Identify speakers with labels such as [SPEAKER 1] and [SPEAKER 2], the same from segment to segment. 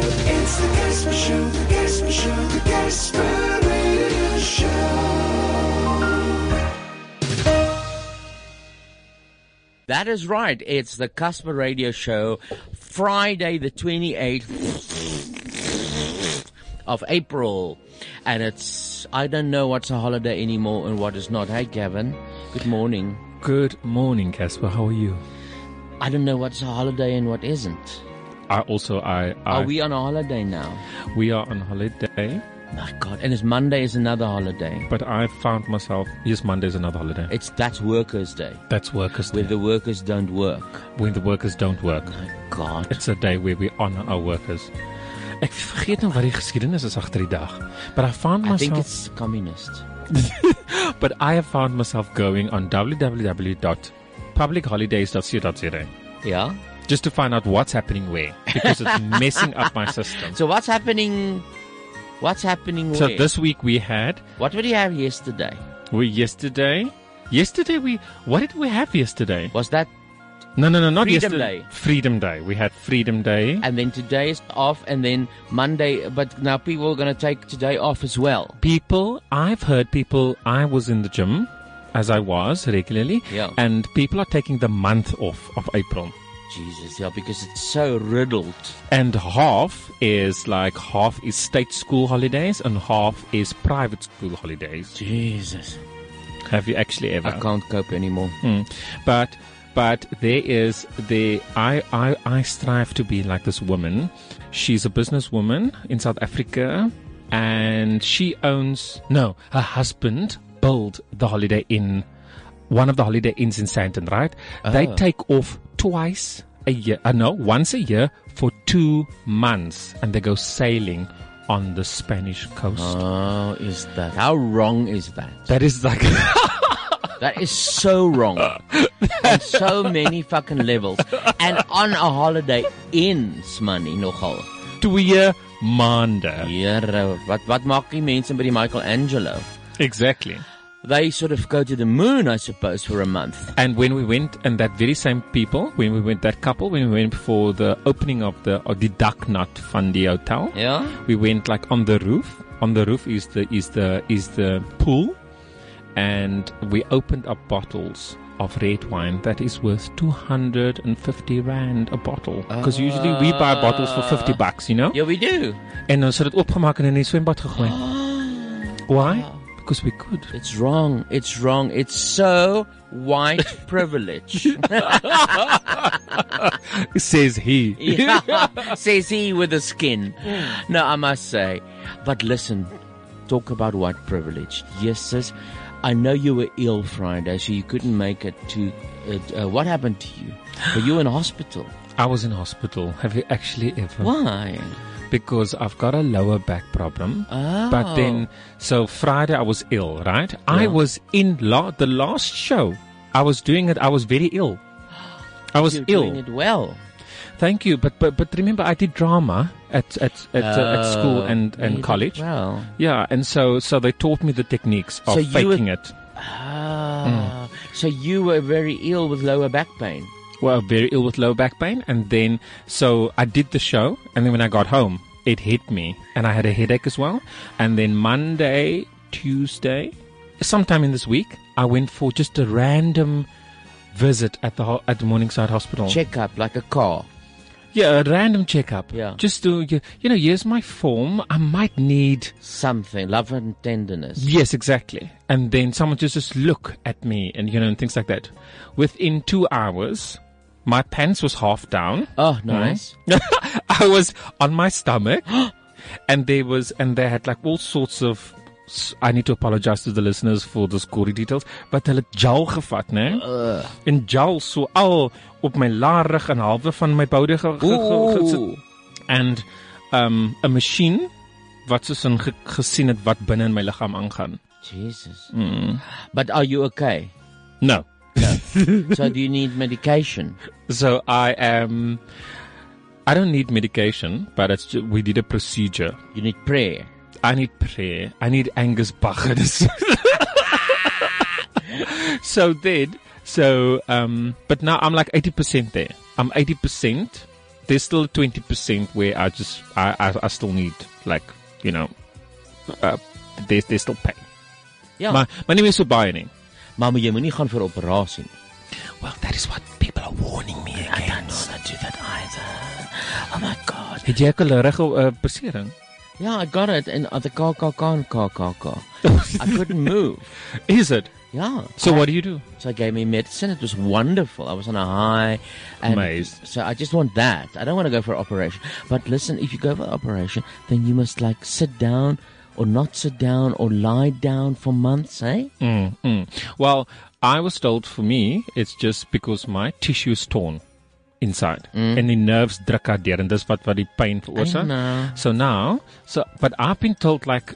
[SPEAKER 1] It's the Casper Show, the Casper Show, the Casper Radio Show.
[SPEAKER 2] That is right. It's the Casper Radio Show, Friday the 28th of April. And it's, I don't know what's a holiday anymore and what is not. Hey, Gavin. Good morning.
[SPEAKER 3] Good morning, Casper. How are you?
[SPEAKER 2] I don't know what's a holiday and what isn't.
[SPEAKER 3] I also I, I
[SPEAKER 2] Are we on a holiday now?
[SPEAKER 3] we are on holiday,
[SPEAKER 2] My God. And it's Monday is another holiday.
[SPEAKER 3] but I found myself yes Monday is another holiday.
[SPEAKER 2] It's, that's Workers' Day,
[SPEAKER 3] That's workers
[SPEAKER 2] where
[SPEAKER 3] day.
[SPEAKER 2] the workers don't work.
[SPEAKER 3] when the workers don't work.
[SPEAKER 2] God.
[SPEAKER 3] It's a day where we honor our workers. Ek vergeet nou wat die geskiedenis is agter die dag. But I found
[SPEAKER 2] I think
[SPEAKER 3] myself
[SPEAKER 2] it's communist.
[SPEAKER 3] but I have found myself going on www.publicholidays.co.za
[SPEAKER 2] Yeah?
[SPEAKER 3] just to find out what's happening where because it's messing up my system.
[SPEAKER 2] So what's happening? What's happening
[SPEAKER 3] So
[SPEAKER 2] where?
[SPEAKER 3] this week we had
[SPEAKER 2] What did you have yesterday?
[SPEAKER 3] we yesterday yesterday we what did we have yesterday?
[SPEAKER 2] Was that
[SPEAKER 3] No, no, no, not
[SPEAKER 2] Freedom
[SPEAKER 3] yesterday.
[SPEAKER 2] Day.
[SPEAKER 3] Freedom Day. We had Freedom Day.
[SPEAKER 2] and then today is off and then Monday but now people are gonna take today off as well.
[SPEAKER 3] People, I've heard people. I was in the gym, as I was regularly,
[SPEAKER 2] Yeah.
[SPEAKER 3] and people are taking the month off of April,
[SPEAKER 2] Jesus, yeah, because it's so riddled.
[SPEAKER 3] and half is like half is state school holidays and half is private school holidays.
[SPEAKER 2] Jesus.
[SPEAKER 3] Have you actually ever?
[SPEAKER 2] I can't cope anymore.
[SPEAKER 3] Mm. But but there is the I, I I strive to be like this woman. She's a businesswoman in South Africa and she owns no, her husband built the holiday inn one of the holiday inns in Sandton, right?
[SPEAKER 2] Ah.
[SPEAKER 3] They take off twice a year uh, no, once a year for two months and they go sailing on the Spanish coast.
[SPEAKER 2] Oh, is that how wrong is that?
[SPEAKER 3] That is like
[SPEAKER 2] That is so wrong. on so many fucking levels. And on a holiday in money nogal.
[SPEAKER 3] twee maanden.
[SPEAKER 2] Here, wat wat maak die mense by die Michelangelo?
[SPEAKER 3] Exactly.
[SPEAKER 2] They sort of go to the moon, I suppose, for a month.
[SPEAKER 3] And when we went, and that very same people, when we went, that couple, when we went for the opening of the of the duck nut from the hotel,
[SPEAKER 2] Yeah?
[SPEAKER 3] we went like on the roof. On the roof is the is the is the pool, and we opened up bottles of red wine that is worth two hundred and fifty rand a bottle. Because usually we buy bottles for fifty bucks, you know.
[SPEAKER 2] Ah. Yeah, we do.
[SPEAKER 3] En ons het dit opgemaak en in die swembad gegooi. Why? Because we could.
[SPEAKER 2] It's wrong. It's wrong. It's so white privilege.
[SPEAKER 3] Says he.
[SPEAKER 2] Yeah. Says he with a skin. No, I must say. But listen, talk about white privilege. Yes, sis. I know you were ill Friday, so you couldn't make it to. Uh, uh, what happened to you? Were you in hospital?
[SPEAKER 3] I was in hospital. Have you actually ever?
[SPEAKER 2] Why?
[SPEAKER 3] because I've got a lower back problem.
[SPEAKER 2] Oh.
[SPEAKER 3] But then, so Friday I was ill, right? I was in la- the last show. I was doing it. I was very ill. I was
[SPEAKER 2] You're
[SPEAKER 3] ill.
[SPEAKER 2] doing it well.
[SPEAKER 3] Thank you, but but but remember, I did drama at at at, uh, at school
[SPEAKER 2] Oh,
[SPEAKER 3] and
[SPEAKER 2] you
[SPEAKER 3] and
[SPEAKER 2] did
[SPEAKER 3] college.
[SPEAKER 2] Well.
[SPEAKER 3] Yeah, and so so they taught me the techniques of
[SPEAKER 2] So you were-
[SPEAKER 3] faking it. Mm.
[SPEAKER 2] Ah, so you were very ill with lower back pain.
[SPEAKER 3] Well, very ill with low back pain, and then so I did the show, and then when I got home, it hit me, and I had a headache as well. And then Monday, Tuesday, sometime in this week, I went for just a random visit at the ho- at the Morningside Hospital.
[SPEAKER 2] Checkup like a car.
[SPEAKER 3] Yeah, a random checkup.
[SPEAKER 2] Yeah.
[SPEAKER 3] just to you you know, here's my form. I might need
[SPEAKER 2] Something. Love and tenderness.
[SPEAKER 3] Yes, exactly. And then someone just just look at me and you know and things like that. Within two hours, my pants was half down.
[SPEAKER 2] Oh, nice.
[SPEAKER 3] Mm. I was on my stomach, and there was and they had like all sorts of. I need to apologize to the listeners for the gory details, but hulle het gel gevat, né?
[SPEAKER 2] Eh.
[SPEAKER 3] En gel so al op my larig en halwe van my boude ge- ge- ge-
[SPEAKER 2] Ooh.
[SPEAKER 3] gesit. and um 'n masjien wat soos in ge gesien het wat binne in my liggaam aangaan. Mm.
[SPEAKER 2] Jesus. But are you okay?
[SPEAKER 3] No.
[SPEAKER 2] so do you need medication?
[SPEAKER 3] So I am I don't need medication, but it's ju- we did a procedure.
[SPEAKER 2] You need prayer.
[SPEAKER 3] I need prayer. I need Angus Bacchus. so did so um but now I'm like 80% there. I'm 80%. There's still 20% where I just I I, I still need like, you know, uh, there's there's still pain.
[SPEAKER 2] Ja.
[SPEAKER 3] Maar my name is Obayani.
[SPEAKER 2] Maar moet jy moenie gaan vir operasie nie.
[SPEAKER 3] Well, that is what people are warning me against.
[SPEAKER 2] not do that either. Oh my god.
[SPEAKER 3] Het jy ook 'n reg uh, besering?
[SPEAKER 2] Yeah, I got it in uh, the car car car car car car. I couldn't move.
[SPEAKER 3] Is it?
[SPEAKER 2] Yeah.
[SPEAKER 3] So what do you do?
[SPEAKER 2] So I gave me medicine. It was wonderful. I was on a high. And
[SPEAKER 3] Amazed.
[SPEAKER 2] So I just want that. I don't want to go for operation. But listen, if you go for operation, then you must like sit down or not sit down or lie down for months, eh?
[SPEAKER 3] Mm, mm. Well, I was told for me it's just because my tissue is torn inside and the nerves druk out there and dis wat wat die pyn
[SPEAKER 2] I know.
[SPEAKER 3] veroorsaak. So now, so but I've been told like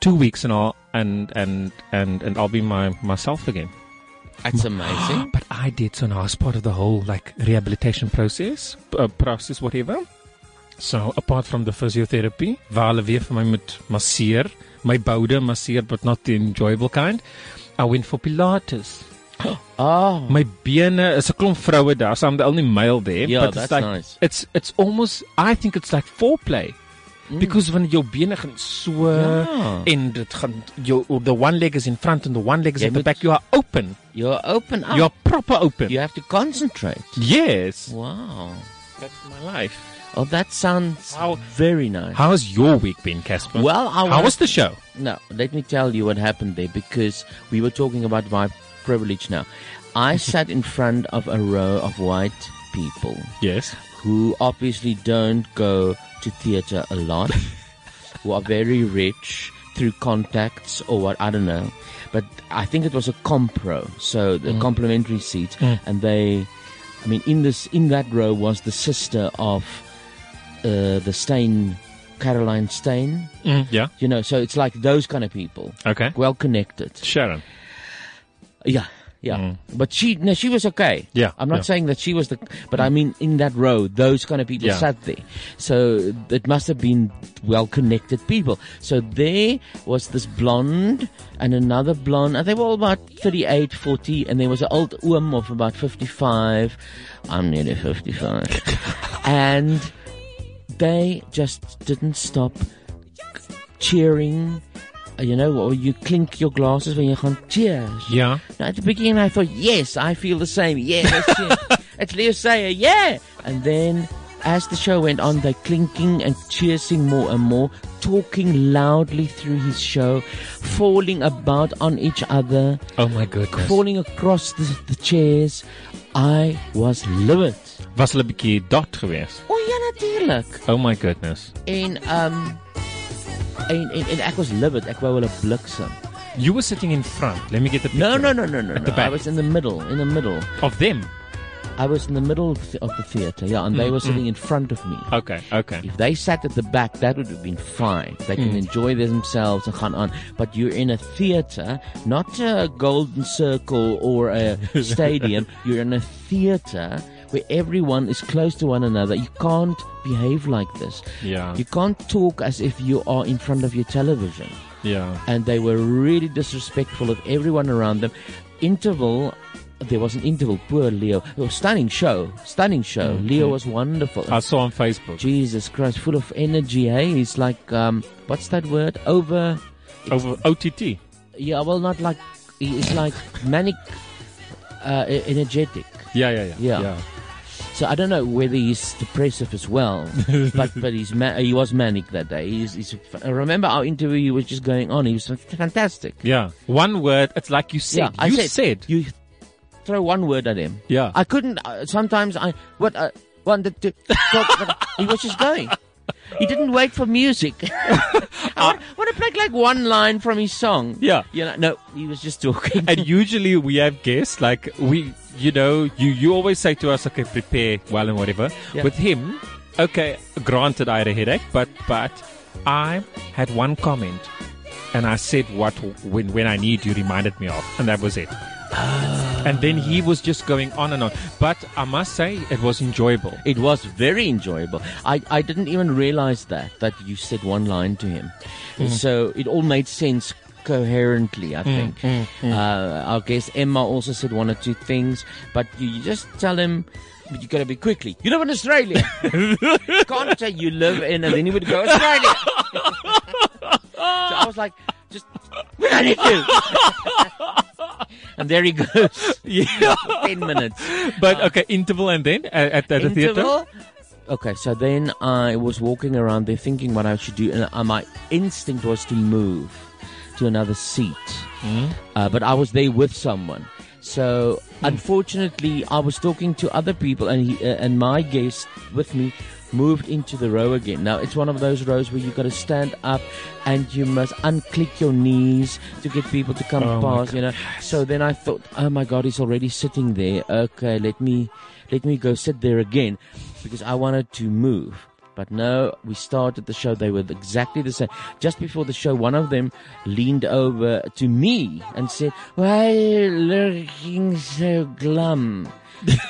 [SPEAKER 3] 2 weeks and all and and and and I'll be my myself again.
[SPEAKER 2] That's amazing.
[SPEAKER 3] But I did so now as part of the whole like rehabilitation process, p- uh, process whatever. So apart from the physiotherapy, waar hulle weer vir my moet masseer, my boude masseer but not the enjoyable kind. I went for pilates.
[SPEAKER 2] Oh,
[SPEAKER 3] My bene is 'n klomp vroue daar, so I'm the only male there,
[SPEAKER 2] Yeah,
[SPEAKER 3] but it's
[SPEAKER 2] that's
[SPEAKER 3] like
[SPEAKER 2] nice.
[SPEAKER 3] it's it's almost I think it's like foreplay. Because when your bene gaan so
[SPEAKER 2] Mm. Ja.
[SPEAKER 3] en dit gaan your the one leg is in front and the one leg is
[SPEAKER 2] Jy
[SPEAKER 3] at the
[SPEAKER 2] moet-
[SPEAKER 3] back, you are open.
[SPEAKER 2] Ja, you're open up.
[SPEAKER 3] You are proper open.
[SPEAKER 2] you have to concentrate.
[SPEAKER 3] Yes.
[SPEAKER 2] Wow.
[SPEAKER 3] That's my life.
[SPEAKER 2] Oh, that sounds
[SPEAKER 3] How-
[SPEAKER 2] very nice.
[SPEAKER 3] How's your week been, Casper?
[SPEAKER 2] Well, I
[SPEAKER 3] how
[SPEAKER 2] wanna-
[SPEAKER 3] was the show?
[SPEAKER 2] No, let me tell you what happened there because we were talking about white privilege now. I sat in front of a row of white people
[SPEAKER 3] Yes.
[SPEAKER 2] who obviously don't go to theater a lot, who are very rich through contacts or what, I don't know. But I think it was a compro, so
[SPEAKER 3] Mm.
[SPEAKER 2] the complimentary seats, and they, I mean, in this in that row was the sister of uh, the Stain, Caroline Stain.
[SPEAKER 3] Mm-hmm. yeah.
[SPEAKER 2] You know, so it's like those kind of people.
[SPEAKER 3] Okay.
[SPEAKER 2] Well connected.
[SPEAKER 3] Sharon.
[SPEAKER 2] Yeah. Yeah. But she no, she was okay.
[SPEAKER 3] Mm. Yeah,
[SPEAKER 2] I'm not
[SPEAKER 3] yeah.
[SPEAKER 2] saying that she was the but I mean in that row, those kind of people
[SPEAKER 3] Yeah.
[SPEAKER 2] sat there. So it must have been well connected people. So there was this blonde and another blonde and they were all about 38, 40 and there was an old oom of about 55. I'm nearly 55. and they just didn't stop cheering. You know, or you clink your glasses when you gaan cheers.
[SPEAKER 3] Yeah.
[SPEAKER 2] Now, at the beginning, I thought, yes, I feel the same. Yeah, that's it. it's Leo Sayer. Yeah. And then, as the show went on, they clinking and cheersing more and more, talking loudly through his show, falling about on each other,
[SPEAKER 3] Oh my goodness.
[SPEAKER 2] falling across the, the chairs. I was livid.
[SPEAKER 3] Was hulle 'n bietjie dot geweest?
[SPEAKER 2] O ja natuurlik.
[SPEAKER 3] Oh my goodness.
[SPEAKER 2] En um en en, en ek was livid. Ek wou hulle bliksem.
[SPEAKER 3] You were sitting in front. Let me get the picture.
[SPEAKER 2] No, no, no, no, no.
[SPEAKER 3] At the
[SPEAKER 2] no. I
[SPEAKER 3] back.
[SPEAKER 2] was in the middle, in the middle.
[SPEAKER 3] Of them. Mm,
[SPEAKER 2] I was in the middle of the, of the theater, yeah, and they were sitting in front of me.
[SPEAKER 3] Okay, okay.
[SPEAKER 2] If they sat at the back, that would have been fine. They can enjoy themselves and gone on. But you're in a theater, not a golden circle or a stadium. You're in a theater where everyone is close to one another. You can't behave like this.
[SPEAKER 3] Yeah.
[SPEAKER 2] You can't talk as if you are in front of your television
[SPEAKER 3] Yeah.
[SPEAKER 2] and they were really disrespectful of everyone around them. Interval, there was an interval. Poor Leo. Oh, stunning show, stunning show. Leo was wonderful.
[SPEAKER 3] Mm-hmm. I saw on Facebook.
[SPEAKER 2] Jesus Christ, full of energy. Hey, he's like, um, what's that word? Over.
[SPEAKER 3] Over OTT.
[SPEAKER 2] Yeah, well, not like he is like manic, uh, e- energetic.
[SPEAKER 3] Yeah, yeah, yeah.
[SPEAKER 2] Yeah. So I don't know whether he's depressive as well, but but he's ma- he was manic that day. He's, he's I remember our interview was just going on. He was fantastic.
[SPEAKER 3] Yeah. One word, it's like you said.
[SPEAKER 2] Ja,
[SPEAKER 3] Ja.
[SPEAKER 2] I
[SPEAKER 3] you
[SPEAKER 2] said, you throw one word at him.
[SPEAKER 3] Yeah.
[SPEAKER 2] I couldn't. Uh, sometimes I what uh, one the two. talk, but he was just going. He didn't wait for music.
[SPEAKER 3] Uh,
[SPEAKER 2] I want to play like one line from his song.
[SPEAKER 3] Yeah.
[SPEAKER 2] you know, no, he was just talking.
[SPEAKER 3] and usually we have guests like we you know you you always say to us okay prepare well and whatever
[SPEAKER 2] Yeah.
[SPEAKER 3] with him okay, granted, I had a headache, but but I had one comment, and I said what when when I need you reminded me of, and that was it.
[SPEAKER 2] Oh.
[SPEAKER 3] And then he was just going on and on. But I must say, it was enjoyable.
[SPEAKER 2] It was very enjoyable. I, I didn't even realize that, that you said one line to him. So it all made sense coherently, I think. Uh, I guess Emma also said one or two things, but you, you just tell him, but you got to be quickly. You live in Australia. Can't say you live in, and then he would go, Australia. so I was like, just, we don't need you. and there he goes.
[SPEAKER 3] Yeah.
[SPEAKER 2] 10 minutes.
[SPEAKER 3] But okay, interval and then at, at the theater.
[SPEAKER 2] Interval. Okay, so then I was walking around there thinking what I should do, and uh, my instinct was to move to another seat.
[SPEAKER 3] Hmm?
[SPEAKER 2] Uh, but I was there with someone. So
[SPEAKER 3] Hmm.
[SPEAKER 2] unfortunately, I was talking to other people, and he, uh, and my guest with me moved into the row again. Now it's one of those rows where you got to stand up, and you must unclick your knees to get people to come
[SPEAKER 3] Oh my
[SPEAKER 2] past. You know. So then I thought, oh my God, he's already sitting there. Okay, let me let me go sit there again, because I wanted to move. But no, we started the show. They were exactly the same. Just before the show, one of them leaned over to me and said, "Why are you looking so glum?"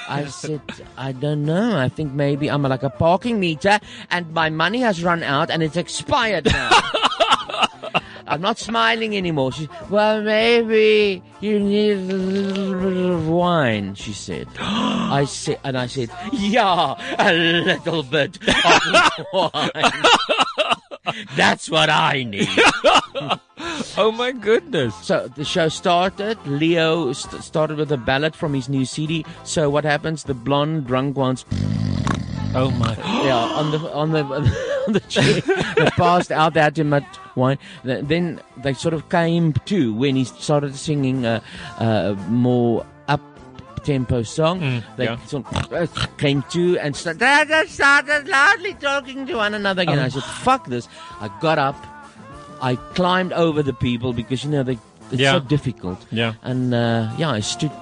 [SPEAKER 2] I said, "I don't know. I think maybe I'm like a parking meter, and my money has run out and it's expired now." I'm not smiling anymore. She, well, maybe you need a little bit of wine, she said. I said, and I said, yeah, a little bit of wine. That's what I need.
[SPEAKER 3] Oh my goodness!
[SPEAKER 2] So the show started. Leo st- started with a ballad from his new CD. So what happens? The blonde drunk ones
[SPEAKER 3] Oh my!
[SPEAKER 2] yeah, on the on the on the chair, they passed out. They had too much wine. Th- Then they sort of came to when he started singing a, a more up tempo song. they
[SPEAKER 3] Mm, yeah.
[SPEAKER 2] sort of came to and sta- they just started loudly talking to one another
[SPEAKER 3] Um.
[SPEAKER 2] again. I said, "Fuck this!" I got up. I climbed over the people because you know they. It's
[SPEAKER 3] Yeah.
[SPEAKER 2] so difficult.
[SPEAKER 3] Yeah.
[SPEAKER 2] And uh, yeah, I stood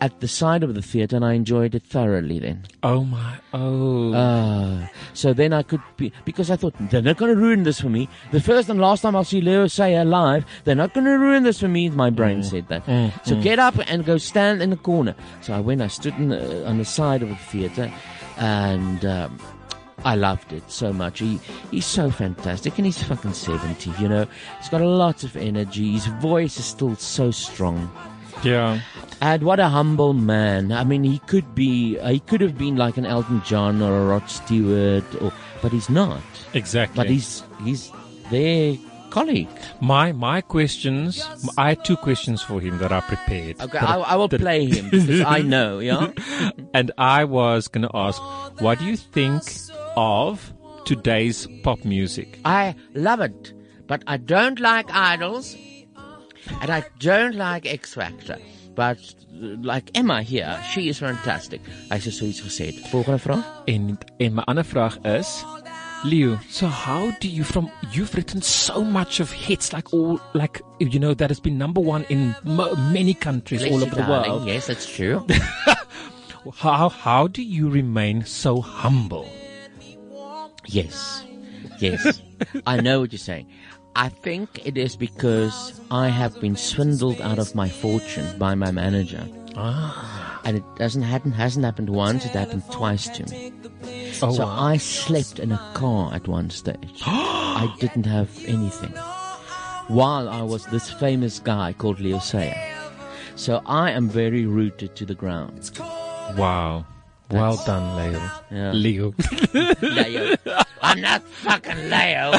[SPEAKER 2] at the side of the theatre and I enjoyed it thoroughly then.
[SPEAKER 3] Oh my! Oh!
[SPEAKER 2] Ah, so then I could be because I thought they're not going to ruin this for me. The first and last time I'll see Leo say alive, they're not going to ruin this for me. My brain
[SPEAKER 3] Mm.
[SPEAKER 2] said that. so get up and go stand in the corner. So I went. I stood in the, on the side of the theatre, and. Um, I loved it so much. He he's so fantastic, and he's fucking seventy. You know, he's got lots of energy. His voice is still so strong.
[SPEAKER 3] yeah.
[SPEAKER 2] And what a humble man. I mean, he could be, uh, he could have been like an Elton John or a Rod Stewart, or, but he's not.
[SPEAKER 3] Exactly.
[SPEAKER 2] But he's, he's their colleague.
[SPEAKER 3] My my questions. I had two questions for him that I prepared.
[SPEAKER 2] Okay, I, I will play him because I know, yeah?
[SPEAKER 3] and I was gonna ask, what do you think of today's pop music?
[SPEAKER 2] I love it, but I don't like idols, and I don't like X Factor. But uh, like Emma here, she is fantastic. Hy sê so iets gesê. het. Volgende vraag?
[SPEAKER 3] En en my ander vraag is, Leo, so how do you from you've written so much of hits like all like you know that has been number one in mo- many countries all
[SPEAKER 2] Bless you,
[SPEAKER 3] over the
[SPEAKER 2] darling.
[SPEAKER 3] world.
[SPEAKER 2] Yes, that's true.
[SPEAKER 3] How how do you remain so humble?
[SPEAKER 2] Yes. Yes. I know what you're saying. I think it is because I have been swindled out of my fortune by my manager. Ah. And it doesn't happen hasn't happened once, it happened twice to me.
[SPEAKER 3] Oh,
[SPEAKER 2] So
[SPEAKER 3] wow.
[SPEAKER 2] I slept in a car at one stage. I didn't have anything. While I was this famous guy called Leo Sayer. So I am very rooted to the ground.
[SPEAKER 3] wow. Well done, Leo.
[SPEAKER 2] Yeah.
[SPEAKER 3] Leo.
[SPEAKER 2] Leo. I'm not fucking Leo.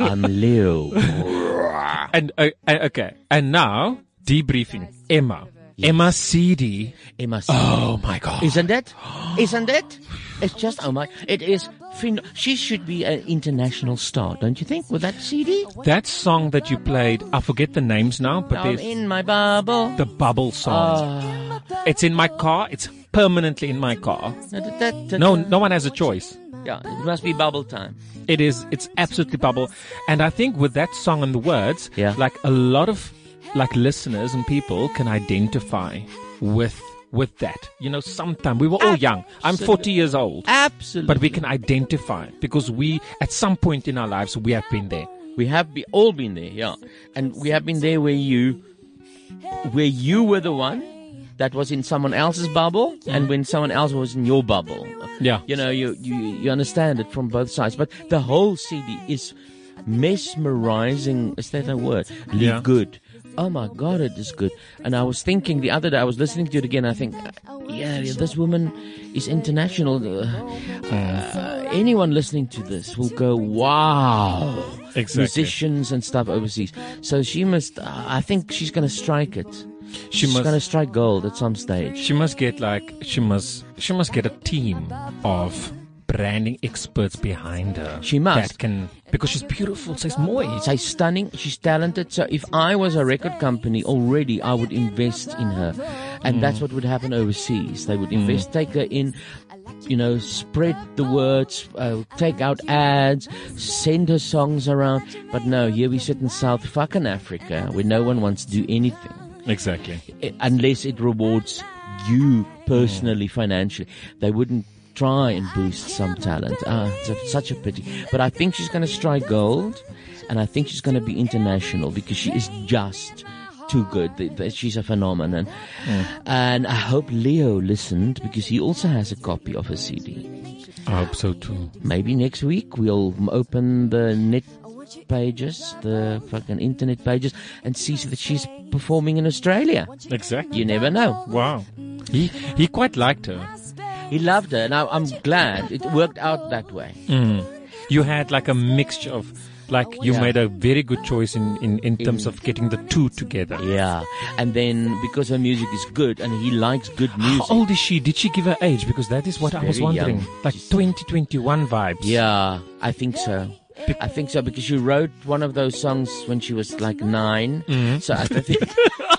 [SPEAKER 2] I'm Leo.
[SPEAKER 3] and uh, uh, okay. And now debriefing Emma. Emma CD.
[SPEAKER 2] Emma Sayer.
[SPEAKER 3] Oh my god.
[SPEAKER 2] Isn't it? Isn't it? It's just oh my! It is. Fin- she should be an international star, don't you think? With that CD,
[SPEAKER 3] that song that you played, I forget the names now, but
[SPEAKER 2] I'm
[SPEAKER 3] there's
[SPEAKER 2] in Ah. my bubble.
[SPEAKER 3] the bubble song. It's in my car. It's permanently in my car. No, no one has a choice.
[SPEAKER 2] Yeah, it must be bubble time.
[SPEAKER 3] It is. It's absolutely bubble. And I think with that song and the words,
[SPEAKER 2] Yeah.
[SPEAKER 3] like a lot of like listeners and people can identify with with that. You know, sometime we were all young. I'm 40 years old.
[SPEAKER 2] Absolutely.
[SPEAKER 3] But we can identify because we, at some point in our lives, we have been there.
[SPEAKER 2] We have be, all been there, yeah. And we have been there where you, where you were the one that was in someone else's bubble, and when someone else was in your bubble.
[SPEAKER 3] Yeah.
[SPEAKER 2] You know, you, you you understand it from both sides. But the whole CD is mesmerizing. Is that a word?
[SPEAKER 3] Yeah.
[SPEAKER 2] Good. Oh my God, it is good. And I was thinking the other day, I was listening to it again. I think, yeah, yeah, this woman is international. Uh, uh, anyone listening to this will go, wow.
[SPEAKER 3] Exactly.
[SPEAKER 2] Musicians and stuff overseas. So she must, uh, I think she's going to strike it.
[SPEAKER 3] She
[SPEAKER 2] she's
[SPEAKER 3] must-
[SPEAKER 2] going to strike gold at some stage.
[SPEAKER 3] She must get like she must she must get a team of branding experts behind her.
[SPEAKER 2] She must.
[SPEAKER 3] that can because she's beautiful. Says mooi.
[SPEAKER 2] She's stunning. She's talented. So if I was a record company already, I would invest in her,
[SPEAKER 3] Mm.
[SPEAKER 2] and that's what would happen overseas. They would invest, take her in, you know, spread the words, uh, take out ads, send her songs around. But no, here we sit in South fucking Africa, where no one wants to do anything.
[SPEAKER 3] Exactly.
[SPEAKER 2] i- unless it rewards you personally financially. They wouldn't try and boost some talent. Ah, it's a- such a pity. But I think she's going to strike gold, and I think she's going to be international because she is just too good. The- the- She's a phenomenon, and I hope Leo listened because he also has a copy of her CD.
[SPEAKER 3] I hope so too.
[SPEAKER 2] Maybe next week we'll m- open the net pages, the fucking internet pages, and see that she's performing in Australia.
[SPEAKER 3] Exactly.
[SPEAKER 2] You never know.
[SPEAKER 3] Wow. He he quite liked her.
[SPEAKER 2] He loved her, and I, I'm glad it worked out that way.
[SPEAKER 3] Mm. You had like a mixture of like you
[SPEAKER 2] Yeah.
[SPEAKER 3] made a very good choice in, in, in terms of getting the two together.
[SPEAKER 2] Yeah, and then because her music is good and he likes good music.
[SPEAKER 3] How old is she? Did she give her age? Because that is what I was
[SPEAKER 2] very
[SPEAKER 3] wondering.
[SPEAKER 2] young.
[SPEAKER 3] Like 2021 vibes.
[SPEAKER 2] Yeah, I think so. I think so because she wrote one of those songs when she was like 9
[SPEAKER 3] Mm-hmm.
[SPEAKER 2] So I think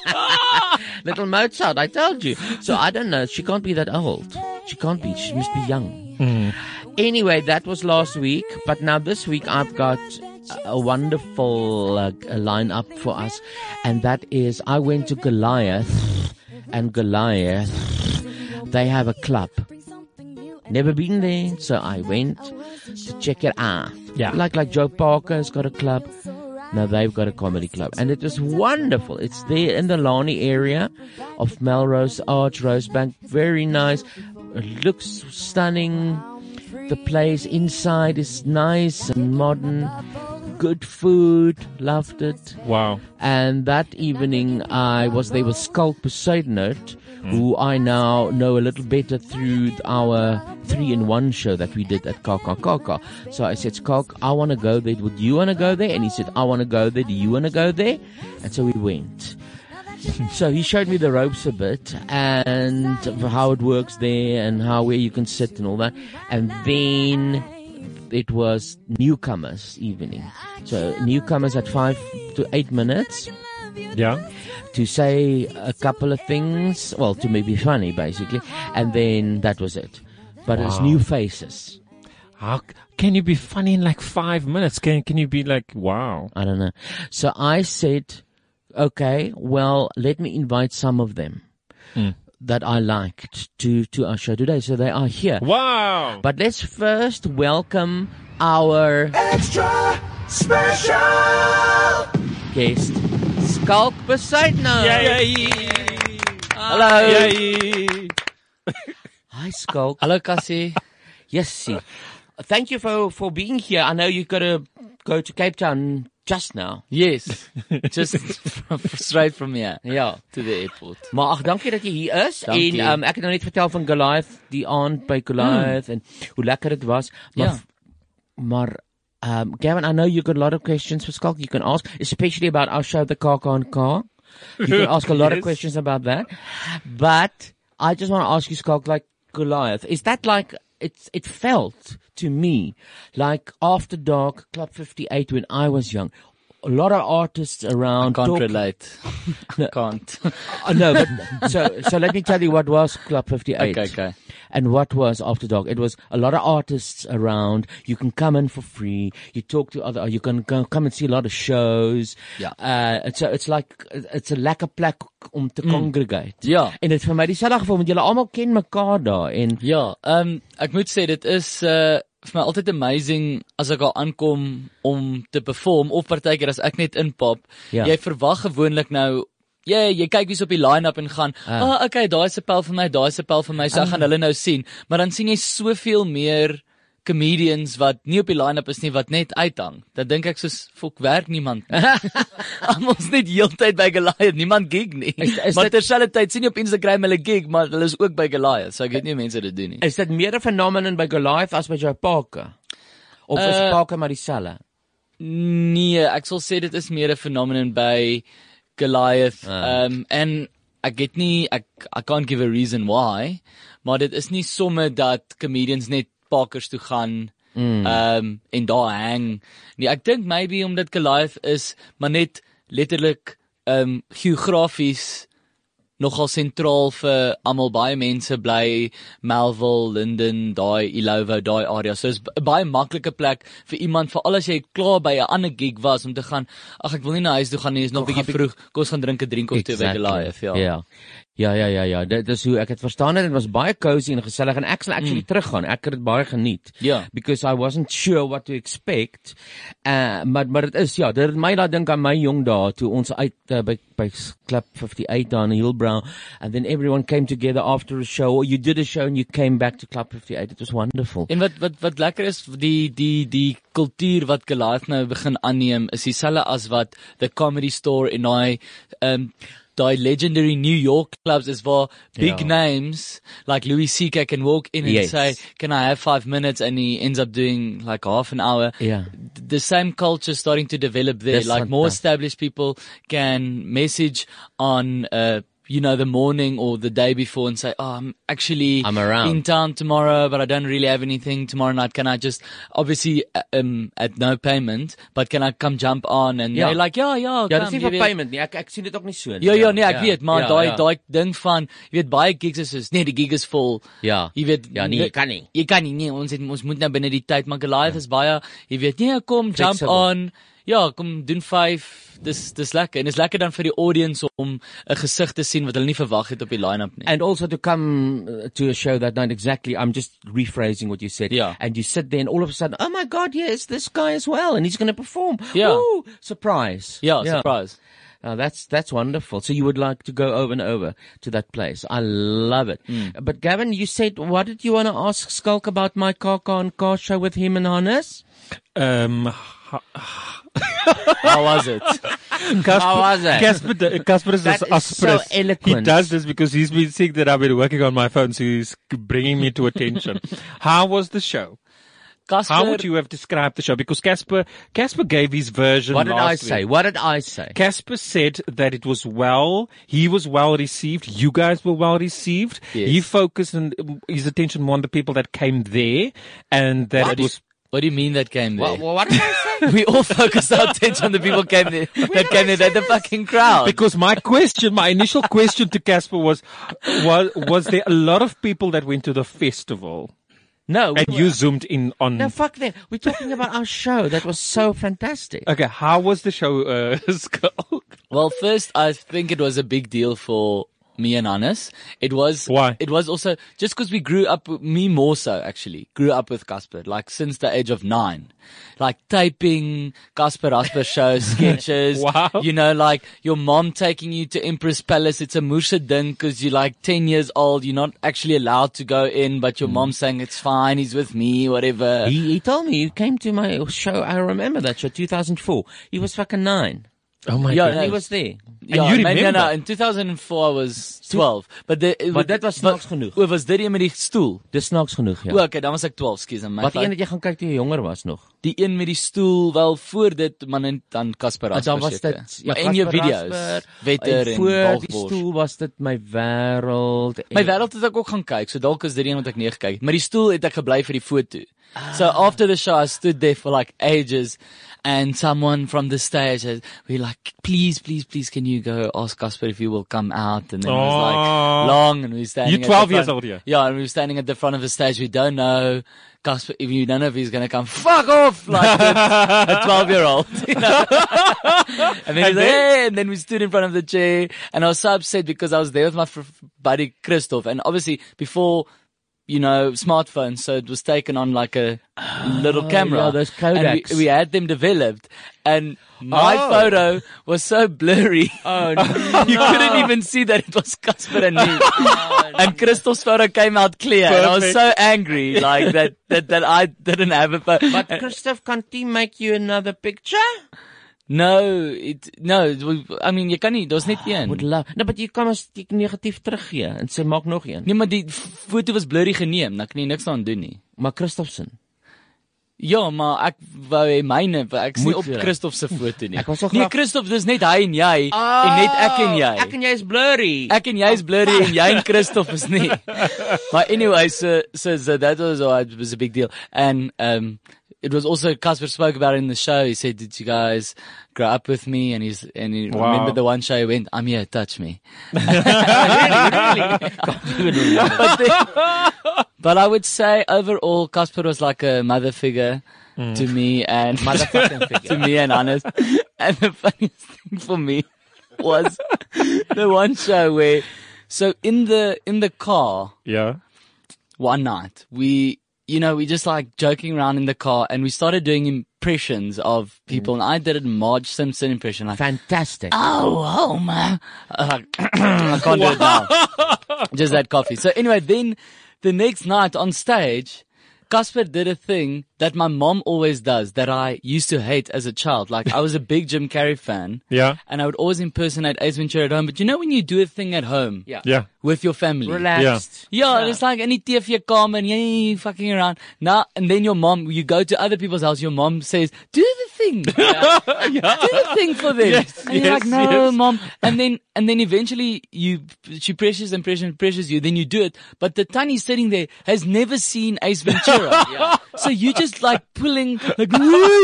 [SPEAKER 2] little Mozart, I told you. So I don't know. She can't be that old. She can't be. She must be young.
[SPEAKER 4] Hmm.
[SPEAKER 2] Anyway, that was last week, but now this week I've got a- a wonderful uh, a lineup for us, and that is I went to Goliath, and Goliath, they have a club. Never been there, so I went to check it out.
[SPEAKER 3] Yeah.
[SPEAKER 2] Like like Joe Parker's got a club. Now they've got a comedy club, and it was wonderful. It's there in the Lani area of Melrose Arch, Rosebank. Very nice. It looks stunning. The place inside is nice and modern. Good food. Loved it.
[SPEAKER 3] Wow.
[SPEAKER 2] And that evening, I was there with Skulk Poseidonot, who I now know a little better through our three in one show that we did at Kaka Kaka. So I said, Skulk, I want to go there. Would you want to go there? And he said, I want to go there. Do you want to go there? And so we went. So he showed me the ropes a bit and how it works there and how where you can sit and all that. And then it was newcomers evening. So newcomers at five to eight minutes
[SPEAKER 3] Yeah.
[SPEAKER 2] to say a couple of things, well, to maybe funny basically, and then that was it. But it's new faces.
[SPEAKER 3] How c- can you be funny in like five minutes? Can can you be like wow?
[SPEAKER 2] I don't know. So I said, okay, well, let me invite some of them Hmm. that I liked to, to our show today. So they are here.
[SPEAKER 3] Wow.
[SPEAKER 2] But let's first welcome our
[SPEAKER 1] Extra special.
[SPEAKER 2] guest, Skulk Poseidon.
[SPEAKER 1] Ah,
[SPEAKER 2] Hello. Hi, Skulk.
[SPEAKER 4] Hello, Cassie.
[SPEAKER 2] Yes, see. Thank you for, for being here. I know you've got to go to Cape Town just now.
[SPEAKER 4] yes, just from, straight from here
[SPEAKER 2] Ja.
[SPEAKER 4] to the airport.
[SPEAKER 2] Maar ag dankie dat jy hier is
[SPEAKER 4] Dankie.
[SPEAKER 2] en um, ek het nou net vertel van Goliath die aand by Goliath en hoe lekker dit was. Maar
[SPEAKER 4] Hmm. Ja.
[SPEAKER 2] maar um Gavin, I know you got a lot of questions for Skulk you can ask especially about our show the Car Car Car. You can ask a lot of questions about that. But I just want to ask you Skulk like Goliath. Is that like it's it felt to me like after dark club 58 when I was young. A lot of artists around Uh,
[SPEAKER 4] Can't
[SPEAKER 2] talking-
[SPEAKER 4] relate. Can't.
[SPEAKER 2] Oh, no, but so so let me tell you what was Club 58.
[SPEAKER 4] Okay, okay.
[SPEAKER 2] And what was After Dark? It was a lot of artists around. You can come in for free. You talk to other, you can go, come and see a lot of shows.
[SPEAKER 4] Yeah.
[SPEAKER 2] Uh, it's a, it's like it's 'n lekker plek om
[SPEAKER 4] Hmm.
[SPEAKER 2] te congregate.
[SPEAKER 4] Ja.
[SPEAKER 2] En dit het vir my dieselfde gevoel want julle almal ken mekaar daar en
[SPEAKER 4] Ja, ehm ek moet sê dit is uh vir my altyd amazing as ek al aankom om te perform of partykeer as ek net inpap.
[SPEAKER 2] Ja.
[SPEAKER 4] Jy verwag gewoonlik nou Ja, jy kyk wie's op die line-up en gaan, "Ag, ah. oh, okay, daai se pel vir my, daai se pel vir my,
[SPEAKER 2] Ah.
[SPEAKER 4] so ek gaan hulle nou sien." Maar dan sien jy soveel meer comedians wat nie op die line-up is nie, wat net uithang. Dan dink ek soos, "Fok, werk niemand nie." Almoes net heeltyd by Goliath, niemand gig nie.
[SPEAKER 2] Is- is
[SPEAKER 4] maar
[SPEAKER 2] dit-
[SPEAKER 4] terselfdertyd sien jy op Instagram hulle gig, maar hulle is ook by Goliath, so ek weet nie hoe mense dit doen nie.
[SPEAKER 2] is dit meer 'n fenomeen by Goliath as by Joe Parker? Of is
[SPEAKER 4] Eh,
[SPEAKER 2] Parker maar dieselfde?
[SPEAKER 4] Nee, ek sal sê dit is meer 'n phenomenon by Goliath. Ehm um, en ek weet nie ek I can't give a reason why, maar dit is nie sommer dat comedians net parkers toe gaan ehm um, en daar hang. Nee, ek dink maybe omdat Goliath is maar net letterlik ehm um, geografies nogal sentraal vir almal baie mense bly Melville, Linden, daai Ilovo, daai area. So is b- 'n baie maklike plek vir iemand veral as jy klaar by 'n ander gig was om te gaan, ag ek wil nie na huis toe gaan nie, is nog bietjie vroeg. Kom ons gaan drink 'n drink of twee by Goliath, ja.
[SPEAKER 2] Ja. Ja ja ja ja, dit is hoe ek dit verstaan het. Dit was baie cosy en gesellig en ek sal actually teruggaan. Ek het dit baie geniet.
[SPEAKER 4] Mm. Ja.
[SPEAKER 2] Because I wasn't sure what to expect. Uh maar maar dit is ja, dit het my laat dink aan my jong dae toe ons uit uh, by by Club 58 daar in Hillbrow and then everyone came together after a show or you did a show and you came back to Club 58. It was wonderful.
[SPEAKER 4] En wat wat wat lekker is die die die kultuur wat Goliath nou begin aanneem is dieselfde as wat the comedy store en daai um daai legendary New York clubs is waar big
[SPEAKER 2] Ja.
[SPEAKER 4] names like Louis CK can walk in and
[SPEAKER 2] Yes.
[SPEAKER 4] say can I have 5 minutes and he ends up doing like half an hour.
[SPEAKER 2] Ja.
[SPEAKER 4] The same culture starting to develop there
[SPEAKER 2] Dis
[SPEAKER 4] like more
[SPEAKER 2] fantasties.
[SPEAKER 4] established people can message on uh you know the morning or the day before and say oh I'm actually
[SPEAKER 2] I'm around.
[SPEAKER 4] in town tomorrow, but I don't really have anything tomorrow night. Can I just, obviously, uh, um, at no payment, but can I come jump on? And
[SPEAKER 2] Ja.
[SPEAKER 4] they're like, ja, ja,
[SPEAKER 2] Ja,
[SPEAKER 4] kom,
[SPEAKER 2] dis nie
[SPEAKER 4] jy
[SPEAKER 2] vir
[SPEAKER 4] weet."
[SPEAKER 2] payment nie. Ek ek sien dit ook nie so nie.
[SPEAKER 4] Ja, ja, nee, ek weet, maar
[SPEAKER 2] ja,
[SPEAKER 4] daai
[SPEAKER 2] ja.
[SPEAKER 4] daai ding van, jy weet baie gigs is soos, nee, die gig is vol.
[SPEAKER 2] Ja.
[SPEAKER 4] Jy weet,
[SPEAKER 2] Ja, nee, jy kan nie. Ja.
[SPEAKER 4] Jy kan nie, nee, ons het ons moet nou binne die tyd, maar Goliath is baie, jy weet, nee, kom jump
[SPEAKER 2] Flexible.
[SPEAKER 4] on. Ja, kom doen 5. Dis dis lekker en dis lekker dan vir die audience om 'n gesig te sien wat hulle nie verwag het op die line-up nie.
[SPEAKER 2] And also to come uh, to a show that night, exactly, I'm just rephrasing what you said.
[SPEAKER 4] Yeah.
[SPEAKER 2] And you sit there and all of a sudden, oh my God, yes, this guy as well. And he's going to perform.
[SPEAKER 4] Yeah.
[SPEAKER 2] Woo! Surprise.
[SPEAKER 4] Ja, surprise.
[SPEAKER 2] Oh, that's, that's wonderful. So you would like to go over and over to that place. I love it.
[SPEAKER 4] Hmm.
[SPEAKER 2] But Gavin, you said, what did you want to ask Skulk about my car, car and car show with him and Hannes?
[SPEAKER 3] Um,
[SPEAKER 4] How was it?
[SPEAKER 3] Casper,
[SPEAKER 2] How was it?
[SPEAKER 3] Casper, d- Casper is as-
[SPEAKER 2] That is
[SPEAKER 3] aspirous.
[SPEAKER 2] so eloquent.
[SPEAKER 3] He does this because he's been seeing that I've been working on my phone, so he's bringing me to attention. How was the show?
[SPEAKER 4] Casper,
[SPEAKER 3] How would you have described the show? Because Casper, Casper gave his version.
[SPEAKER 2] What did I
[SPEAKER 3] last
[SPEAKER 2] say?
[SPEAKER 3] week.
[SPEAKER 2] What did I say?
[SPEAKER 3] Casper said that it was well. He was well received. You guys were well received.
[SPEAKER 4] Yes.
[SPEAKER 3] He focused and um, his attention more on the people that came there, and that it was
[SPEAKER 4] What do you mean that came there?
[SPEAKER 2] What, what did I say?
[SPEAKER 4] Nee. we all focused our attention on the people came there, that came there. They're the fucking crowd.
[SPEAKER 3] Because my question, my initial question to Casper was, was, was there a lot of people that went to the festival?
[SPEAKER 2] no. we
[SPEAKER 3] And
[SPEAKER 2] were-
[SPEAKER 3] you zoomed in on.
[SPEAKER 2] No, fuck that. We're talking about our show. That was so fantastic.
[SPEAKER 3] Okay, how was the show, uh, Skull?
[SPEAKER 4] well, first, I think it was a big deal for me and Hannes. It was
[SPEAKER 3] Why?
[SPEAKER 4] It was also just because we grew up. Me more so actually grew up with Casper, like since the age of nine, like taping Casper Rasper show sketches.
[SPEAKER 3] Wow.
[SPEAKER 4] You know, like your mom taking you to Empress Palace. It's a musha ding because you're like ten years old. You're not actually allowed to go in, but your mom's saying it's fine. He's with me, whatever.
[SPEAKER 2] Mm. He, he told me he came to my show. I remember that show, 2004. He was fucking nine.
[SPEAKER 3] Oh my
[SPEAKER 4] Yeah,
[SPEAKER 3] god.
[SPEAKER 4] goodness.
[SPEAKER 2] He was there.
[SPEAKER 4] Ja,
[SPEAKER 3] you
[SPEAKER 4] my-
[SPEAKER 3] remember?
[SPEAKER 4] No, no, in 2004 I was 12, but the,
[SPEAKER 2] Maar dit was snaaks genoeg.
[SPEAKER 4] Oor was dit een met die stoel.
[SPEAKER 2] Dis snaaks genoeg, ja.
[SPEAKER 4] O, okay, dan was ek 12, skus my.
[SPEAKER 2] Wat die een
[SPEAKER 4] fout.
[SPEAKER 2] dat jy gaan kyk toe jy jonger was nog.
[SPEAKER 4] die een met die stoel wel voor dit man en dan Casper
[SPEAKER 2] En
[SPEAKER 4] Rasper.
[SPEAKER 2] dan was
[SPEAKER 4] seker.
[SPEAKER 2] dit ja,
[SPEAKER 4] maar en jou
[SPEAKER 2] Casper
[SPEAKER 4] video's,
[SPEAKER 2] Rasper,
[SPEAKER 4] wetter en
[SPEAKER 2] voor die
[SPEAKER 4] balkbors.
[SPEAKER 2] stoel was dit my wêreld. en-
[SPEAKER 4] My wêreld het ek ook gaan kyk, so dalk is dit die een wat ek nie gekyk het, maar die stoel het ek gebly vir die foto. So after the show I stood there for like ages and someone from the stage said, we like please please please can you you go ask Casper if you will come out? And then it was
[SPEAKER 3] Oh.
[SPEAKER 4] like long and we were standing.
[SPEAKER 3] You're
[SPEAKER 4] at the
[SPEAKER 3] 12 years
[SPEAKER 4] front-
[SPEAKER 3] old, yeah.
[SPEAKER 4] Yeah, and we were standing at the front of the stage. We don't know Casper, if you don't know if he's going to come, fuck off! Like it's a 12 year old. You know? and then he's like, hey, and then we stood in front of the chair and I was so upset because I was there with my fr- buddy Christoph and obviously before you know, smartphones, so it was taken on like a little camera.
[SPEAKER 2] yeah, those
[SPEAKER 4] And we-
[SPEAKER 2] Kodaks.
[SPEAKER 4] we, had them developed, and my
[SPEAKER 2] Oh.
[SPEAKER 4] photo was so blurry. Oh, no. you couldn't even see that it was Casper and me. and Crystal's photo came out clear, and I was so angry, like that that, that I didn't have a uh, photo.
[SPEAKER 2] But Christoph, can't he Eh, make you another picture?
[SPEAKER 4] no, it no. It, was- I mean, jy kan nie. Daar's net een.
[SPEAKER 2] Ah, Would love. No, but you come as die negatief teruggee en sê maak nog een.
[SPEAKER 4] Nee, maar die foto was blurry geneem. Dan kan jy niks aan doen nie.
[SPEAKER 2] Maar Christophson.
[SPEAKER 4] Ja, maar ek wou hê myne, ek sien
[SPEAKER 2] Moet
[SPEAKER 4] op
[SPEAKER 2] jy?
[SPEAKER 4] Christof se foto nie.
[SPEAKER 2] Ek was so
[SPEAKER 4] nee,
[SPEAKER 2] graag- Ah!
[SPEAKER 4] Christof, dis net hy en jy en net ek en jy.
[SPEAKER 2] Ek en jy is blurry.
[SPEAKER 4] Ek en jy is blurry en jy en Christof is nie. But anyway, so so, so that was all it was a big deal. And um it was also Casper spoke about it in the show. He said, "Did you guys grow up with me?" And he's and he
[SPEAKER 3] Wow.
[SPEAKER 4] remember the one show he went, "I'm here, touch me." but, then- but I would say overall, Casper was like a mother figure to me and
[SPEAKER 2] Motherfucking
[SPEAKER 4] to me and Hannes. And the funniest thing for me was the one show where, so in the in the car
[SPEAKER 3] Yeah.
[SPEAKER 4] one night we you know we just like joking around in the car and we started doing impressions of people and I did a Marge Simpson impression like
[SPEAKER 2] Fantastic.
[SPEAKER 4] oh, Homer. Uh, I can't do it now. Just had coffee. So anyway, then the next night on stage, Casper did a thing that my mom always does that I used to hate as a child. Like I was a big Jim Carrey fan.
[SPEAKER 3] Yeah.
[SPEAKER 4] And I would always impersonate Ace Ventura at home. But you know when you do a thing at home?
[SPEAKER 2] Yeah.
[SPEAKER 3] Yeah.
[SPEAKER 4] With your family.
[SPEAKER 2] Relaxed.
[SPEAKER 4] Yeah, it's like any TV come and yeah, fucking around. Now and then your mom, you go to other people's house. Your mom says, "Do the thing, do the thing for them." and you're
[SPEAKER 3] yes,
[SPEAKER 4] like, "No,
[SPEAKER 3] yes.
[SPEAKER 4] mom." And then and then eventually you she pressures and pressures and pressures you. Then you do it, but the tiny sitting there has never seen Ace Ventura. So you just like pulling, like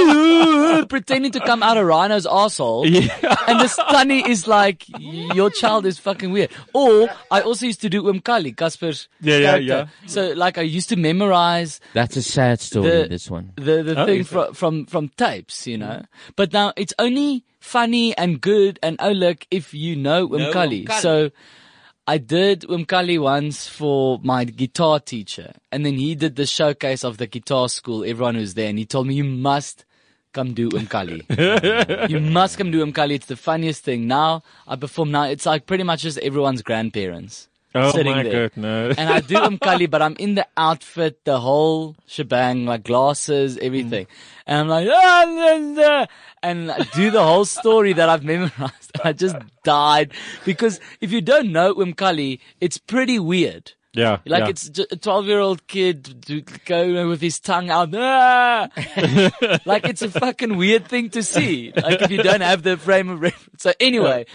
[SPEAKER 4] pretending to come out of Rhino's asshole, and this tunny is like, your child is fucking weird. Or I also used to do Umkali, Casper's
[SPEAKER 3] Yeah, yeah,
[SPEAKER 4] character.
[SPEAKER 3] yeah.
[SPEAKER 4] So like I used to memorize
[SPEAKER 2] That's a sad story.
[SPEAKER 4] The-
[SPEAKER 2] this one.
[SPEAKER 4] the the
[SPEAKER 3] Oh,
[SPEAKER 4] thing
[SPEAKER 3] is
[SPEAKER 4] fro- from from tapes, you know. But now it's only funny and good and oh look if you know Umkali.
[SPEAKER 2] Umkali.
[SPEAKER 4] So I did Umkali once for my guitar teacher, and then he did the showcase of the guitar school. Everyone was there, and he told me you must come do Umkali. you must come do Umkali. It's the funniest thing. Now I perform. Now it's like pretty much just everyone's grandparents.
[SPEAKER 3] Oh
[SPEAKER 4] sitting
[SPEAKER 3] my
[SPEAKER 4] there
[SPEAKER 3] goodness.
[SPEAKER 4] and I do Umkali, but I'm in the outfit, the whole shebang, like glasses, everything. And I'm like, "Ah, da, da," and I do the whole story that I've memorized. I just died because if you don't know Umkali, it's pretty weird.
[SPEAKER 3] yeah.
[SPEAKER 4] Like
[SPEAKER 3] yeah.
[SPEAKER 4] it's ju- a twelve-year-old kid to go with his tongue out. "Ah." like it's a fucking weird thing to see. Like if you don't have the frame of reference. So anyway,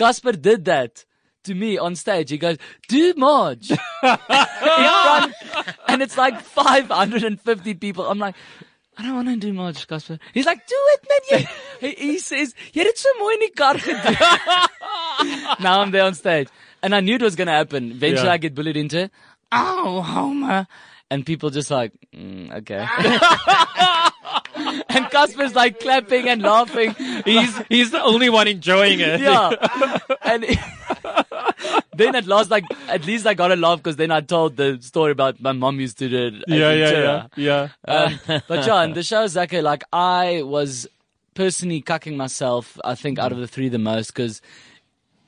[SPEAKER 4] Casper did that to me on stage. He goes, "Do Marge," In front- and it's like five hundred and fifty people. I'm like. I don't want to do Marge, Casper. He's like, do it, man. You, he, he says, "Jy het dit so mooi in die kar gedoen." now I'm there on stage. And I knew it was going to happen. Eventually
[SPEAKER 3] Yeah.
[SPEAKER 4] I get bullied into, oh, Homer. And people just like, mm, okay. and Casper's like clapping and laughing.
[SPEAKER 3] he's he's the only one enjoying it.
[SPEAKER 4] Yeah. And then at last, like, at least I got a laugh because then I told the story about my mom used to do it.
[SPEAKER 3] Yeah, yeah, yeah, yeah.
[SPEAKER 4] Um, but John, the show Zaka, like I was personally cucking myself. I think out of the three the most because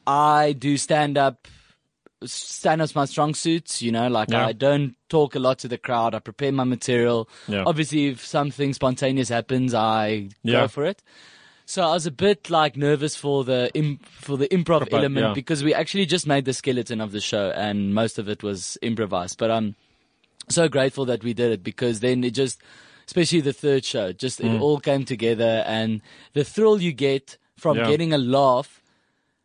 [SPEAKER 4] I do stand up. Stand up's my strong suits, you know. Like
[SPEAKER 3] Yeah.
[SPEAKER 4] I don't talk a lot to the crowd. I prepare my material.
[SPEAKER 3] Yeah.
[SPEAKER 4] Obviously, if something spontaneous happens, I
[SPEAKER 3] Yeah.
[SPEAKER 4] go for it. So I was a bit like nervous for the imp- for the improv
[SPEAKER 3] Improv,
[SPEAKER 4] element
[SPEAKER 3] yeah.
[SPEAKER 4] because we actually just made the skeleton of the show and most of it was improvised. But I'm so grateful that we did it because then it just, especially the third show, just
[SPEAKER 3] Mm.
[SPEAKER 4] it all came together and the thrill you get from
[SPEAKER 3] Yeah.
[SPEAKER 4] getting a laugh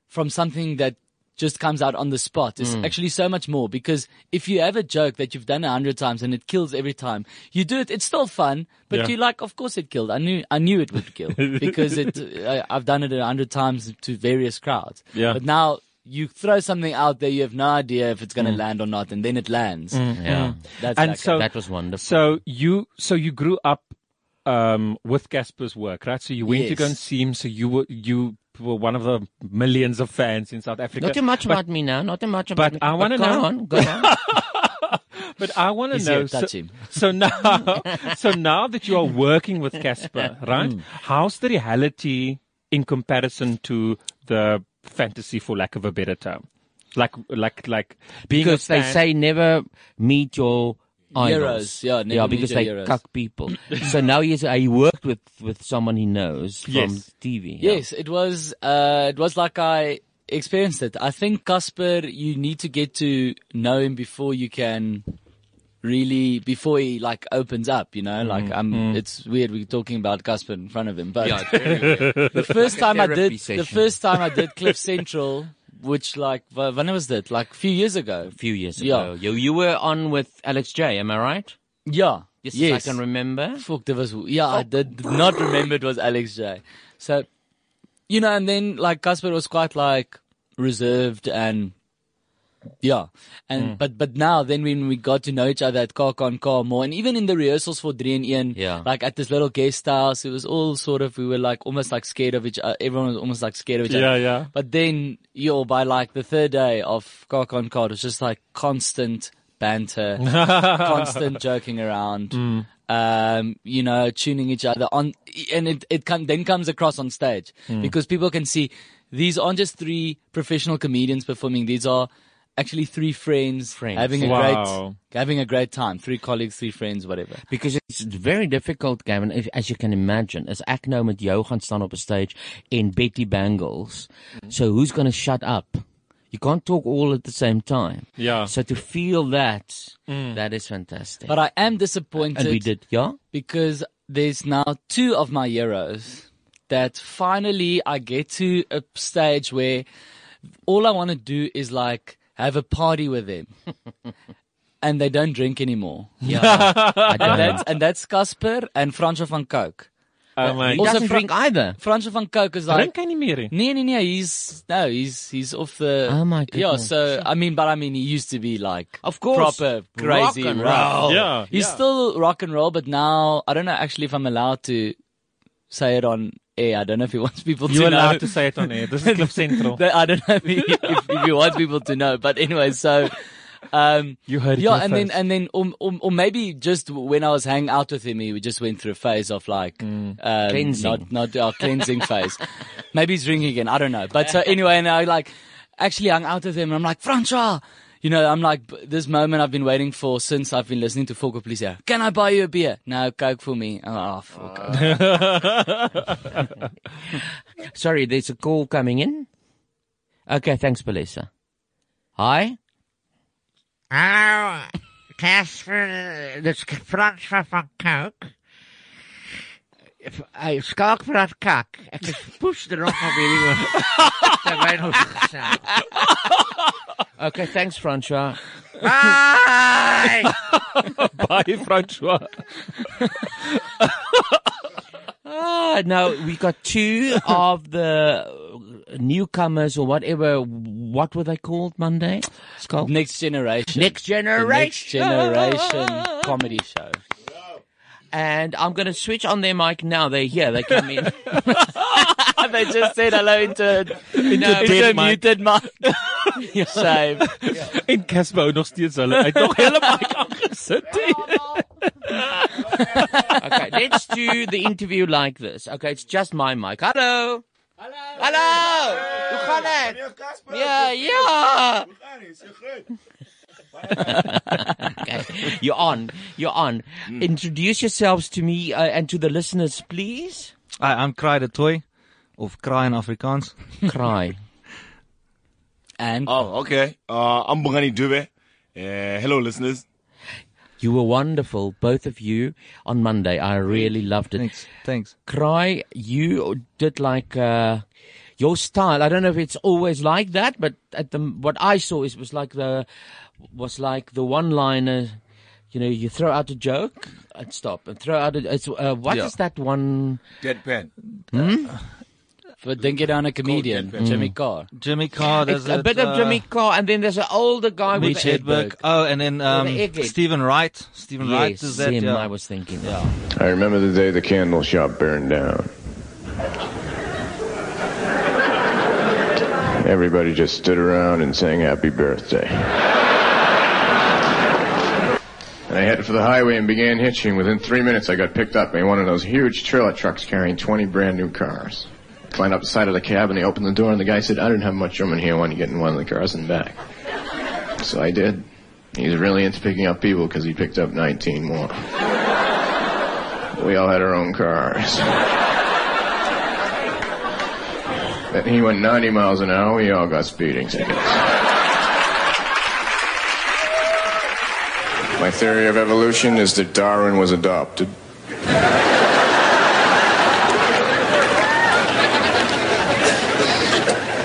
[SPEAKER 4] from something that just comes out on the spot is
[SPEAKER 3] Mm.
[SPEAKER 4] actually so much more because if you have a joke that you've done a hundred times and it kills every time, you do it. It's still fun, but
[SPEAKER 3] Yeah.
[SPEAKER 4] you like, of course it killed. I knew, I knew it would kill because it, I, I've done it a hundred times to various crowds.
[SPEAKER 3] Yeah.
[SPEAKER 4] But now you throw something out there, you have no idea if it's going to land or not. And then it lands.
[SPEAKER 2] Yeah.
[SPEAKER 4] Mm-hmm. That's
[SPEAKER 3] Mm. And
[SPEAKER 4] lekker.
[SPEAKER 3] so-
[SPEAKER 2] That was wonderful.
[SPEAKER 3] So you so you grew up um, with Casper's work, right? So you went to go
[SPEAKER 4] Yes.
[SPEAKER 3] and see him. So you were you were one of the millions of fans in South Africa.
[SPEAKER 2] not too much about me now. Not too much
[SPEAKER 3] but
[SPEAKER 2] about me.
[SPEAKER 3] I wanna
[SPEAKER 2] go
[SPEAKER 3] know-
[SPEAKER 2] on, go on.
[SPEAKER 3] But I want to
[SPEAKER 4] Easier,
[SPEAKER 3] know.
[SPEAKER 4] touch
[SPEAKER 3] so,
[SPEAKER 4] him.
[SPEAKER 3] so now, so now that you are working with Casper,
[SPEAKER 2] Mm.
[SPEAKER 3] right? How's the reality in comparison to the fantasy, for lack of a better term? Like, like, like being
[SPEAKER 2] because
[SPEAKER 3] a
[SPEAKER 2] they
[SPEAKER 3] fan,
[SPEAKER 2] say never meet your idols.
[SPEAKER 4] Heroes, yeah, never meet
[SPEAKER 2] because
[SPEAKER 4] your
[SPEAKER 2] they
[SPEAKER 4] heroes.
[SPEAKER 2] cuck people. so now he's, he worked with, with someone he knows from
[SPEAKER 3] Yes.
[SPEAKER 2] TV. yeah.
[SPEAKER 4] Yes, it was. Uh, it was like I experienced it. I think Casper, you need to get to know him before you can really before he like opens up. You know, like
[SPEAKER 3] Mm.
[SPEAKER 4] I'm. It's weird we're talking about Casper in front of him, but the first time I
[SPEAKER 2] therapy
[SPEAKER 4] did the
[SPEAKER 2] session.
[SPEAKER 4] first time I did Cliff Central, which like wh- when was that? Like a few years ago.
[SPEAKER 2] A few years
[SPEAKER 4] Yeah.
[SPEAKER 2] ago. You, you were on with Alex J, am I right?
[SPEAKER 4] Yeah.
[SPEAKER 2] Yes, I can remember.
[SPEAKER 4] Fuck, there was yeah, I did not remember it was Alex J. So, you know, and then like Casper was quite like reserved and
[SPEAKER 3] Hmm.
[SPEAKER 4] yeah, and but but now then when we got to know each other at Car Con Car more, and even in the rehearsals for Dre and Ian,
[SPEAKER 2] Yeah.
[SPEAKER 4] like at this little guest house, it was all sort of we were like almost like scared of each other. Everyone was almost like scared of each
[SPEAKER 3] Yeah,
[SPEAKER 4] other.
[SPEAKER 3] yeah.
[SPEAKER 4] But then you all by like the third day of Car Con Car, it was just like constant banter, constant joking around um, you know, tuning each other on, and it, it come, then comes across on stage
[SPEAKER 2] Hmm.
[SPEAKER 4] because people can see these aren't just three professional comedians performing; these are actually three friends,
[SPEAKER 2] Friends.
[SPEAKER 4] having a
[SPEAKER 3] Wow.
[SPEAKER 4] great having a great time. Three colleagues, three friends, whatever.
[SPEAKER 2] Because it's very difficult, Gavin, if, as you can imagine. As ek nou met jou gaan staan op 'n stage en Betty Bangles.
[SPEAKER 4] Mm-hmm.
[SPEAKER 2] So who's going to shut up? You can't talk all at the same time.
[SPEAKER 3] Yeah.
[SPEAKER 2] So to feel that, that is fantastic.
[SPEAKER 4] Mm. But I am disappointed.
[SPEAKER 2] and we did, yeah?
[SPEAKER 4] because there's now two of my heroes that finally I get to a stage where all I want to do is like have a party with them. and they don't drink anymore.
[SPEAKER 2] I
[SPEAKER 4] And
[SPEAKER 2] don't.
[SPEAKER 4] that's, and that's Casper and Francho van Kook.
[SPEAKER 3] Oh my
[SPEAKER 2] He
[SPEAKER 4] Also
[SPEAKER 2] doesn't
[SPEAKER 4] Fra-
[SPEAKER 2] drink either.
[SPEAKER 4] Francho van Kook is
[SPEAKER 3] Drink
[SPEAKER 4] like,
[SPEAKER 3] any meer nie.
[SPEAKER 4] no, no, no, he's, no, he's, he's off the.
[SPEAKER 2] Oh my
[SPEAKER 4] Yeah,
[SPEAKER 2] goodness.
[SPEAKER 4] so, I mean, but I mean, he used to be like.
[SPEAKER 2] Of course.
[SPEAKER 4] Proper,
[SPEAKER 2] Rock
[SPEAKER 4] crazy,
[SPEAKER 2] and
[SPEAKER 4] rough.
[SPEAKER 2] roll.
[SPEAKER 3] Yeah,
[SPEAKER 4] He's
[SPEAKER 3] yeah.
[SPEAKER 4] still rock and roll, but now I don't know actually if I'm allowed to say it on air. I don't know if he wants people to
[SPEAKER 3] You're
[SPEAKER 4] know.
[SPEAKER 3] allowed to say it on air. This is Cliff Central.
[SPEAKER 4] That- I don't know if he, if, if he wants people to know. But anyway, so um,
[SPEAKER 3] You heard it
[SPEAKER 4] yeah,
[SPEAKER 3] here
[SPEAKER 4] and then
[SPEAKER 3] first.
[SPEAKER 4] and then or, or, or maybe just when I was hanging out with him, he just went through a phase of like
[SPEAKER 3] Mm.
[SPEAKER 4] um,
[SPEAKER 2] Cleansing.
[SPEAKER 4] not not our cleansing phase. Maybe he's drinking again. I don't know. But so anyway, and I like actually hung out with him, and I'm like Francois. You know, I'm like b- this moment I've been waiting for since I've been listening to Foco Police. Can I buy you a beer? No, coke for me. Oh, fuck. Uh.
[SPEAKER 2] Sorry, there's a call coming in. Okay, thanks, Belisa. Hi.
[SPEAKER 5] Hallo, Casper, dis Frans van van Kouk.
[SPEAKER 1] uh,
[SPEAKER 5] Hy skalk vir dat kak. Ek is poes dronk op hierdie oom. Terwyl ons gesels.
[SPEAKER 2] Okay, thanks, Francois.
[SPEAKER 5] Ai!
[SPEAKER 3] Bye, Francois.
[SPEAKER 2] Ah, now we got two of the newcomers or whatever. What were they called Monday? Skull?
[SPEAKER 4] Next generation.
[SPEAKER 2] Next
[SPEAKER 4] The
[SPEAKER 2] generation.
[SPEAKER 4] next generation comedy show.
[SPEAKER 2] And I'm going to switch on their mic now. They're here. They come in.
[SPEAKER 4] they just said hello into, into,
[SPEAKER 2] dead
[SPEAKER 4] into a
[SPEAKER 3] mic.
[SPEAKER 4] muted mic. Shame.
[SPEAKER 3] En Casper hou nog steeds hulle. Hy het nog helemaal aangesit.
[SPEAKER 2] Okay, let's do the interview like this. Okay, it's just my mic. Hello. Hello. Hello. Hoe gaan dit? Ja, ja. Okay, you're on. You're on. Introduce yourselves to me uh, and to the listeners, please.
[SPEAKER 6] Hi, I'm Cry the Toy, of Cry in Afrikaans.
[SPEAKER 2] Cry.
[SPEAKER 4] And
[SPEAKER 7] Oh, okay. Uh, I'm Bungani Dube. Uh, hello, listeners.
[SPEAKER 2] You were wonderful, both of you, on Monday. I really loved it.
[SPEAKER 6] Thanks, thanks.
[SPEAKER 2] Cry, you did like, uh, your style. I don't know if it's always like that, but at the what I saw is was like the was like the one liner. You know, you throw out a joke and stop, and throw out a. It's, uh, what is
[SPEAKER 7] Yeah.
[SPEAKER 2] that one?
[SPEAKER 7] Deadpan.
[SPEAKER 6] Hmm?
[SPEAKER 2] Hmm?
[SPEAKER 4] But then get on a comedian,
[SPEAKER 7] Deadpan.
[SPEAKER 4] Jimmy Carr.
[SPEAKER 6] Jimmy Carr does
[SPEAKER 2] It's a
[SPEAKER 6] it,
[SPEAKER 2] bit
[SPEAKER 6] uh,
[SPEAKER 2] of Jimmy Carr, and then there's an older guy
[SPEAKER 6] Mitch
[SPEAKER 2] with a-
[SPEAKER 6] Hedberg. Oh, and then um,
[SPEAKER 2] the egghead.
[SPEAKER 6] Stephen Wright. Stephen Wright
[SPEAKER 2] Yes,
[SPEAKER 6] does that.
[SPEAKER 2] him.
[SPEAKER 6] yeah.
[SPEAKER 2] I was thinking. Yeah.
[SPEAKER 8] I remember the day the candle shop burned down. Everybody just stood around and sang happy birthday. And I headed for the highway and began hitching. Within three minutes, I got picked up by one of those huge trailer trucks carrying 20 brand new cars. Climbed up the side of the cab and they opened the door and the guy said, I don't have much room in here. Why don't you get in one of the cars and back? So I did. He's really into picking up people because he picked up 19 more. We all had our own cars. then he went 90 miles an hour. We all got speeding tickets. My theory of evolution is that Darwin was adopted.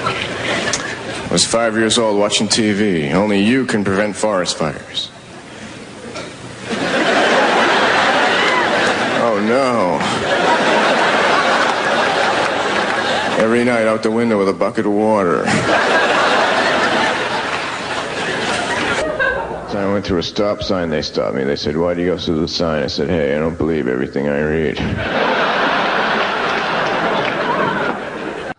[SPEAKER 8] I was five years old watching TV. Only you can prevent forest fires. Oh no. Every night out the window with a bucket of water. So I went through a stop sign, they stopped me. They said, Why do you go through the sign? I said, Hey, I don't believe everything I read.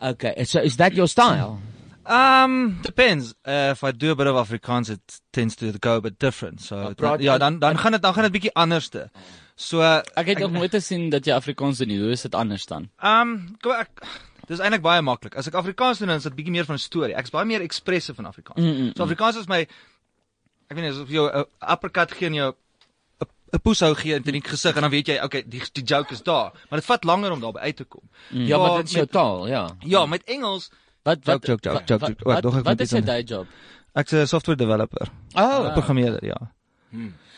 [SPEAKER 2] Okay, so is that your style?
[SPEAKER 6] Um, depends. Uh, if I do a bit of Afrikaans, it tends to go a bit different. So
[SPEAKER 2] praat-
[SPEAKER 6] dan, ja, dan dan gaan dit dan gaan dit bietjie anderste. So uh,
[SPEAKER 4] Ek het nog nooit gesien dat jy Afrikaans doen nie. Hoe is dit anders dan?
[SPEAKER 6] Um, kom ek Dis eintlik baie maklik. As ek Afrikaans doen, dan is dit bietjie meer van 'n storie. Ek's baie meer expressief in Afrikaans. Mm, mm, so Afrikaans is my ek weet nie asof jy 'n eh, uppercut gee en jou 'n- 'n poes hou gee in die gesig en dan weet jy, okay, die die joke is daar, maar dit vat langer om daarby uit te kom. Mm.
[SPEAKER 2] Ja, maar dit is jou taal, ja.
[SPEAKER 6] Ja, met Engels.
[SPEAKER 4] Wat wat
[SPEAKER 6] Joke, joke,
[SPEAKER 4] wat-
[SPEAKER 6] joke,
[SPEAKER 4] wat-
[SPEAKER 6] joke. Wag,
[SPEAKER 4] wat-
[SPEAKER 6] nog ek
[SPEAKER 4] Wat
[SPEAKER 6] moet
[SPEAKER 4] is
[SPEAKER 6] iets
[SPEAKER 4] jou day job?
[SPEAKER 6] Ek's 'n software developer.
[SPEAKER 2] Oh, Hmm.
[SPEAKER 6] programmeerder, ja.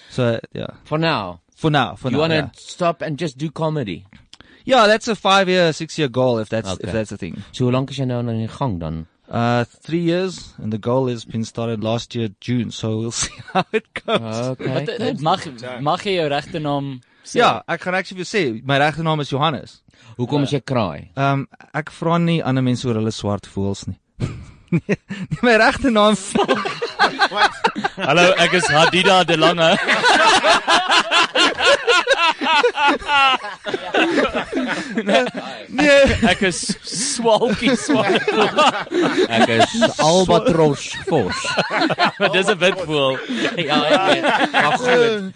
[SPEAKER 6] So, ja.
[SPEAKER 2] for now.
[SPEAKER 6] For now, for
[SPEAKER 2] You
[SPEAKER 6] now.
[SPEAKER 2] want to
[SPEAKER 6] Yeah.
[SPEAKER 2] stop and just do comedy.
[SPEAKER 6] yeah, that's a 5 year, 6 year goal if that's
[SPEAKER 2] Okay.
[SPEAKER 6] if that's the thing.
[SPEAKER 2] So hoe lank is jy nou aan die gang dan?
[SPEAKER 6] Uh, three years, and the goal has been started last year June, so we'll see how it goes.
[SPEAKER 4] Wat
[SPEAKER 2] Okay.
[SPEAKER 4] dit mag mag jy jou regte naam sê?
[SPEAKER 6] ja, ek gaan actually vir jou sê, my regte naam is Johannes.
[SPEAKER 2] Hoekom is jy kraai?
[SPEAKER 6] Ehm um, ek vra nie ander mense oor hulle swart voels nie. nee, my regte naam
[SPEAKER 4] Hallo, ek is Hadida de Lange.
[SPEAKER 6] nee,
[SPEAKER 4] Ek is swalkie swalkie.
[SPEAKER 2] Ek is Albatros Vos.
[SPEAKER 4] Dis 'n witvoel.
[SPEAKER 2] ja, ek weet. Maar goed.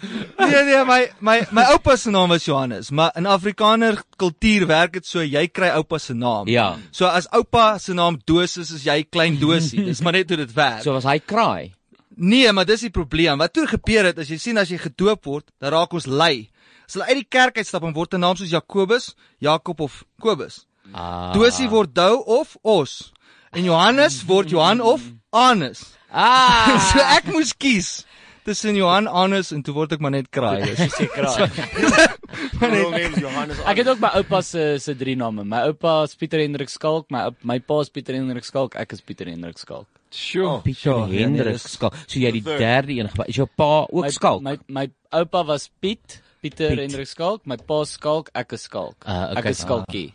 [SPEAKER 6] nee nee, my my my oupa se naam is Johannes, maar in Afrikaner kultuur werk dit so jy kry oupa se naam.
[SPEAKER 2] Ja.
[SPEAKER 6] So as oupa se naam Doos is, is jy klein Doosie. Dis maar net hoe dit werk.
[SPEAKER 2] So was hy kraai.
[SPEAKER 6] Nee, maar dis die probleem. Wat toe gebeur het, as jy sien as jy gedoop word, dan raak ons lei. As hulle uit die kerk uitstap en word 'n naam soos Jakobus, Jakob of Kobus.
[SPEAKER 2] Ah.
[SPEAKER 6] Dosie word Dou of Os. En Johannes word Johan of Anus.
[SPEAKER 2] Ah.
[SPEAKER 6] so ek moes kies tussen Johan Anus en toe word ek maar net kraai. Dis
[SPEAKER 7] Real name is Johannes.
[SPEAKER 4] Nee. Ek het ook my oupa se se drie name. My oupa is Pieter Hendrik Skalk, my oup- my pa is Pieter Hendrik Skalk, ek is Pieter Hendrik Skalk.
[SPEAKER 6] sure.
[SPEAKER 2] Oh, Pieter Hendrik skalk. So jy het die derde een gepak. Is jou pa ook
[SPEAKER 4] nee, My
[SPEAKER 2] skalk?
[SPEAKER 4] My my oupa was Piet, Pieter
[SPEAKER 2] Piet.
[SPEAKER 4] Hendrik Skalk, my pa is Skalk, ek is Skalk.
[SPEAKER 2] Ah, okay. Ah.
[SPEAKER 4] Ek is Skalkie.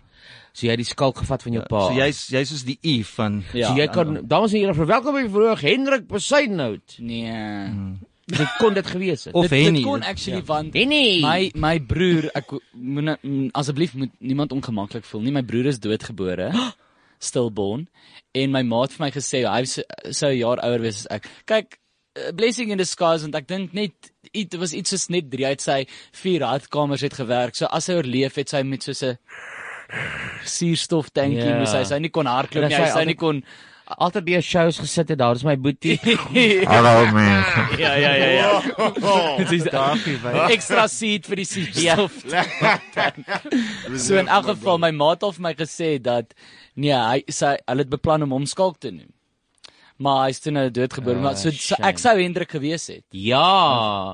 [SPEAKER 2] So jy het die skalk gevat van jou pa.
[SPEAKER 6] So jy's jy's soos die E van
[SPEAKER 4] Ja.
[SPEAKER 2] So jy kan dames en here verwelkom by vroeg Hendrik Besuidnout.
[SPEAKER 4] Nee.
[SPEAKER 2] Dit kon dit gewees het. Ja.
[SPEAKER 6] of
[SPEAKER 4] Dit- dit
[SPEAKER 6] Henny.
[SPEAKER 4] kon actually want
[SPEAKER 2] Henny.
[SPEAKER 4] My my broer, ek moet mm, asseblief moet niemand ongemaklik voel nie. My broer is doodgebore. Stillborn en my maat vir my gesê hy sou sou 'n jaar ouer wees as ek. Kyk, a blessing in disguise want ek dink net dit was iets soos net drie uit sy vier hartkamers het gewerk. So as hy oorleef het sy met soos 'n suurstoftankie
[SPEAKER 2] Ja.
[SPEAKER 4] yeah. moes hy sy nie kon hardloop
[SPEAKER 2] En
[SPEAKER 4] nie.
[SPEAKER 2] as
[SPEAKER 4] Ja, Hy
[SPEAKER 2] hy
[SPEAKER 4] sou nie
[SPEAKER 2] altyd-
[SPEAKER 4] kon
[SPEAKER 2] altyd by jou shows gesit het. Daar is my boetie.
[SPEAKER 8] Hello, man.
[SPEAKER 4] Ja ja ja ja.
[SPEAKER 7] Oh,
[SPEAKER 4] Dit is ekstra seat vir die suurstof. So in elk geval my maat het vir my gesê dat nee, hy sy hulle het beplan om hom skalk te noem. maar hy's toe nou doodgebore, maar so, so ek sou Hendrik gewees het.
[SPEAKER 2] Ah, Ja.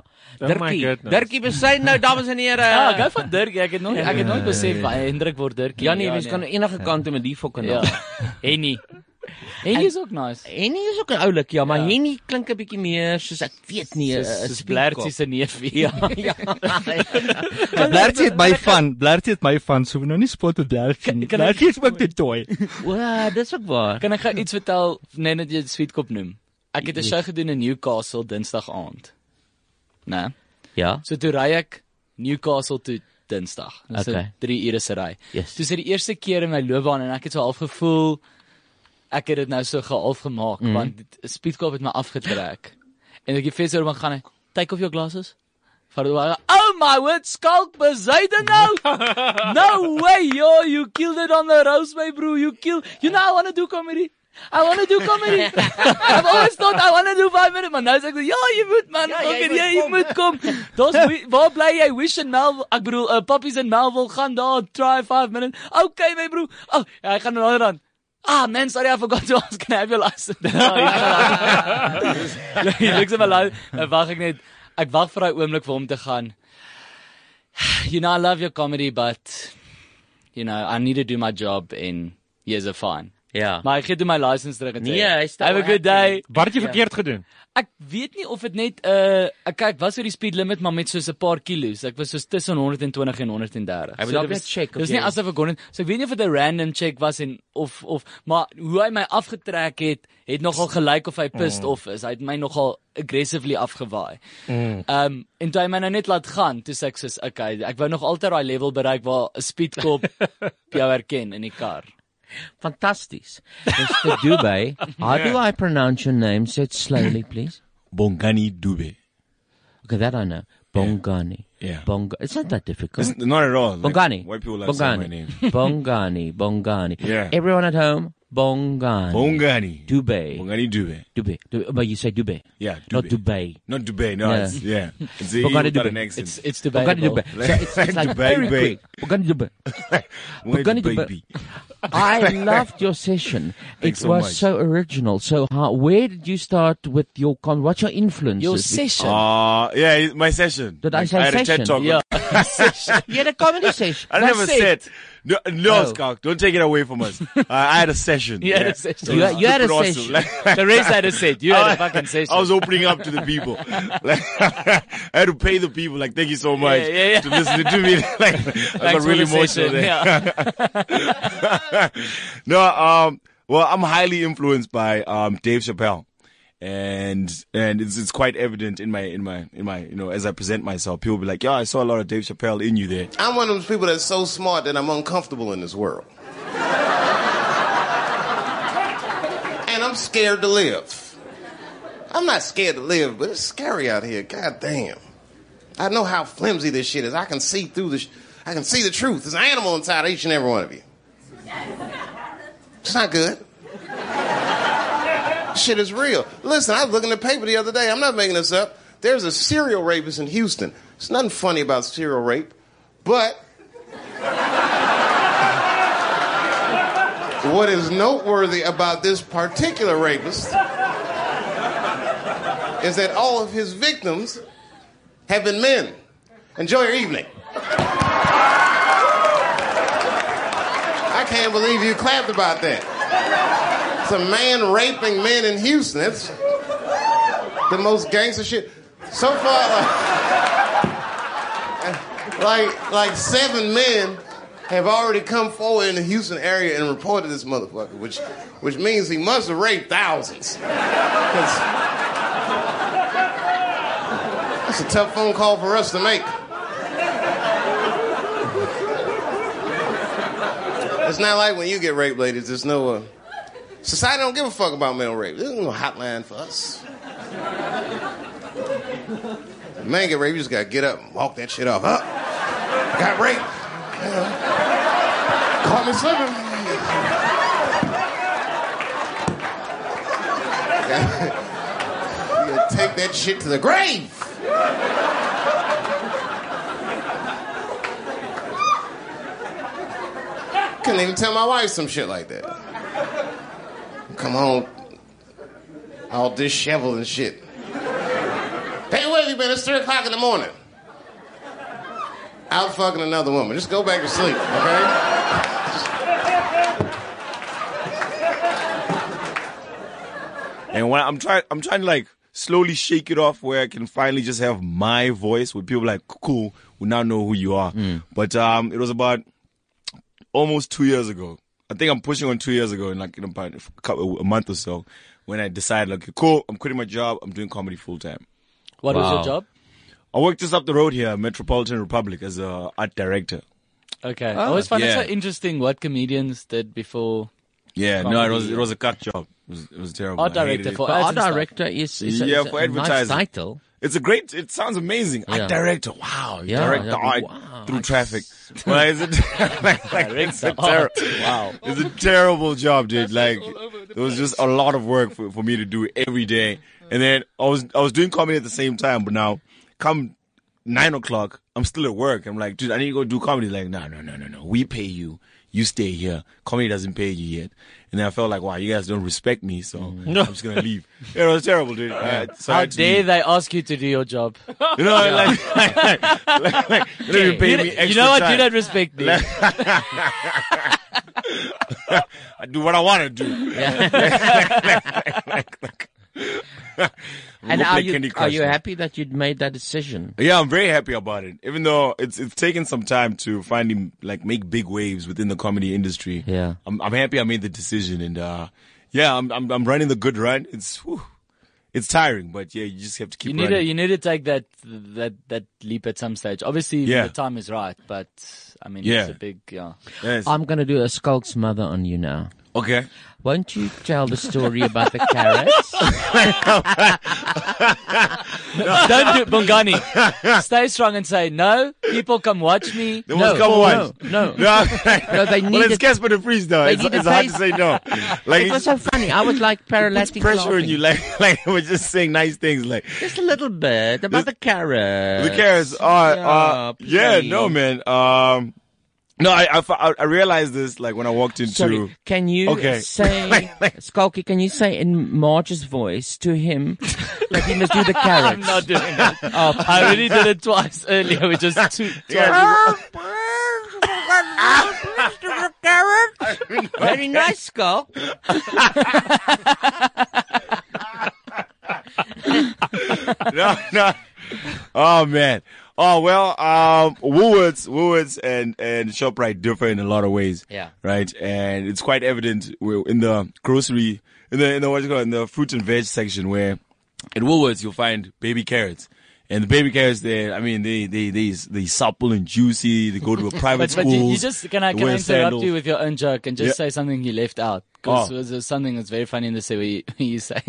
[SPEAKER 4] Oh my
[SPEAKER 2] Dirkie,
[SPEAKER 4] goodness.
[SPEAKER 2] Dirkie besyn nou dames en here.
[SPEAKER 4] Ja, gou van Dirkie. Ek het nooit ek het nooit besef hy Hendrik word Dirkie. nee.
[SPEAKER 2] Janie, Ja, nee, mens kan enige kante met die fokker
[SPEAKER 4] Ja.
[SPEAKER 2] na.
[SPEAKER 4] Henny. Henny is ook nice.
[SPEAKER 2] Henny is ook 'n oulik, ja, maar Henny klink 'n bietjie meer soos ek weet nie, eh, 'n
[SPEAKER 4] Soos- soos
[SPEAKER 2] speakkop.
[SPEAKER 4] Blertjie se neefie.
[SPEAKER 2] Ja, ja.
[SPEAKER 6] Blertie het my van, Blertie het my van, so nou nie spot met Blertie. nie.
[SPEAKER 4] kan ek-
[SPEAKER 6] Blertie is ook die toy.
[SPEAKER 2] Wa, dis ook waar.
[SPEAKER 4] Kan ek gou iets vertel net dat jy Sweetkop noem? Ek het 'n
[SPEAKER 2] Yes.
[SPEAKER 4] show gedoen in Newcastle Dinsdag aand. Né?
[SPEAKER 2] Ja.
[SPEAKER 4] So toe ry ek Newcastle toe Dinsdag. Dis
[SPEAKER 2] Okay.
[SPEAKER 4] 3 ure se ry.
[SPEAKER 2] Yes.
[SPEAKER 4] Dis die eerste keer in my loopbaan en ek het so half gevoel ek het dit nou so gehalf gemaak
[SPEAKER 2] Mhm.
[SPEAKER 4] mm. want dit- Speedkop het my afgetrek. en ek het fees oor my gaan hy, take off your glasses. Vat dit waar. Oh my word, skalk besyde nou. no way, yo, Oh, you killed it on the roast my bro. You kill. You know I want to do comedy. I want to do comedy. I've always thought I want to do 5 minutes, maar nou sê ek ja, jy moet man, ja, jy, jy, jy moet kom. Daar's wi- waar bly jy Wish in Melville? Ek bedoel, uh, Pappies in Melville gaan daar try 5 minutes. Okay my bro. Oh, ja, ek gaan nou dan. Ah man, sorry I forgot to ask can I have your license. Jy lyk sommer lui. Wag ek net. Ek wag vir daai oomblik vir hom te gaan. You know I love your comedy but you know I need to do my job and here's a fine.
[SPEAKER 2] Ja.
[SPEAKER 4] Maar ek gee toe my license terug en sê,
[SPEAKER 2] Nee, hy is
[SPEAKER 4] "Have a good day."
[SPEAKER 3] Wat het
[SPEAKER 2] Ja.
[SPEAKER 3] jy verkeerd gedoen?
[SPEAKER 4] Ek weet nie of dit net 'n uh, ek ek was oor die speed limit maar met soos 'n paar kilos. Ek was soos tussen 120 en 130.
[SPEAKER 2] Hy moet
[SPEAKER 4] So
[SPEAKER 2] dalk
[SPEAKER 4] dit was-
[SPEAKER 2] net check of
[SPEAKER 4] Dis
[SPEAKER 2] jy-
[SPEAKER 4] nie asof ek 100 so ek weet nie of dit 'n random check was en of of maar hoe hy my afgetrek het, het nogal gelyk of hy pissed mm. off is. Hy het my nogal aggressively afgewaai. Ehm um, en toe hy my nou net laat gaan, toe sê ek soos okay, ek wou nog altyd daai level bereik waar 'n speedkop jou herken in die kar.
[SPEAKER 2] Fantasties. Mr. Dubai, how do I pronounce your name? Say it slowly, please.
[SPEAKER 7] Bongani Dube.
[SPEAKER 2] Okay, that I know. Bongani.
[SPEAKER 7] Yeah.
[SPEAKER 2] Bonga. It's not that difficult.
[SPEAKER 7] It's not at all. Like,
[SPEAKER 2] Bongani.
[SPEAKER 7] White people like saying my
[SPEAKER 2] Bongani.
[SPEAKER 7] name.
[SPEAKER 2] Bongani. Bongani.
[SPEAKER 7] Yeah.
[SPEAKER 2] Everyone at home, Bongani.
[SPEAKER 7] Bongani.
[SPEAKER 2] Dubai.
[SPEAKER 7] Bongani Dube.
[SPEAKER 2] Dubai. Dubai. But you say Dubai.
[SPEAKER 7] Yeah,
[SPEAKER 2] Not
[SPEAKER 7] Dubai.
[SPEAKER 2] Dubai.
[SPEAKER 7] Not Dubai, no,
[SPEAKER 2] Yeah.
[SPEAKER 7] it's, yeah. It's a,
[SPEAKER 2] Bongani
[SPEAKER 7] without
[SPEAKER 2] Dube.
[SPEAKER 7] an accent.
[SPEAKER 4] It's it's Dubai.
[SPEAKER 2] Bongani Dubai. So it's, it's like
[SPEAKER 7] Dubai,
[SPEAKER 2] very
[SPEAKER 7] Dubai.
[SPEAKER 2] quick. Bongani Dubai.
[SPEAKER 7] Bongani
[SPEAKER 2] Bongani
[SPEAKER 7] Dube.
[SPEAKER 2] Dube. I loved your session. it
[SPEAKER 7] Thanks so
[SPEAKER 2] was
[SPEAKER 7] much.
[SPEAKER 2] so original. So, how, where did you start with your con? What's your influences?
[SPEAKER 4] Your
[SPEAKER 2] Be-
[SPEAKER 4] session.
[SPEAKER 7] Uh, yeah, my session.
[SPEAKER 2] Did I say
[SPEAKER 7] I had a
[SPEAKER 2] session?
[SPEAKER 7] TED talk.
[SPEAKER 4] Yeah.
[SPEAKER 2] You had a comedy session.
[SPEAKER 7] I didn't have a
[SPEAKER 2] That's
[SPEAKER 7] set. No, no
[SPEAKER 2] Oh.
[SPEAKER 7] Skalk, don't take it away from us. uh, I had a session.
[SPEAKER 4] You had a
[SPEAKER 7] It
[SPEAKER 4] session.
[SPEAKER 2] You
[SPEAKER 7] was
[SPEAKER 2] had- you had a
[SPEAKER 7] stupid
[SPEAKER 2] session.
[SPEAKER 4] the race had a set. You had a fucking session.
[SPEAKER 7] I was opening up to the people. Like, I had to pay the people. Like, thank you so much
[SPEAKER 4] Yeah, yeah, yeah.
[SPEAKER 7] to listening to me. Like, I got
[SPEAKER 4] Thanks for
[SPEAKER 7] really
[SPEAKER 4] the
[SPEAKER 7] emotional
[SPEAKER 4] session.
[SPEAKER 7] there.
[SPEAKER 4] Yeah.
[SPEAKER 7] no, um, well, I'm highly influenced by um, Dave Chappelle, and and it's, it's quite evident in my in my in my you know as I present myself, people be like, "Yeah, I saw a lot of Dave Chappelle in you there."
[SPEAKER 9] I'm one of those people that's so smart that I'm uncomfortable in this world. and I'm scared to live. I'm not scared to live, but it's scary out here. God damn. I know how flimsy this shit is. I can see through the sh- I can see the truth. There's an animal inside each and every one of you. It's not good. Shit is real. Listen, I was looking at the paper the other day. I'm not making this up. There's a serial rapist in Houston. There's nothing funny about serial rape, but what is noteworthy about this particular rapist is that all of his victims have been men. Enjoy your evening. I can't believe you clapped about that. It's a man raping men in Houston. It's the most gangster shit. So far, like, like, like seven men have already come forward in the Houston area and reported this motherfucker, which, which means he must have raped thousands. 'Cause- That's a tough phone call for us to make. It's not like when you get raped, ladies. There's no. Uh, Society don't give a fuck about male rape. There's no hotline for us. Man get raped, you just gotta get up and walk that shit off. Up, I got raped. Yeah. Caught me slipping. you gotta take that shit to the grave. Couldn't even tell my wife some shit like that come home all disheveled and shit. hey, where have you been? It's 3 o'clock in the morning. Out fucking another woman. Just go back to sleep, okay?
[SPEAKER 7] And when I'm trying, I'm trying to like slowly shake it off where I can finally just have my voice with people like, cool, we now know who you are.
[SPEAKER 4] Hmm.
[SPEAKER 7] But um, it was about almost two years ago. I think I'm pushing on two years ago in like in about a couple, a month or so when I decided, like, cool, I'm quitting my job. I'm doing comedy full time.
[SPEAKER 4] What was your
[SPEAKER 2] Wow.
[SPEAKER 4] job?
[SPEAKER 7] I worked just up the road here, Metropolitan Republic, as a art director.
[SPEAKER 4] Okay. I always find
[SPEAKER 7] Oh. Yeah.
[SPEAKER 4] it so interesting what comedians did before.
[SPEAKER 7] Yeah, no, it was it was a cut job. It was, it was terrible.
[SPEAKER 4] Art
[SPEAKER 7] I hated
[SPEAKER 4] director
[SPEAKER 7] it.
[SPEAKER 4] for
[SPEAKER 2] But our
[SPEAKER 4] ads and stuff.
[SPEAKER 2] director is, is a-
[SPEAKER 7] Yeah,
[SPEAKER 2] is a
[SPEAKER 7] for
[SPEAKER 2] nice
[SPEAKER 7] advertising.
[SPEAKER 2] title.
[SPEAKER 7] It's a great. It sounds amazing.
[SPEAKER 2] Yeah.
[SPEAKER 7] Art director. Wow.
[SPEAKER 2] Yeah,
[SPEAKER 7] direct
[SPEAKER 2] yeah,
[SPEAKER 7] the art
[SPEAKER 2] wow.
[SPEAKER 7] through traffic. Why is it? like, like, it's a ter- wow. It's a terrible job, dude. Like it was just a lot of work for, for me to do every day. And then I was I was doing comedy at the same time, but now come nine o'clock, I'm still at work. I'm like, dude, I need to go do comedy. Like, no, no, no, no, no. We pay you. You stay here. Comedy doesn't pay you yet. And then I felt like, wow, you guys don't respect me, so I'm just gonna leave. It was terrible, dude. Uh, so I
[SPEAKER 4] How
[SPEAKER 7] had to
[SPEAKER 4] dare
[SPEAKER 7] leave.
[SPEAKER 4] they ask you to do your job?
[SPEAKER 7] You know, like, like, like, like, you don't even pay
[SPEAKER 4] You,
[SPEAKER 7] me extra
[SPEAKER 4] you know what?
[SPEAKER 7] Time.
[SPEAKER 4] You don't respect me.
[SPEAKER 7] I do what I want to do.
[SPEAKER 2] And
[SPEAKER 7] Go
[SPEAKER 2] are
[SPEAKER 7] play
[SPEAKER 2] you,
[SPEAKER 7] Candy Crush
[SPEAKER 2] are you
[SPEAKER 7] now.
[SPEAKER 2] happy that you'd made that decision?
[SPEAKER 4] Mm.
[SPEAKER 7] Yeah, I'm very happy about it. Even though it's it's taken some time to finally like make big waves within the comedy industry.
[SPEAKER 2] Yeah.
[SPEAKER 7] I'm I'm happy I made the decision, and uh, yeah, I'm I'm I'm running the good run. It's whew, it's tiring, but yeah, you just have to keep
[SPEAKER 4] You need to
[SPEAKER 7] running.
[SPEAKER 4] you need to take that that that leap at some stage. Obviously,
[SPEAKER 7] Yeah.
[SPEAKER 4] the time is right, but I mean,
[SPEAKER 7] Yeah.
[SPEAKER 4] it's a big yeah.
[SPEAKER 7] Yes.
[SPEAKER 2] I'm going to do a skulk's mother on you now.
[SPEAKER 7] okay.
[SPEAKER 2] Won't you tell the story about the carrots?
[SPEAKER 4] Don't do Bongani. Stay strong and say no. People come watch me.
[SPEAKER 7] They must come
[SPEAKER 2] no,
[SPEAKER 7] once.
[SPEAKER 2] no,
[SPEAKER 7] No,
[SPEAKER 2] no. They
[SPEAKER 7] well, it's
[SPEAKER 2] needed.
[SPEAKER 7] Casper the Freeze though.
[SPEAKER 2] They
[SPEAKER 7] It's,
[SPEAKER 2] need a
[SPEAKER 7] it's hard to
[SPEAKER 2] face.
[SPEAKER 7] say no. Like
[SPEAKER 2] it
[SPEAKER 7] it's
[SPEAKER 2] was so funny. I was like paralytic.
[SPEAKER 7] pressure on
[SPEAKER 2] laughing.
[SPEAKER 7] you, like like we're just saying nice things, like
[SPEAKER 2] Just a little bit about the carrots.
[SPEAKER 7] The carrots are,
[SPEAKER 2] Yeah,
[SPEAKER 7] uh, yeah,
[SPEAKER 2] please.
[SPEAKER 7] no, man. Um, no, I, I, fo- I- I realized this like when I walked into.
[SPEAKER 2] Sorry, can you
[SPEAKER 7] Okay.
[SPEAKER 2] say, Skulky, can you say in Marge's voice to him that he must do the
[SPEAKER 4] I'm
[SPEAKER 2] carrots? Oh,
[SPEAKER 4] not doing it. I already did it twice earlier. We just two. twice.
[SPEAKER 2] Very nice, Skulk.
[SPEAKER 7] no, no. Oh man. Oh well. Um, Woolworths, Woolworths, and and Shoprite differ in a lot of ways.
[SPEAKER 2] Yeah.
[SPEAKER 7] Right, and it's quite evident w- in the grocery, in the in the what you call it, in the fruit and veg section where at Woolworths you'll find baby carrots. And the baby carrots there, I mean, they, they, they, they supple and juicy. They go to a private
[SPEAKER 4] But,
[SPEAKER 7] school.
[SPEAKER 4] but you, you just can I
[SPEAKER 7] they
[SPEAKER 4] can I
[SPEAKER 7] wear
[SPEAKER 4] interrupt
[SPEAKER 7] sandals.
[SPEAKER 4] you with your own joke and just
[SPEAKER 7] Yeah.
[SPEAKER 4] say something you left out because
[SPEAKER 7] Oh.
[SPEAKER 4] there's something that's very funny in this where you, you say,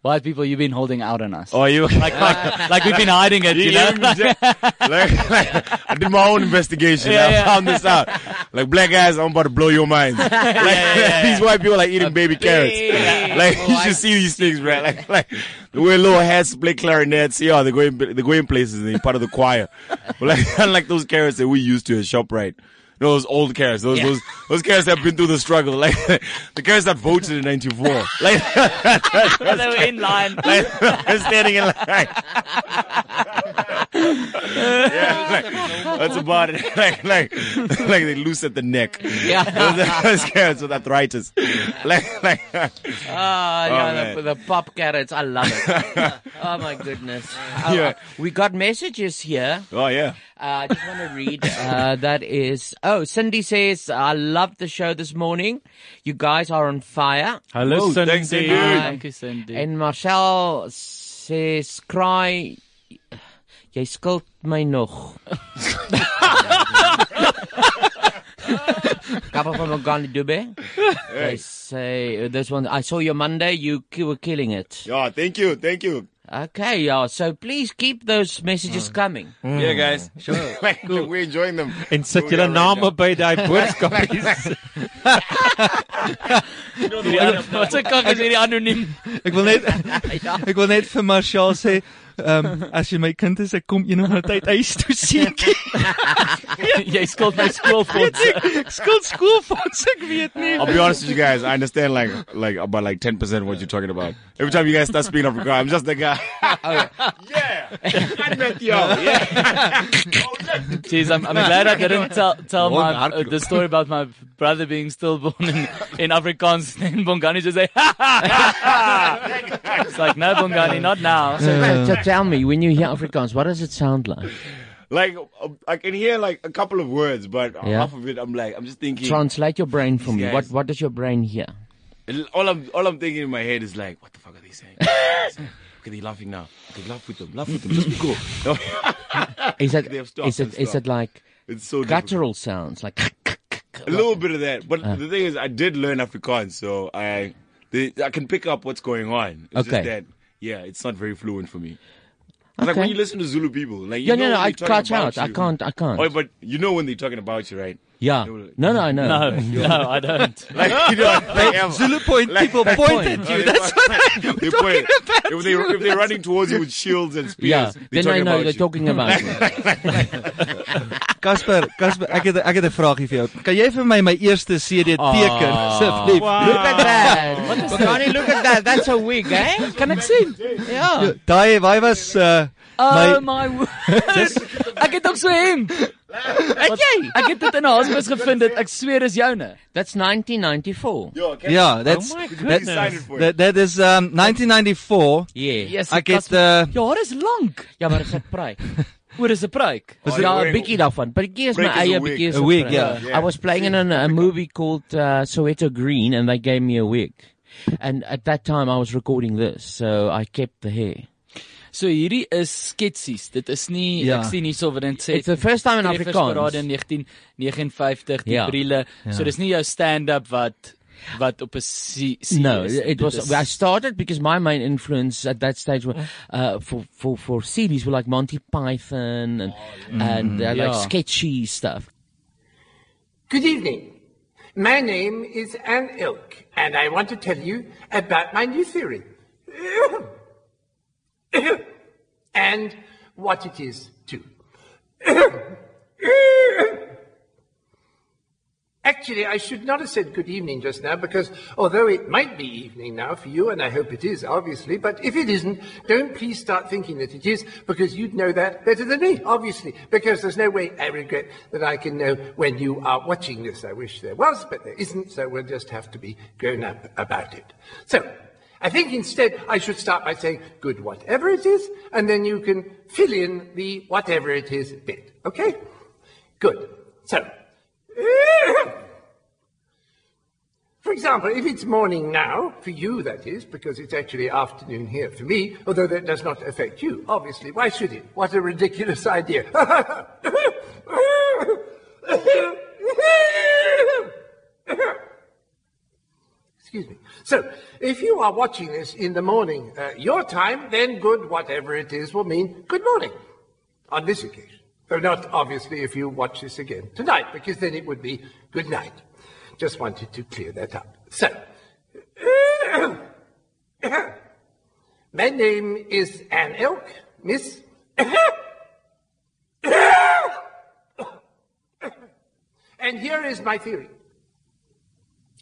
[SPEAKER 4] "White people, you've been holding out on us."
[SPEAKER 7] Oh, you
[SPEAKER 4] Like, like, like we've been hiding it, you know?
[SPEAKER 7] like, like, I did my own investigation.
[SPEAKER 4] Yeah,
[SPEAKER 7] I
[SPEAKER 4] yeah.
[SPEAKER 7] found this out. Like black guys, I'm about to blow your minds. Like, These white people are eating baby carrots. Like
[SPEAKER 4] Oh,
[SPEAKER 7] you should see these things, right? Like like they wear little hats, play clarinets. Yeah, they go in they go in places and they're part of the choir. But like unlike those carrots that we used to at Shoprite. Those old carrots, those those those carrots that have been through the struggle, like the carrots that voted in '94, like
[SPEAKER 4] they were in line.
[SPEAKER 7] like, standing in line. yeah, like, that's about it. like, like, like they loose at the neck. Yeah, those carrots with arthritis. Like, like, Oh,
[SPEAKER 2] Ah, yeah,
[SPEAKER 7] man.
[SPEAKER 2] the, the pop carrots. I love it. oh my goodness. Uh,
[SPEAKER 7] Yeah.
[SPEAKER 2] we got messages here.
[SPEAKER 7] oh yeah.
[SPEAKER 2] Uh, I just want to read. Uh, that is. Oh, Cindy says, I love the show this morning. You guys are on fire.
[SPEAKER 3] Hello,
[SPEAKER 7] Whoa,
[SPEAKER 3] Cindy.
[SPEAKER 7] thanks, dude.
[SPEAKER 4] Thank you, Cindy.
[SPEAKER 2] And Marcel says, Cry. Jy skuld my nog. Kappa from Ogani Dube. They say, uh, this one, I saw your Monday, you ki- were killing it.
[SPEAKER 7] Yeah, thank you, thank you.
[SPEAKER 2] Okay, yeah, so please keep those messages
[SPEAKER 4] Mm.
[SPEAKER 2] coming.
[SPEAKER 7] Yeah, guys. Sure. like, We're enjoying them.
[SPEAKER 3] En sit julle name by daai boodskapies.
[SPEAKER 4] Wat 'n kak is hierdie anoniem? Ja.
[SPEAKER 6] Ek wil net ek wil net vir Marshall sê Ehm um, as jy my kind is, ek kom eendag na tyd huis toe seentjie.
[SPEAKER 4] jy skuld my skoolfondse.
[SPEAKER 6] skuld skoolfondse, ek weet nie.
[SPEAKER 7] I'll be honest with you guys. I understand like like about like ten percent of what you're talking about. Every time you guys start speaking Afrikaans, I'm just the guy. yeah, I met you. Yeah.
[SPEAKER 4] Jeez, I'm, I'm glad I didn't tell tell my uh, the story about my brother being stillborn in, in Afrikaans. And Bongani just say, ha, ha, ha, ha. it's like no, Bongani, not now.
[SPEAKER 2] So,
[SPEAKER 4] Uh.
[SPEAKER 2] so tell me, when you hear Afrikaans, what does it sound like?
[SPEAKER 7] Like uh, I can hear like a couple of words, but
[SPEAKER 2] Yeah.
[SPEAKER 7] half of it, I'm like, I'm just thinking.
[SPEAKER 2] Translate your brain for me.
[SPEAKER 7] Yes.
[SPEAKER 2] What What does your brain hear?
[SPEAKER 7] all I'm all I'm thinking in my head is like, what the fuck are they saying? okay, they laughing now. Okay, laugh with them. Laugh with them. Just be cool. No,
[SPEAKER 2] Is it
[SPEAKER 7] They have
[SPEAKER 2] is
[SPEAKER 7] stopped
[SPEAKER 2] it
[SPEAKER 7] and
[SPEAKER 2] is it
[SPEAKER 7] stopped.
[SPEAKER 2] like
[SPEAKER 7] it's so difficult.
[SPEAKER 2] guttural sounds like?
[SPEAKER 7] A little bit of that, but
[SPEAKER 2] Uh.
[SPEAKER 7] the thing is, I did learn Afrikaans, so I the, I can pick up what's going on. It's
[SPEAKER 2] Okay.
[SPEAKER 7] just that, yeah, it's not very fluent for me. It's Like
[SPEAKER 2] Okay.
[SPEAKER 7] when you listen to Zulu people, like you
[SPEAKER 2] Yeah,
[SPEAKER 7] know
[SPEAKER 2] no, no,
[SPEAKER 7] when
[SPEAKER 2] I
[SPEAKER 7] they're talking
[SPEAKER 2] clutch
[SPEAKER 7] about
[SPEAKER 2] out. I
[SPEAKER 7] you.
[SPEAKER 2] can't. I can't.
[SPEAKER 7] Oh, but you know when they're talking about you, right?
[SPEAKER 2] yeah.
[SPEAKER 7] they will-
[SPEAKER 2] No, no, I know.
[SPEAKER 4] No, no, I don't.
[SPEAKER 7] Like you know, like, ever.
[SPEAKER 6] Zulu point
[SPEAKER 7] Like-
[SPEAKER 6] people
[SPEAKER 7] Like
[SPEAKER 6] point at
[SPEAKER 7] No,
[SPEAKER 6] you.
[SPEAKER 7] they
[SPEAKER 6] That's
[SPEAKER 7] point- they point. If they if they're running towards you with shields and spears,
[SPEAKER 2] Yeah.
[SPEAKER 7] they're
[SPEAKER 2] Then I
[SPEAKER 7] talking
[SPEAKER 2] know
[SPEAKER 7] about
[SPEAKER 2] they're
[SPEAKER 7] you.
[SPEAKER 2] talking about me.
[SPEAKER 6] Casper, Casper, ek het ek het 'n vraagie vir jou. Kan jy vir my my eerste CD teken asseblief?
[SPEAKER 5] Look at that. What is Bongani, look at that. That's a wig, eh?
[SPEAKER 4] Can I sing?
[SPEAKER 5] Yeah.
[SPEAKER 6] Daai, hy was uh
[SPEAKER 4] Oh
[SPEAKER 6] My-
[SPEAKER 4] my word. ek het ook so hem.
[SPEAKER 5] Wat jy?
[SPEAKER 4] Ek het dit in 'n hospis gevind dit ek sweer is joune.
[SPEAKER 2] That's 1994.
[SPEAKER 7] Yo, okay.
[SPEAKER 6] yeah, ja, that's
[SPEAKER 2] my
[SPEAKER 6] that,
[SPEAKER 7] Excited for
[SPEAKER 6] that, that is um 1994.
[SPEAKER 2] Yeah.
[SPEAKER 4] Yes,
[SPEAKER 6] Ek het
[SPEAKER 4] Casper.
[SPEAKER 6] uh
[SPEAKER 4] Jou haar is lank.
[SPEAKER 2] Ja, maar dit is 'n pryk.
[SPEAKER 4] Oor is 'n pruik.
[SPEAKER 7] Oh,
[SPEAKER 2] Ja,
[SPEAKER 7] you're
[SPEAKER 2] 'n bietjie daarvan. But it gives my
[SPEAKER 7] Break is Ja.
[SPEAKER 2] eie
[SPEAKER 7] a wig.
[SPEAKER 2] bietjie is
[SPEAKER 6] A
[SPEAKER 2] a
[SPEAKER 6] wig,
[SPEAKER 2] prank.
[SPEAKER 6] yeah.
[SPEAKER 7] Yeah.
[SPEAKER 2] I was playing in a, a movie called uh, Soweto Green and they gave me a wig. And at that time I was recording this, so I kept the hair.
[SPEAKER 4] So hierdie is sketsies. Dit is nie
[SPEAKER 6] Ja.
[SPEAKER 4] ek sien hierso wat dit sê.
[SPEAKER 2] It's the first time in
[SPEAKER 4] Afrikaans in
[SPEAKER 2] Afrikaans.
[SPEAKER 4] 1959 die
[SPEAKER 2] Ja.
[SPEAKER 4] brille. So dis nie jou stand-up wat wat op 'n see, see
[SPEAKER 2] No,
[SPEAKER 4] is.
[SPEAKER 2] it
[SPEAKER 4] Dit is-
[SPEAKER 2] was. I started because my main influence at that stage were uh, for for for series were like Monty Python and and uh, like
[SPEAKER 4] yeah.
[SPEAKER 2] sketchy stuff.
[SPEAKER 10] Good evening. My name is Anne Ilk, and I want to tell you about my new theory and what it is, too. Actually, I should not have said good evening just now because although it might be evening now for you, and I hope it is, obviously, but if it isn't, don't please start thinking that it is because you'd know that better than me, obviously, because there's no way I regret that I can know when you are watching this. I wish there was, but there isn't, so we'll just have to be grown up about it. So, I think instead I should start by saying good whatever it is, and then you can fill in the whatever it is bit. Okay? Good. So, for example, if it's morning now, for you that is, because it's actually afternoon here for me, although that does not affect you, obviously. Why should it? What a ridiculous idea. Excuse me. So, if you are watching this in the morning, uh, your time, then good, whatever it is, will mean good morning on this occasion. Though not obviously if you watch this again tonight, because then it would be good night. Just wanted to clear that up. So, my name is Anne Elk, Miss. and here is my theory.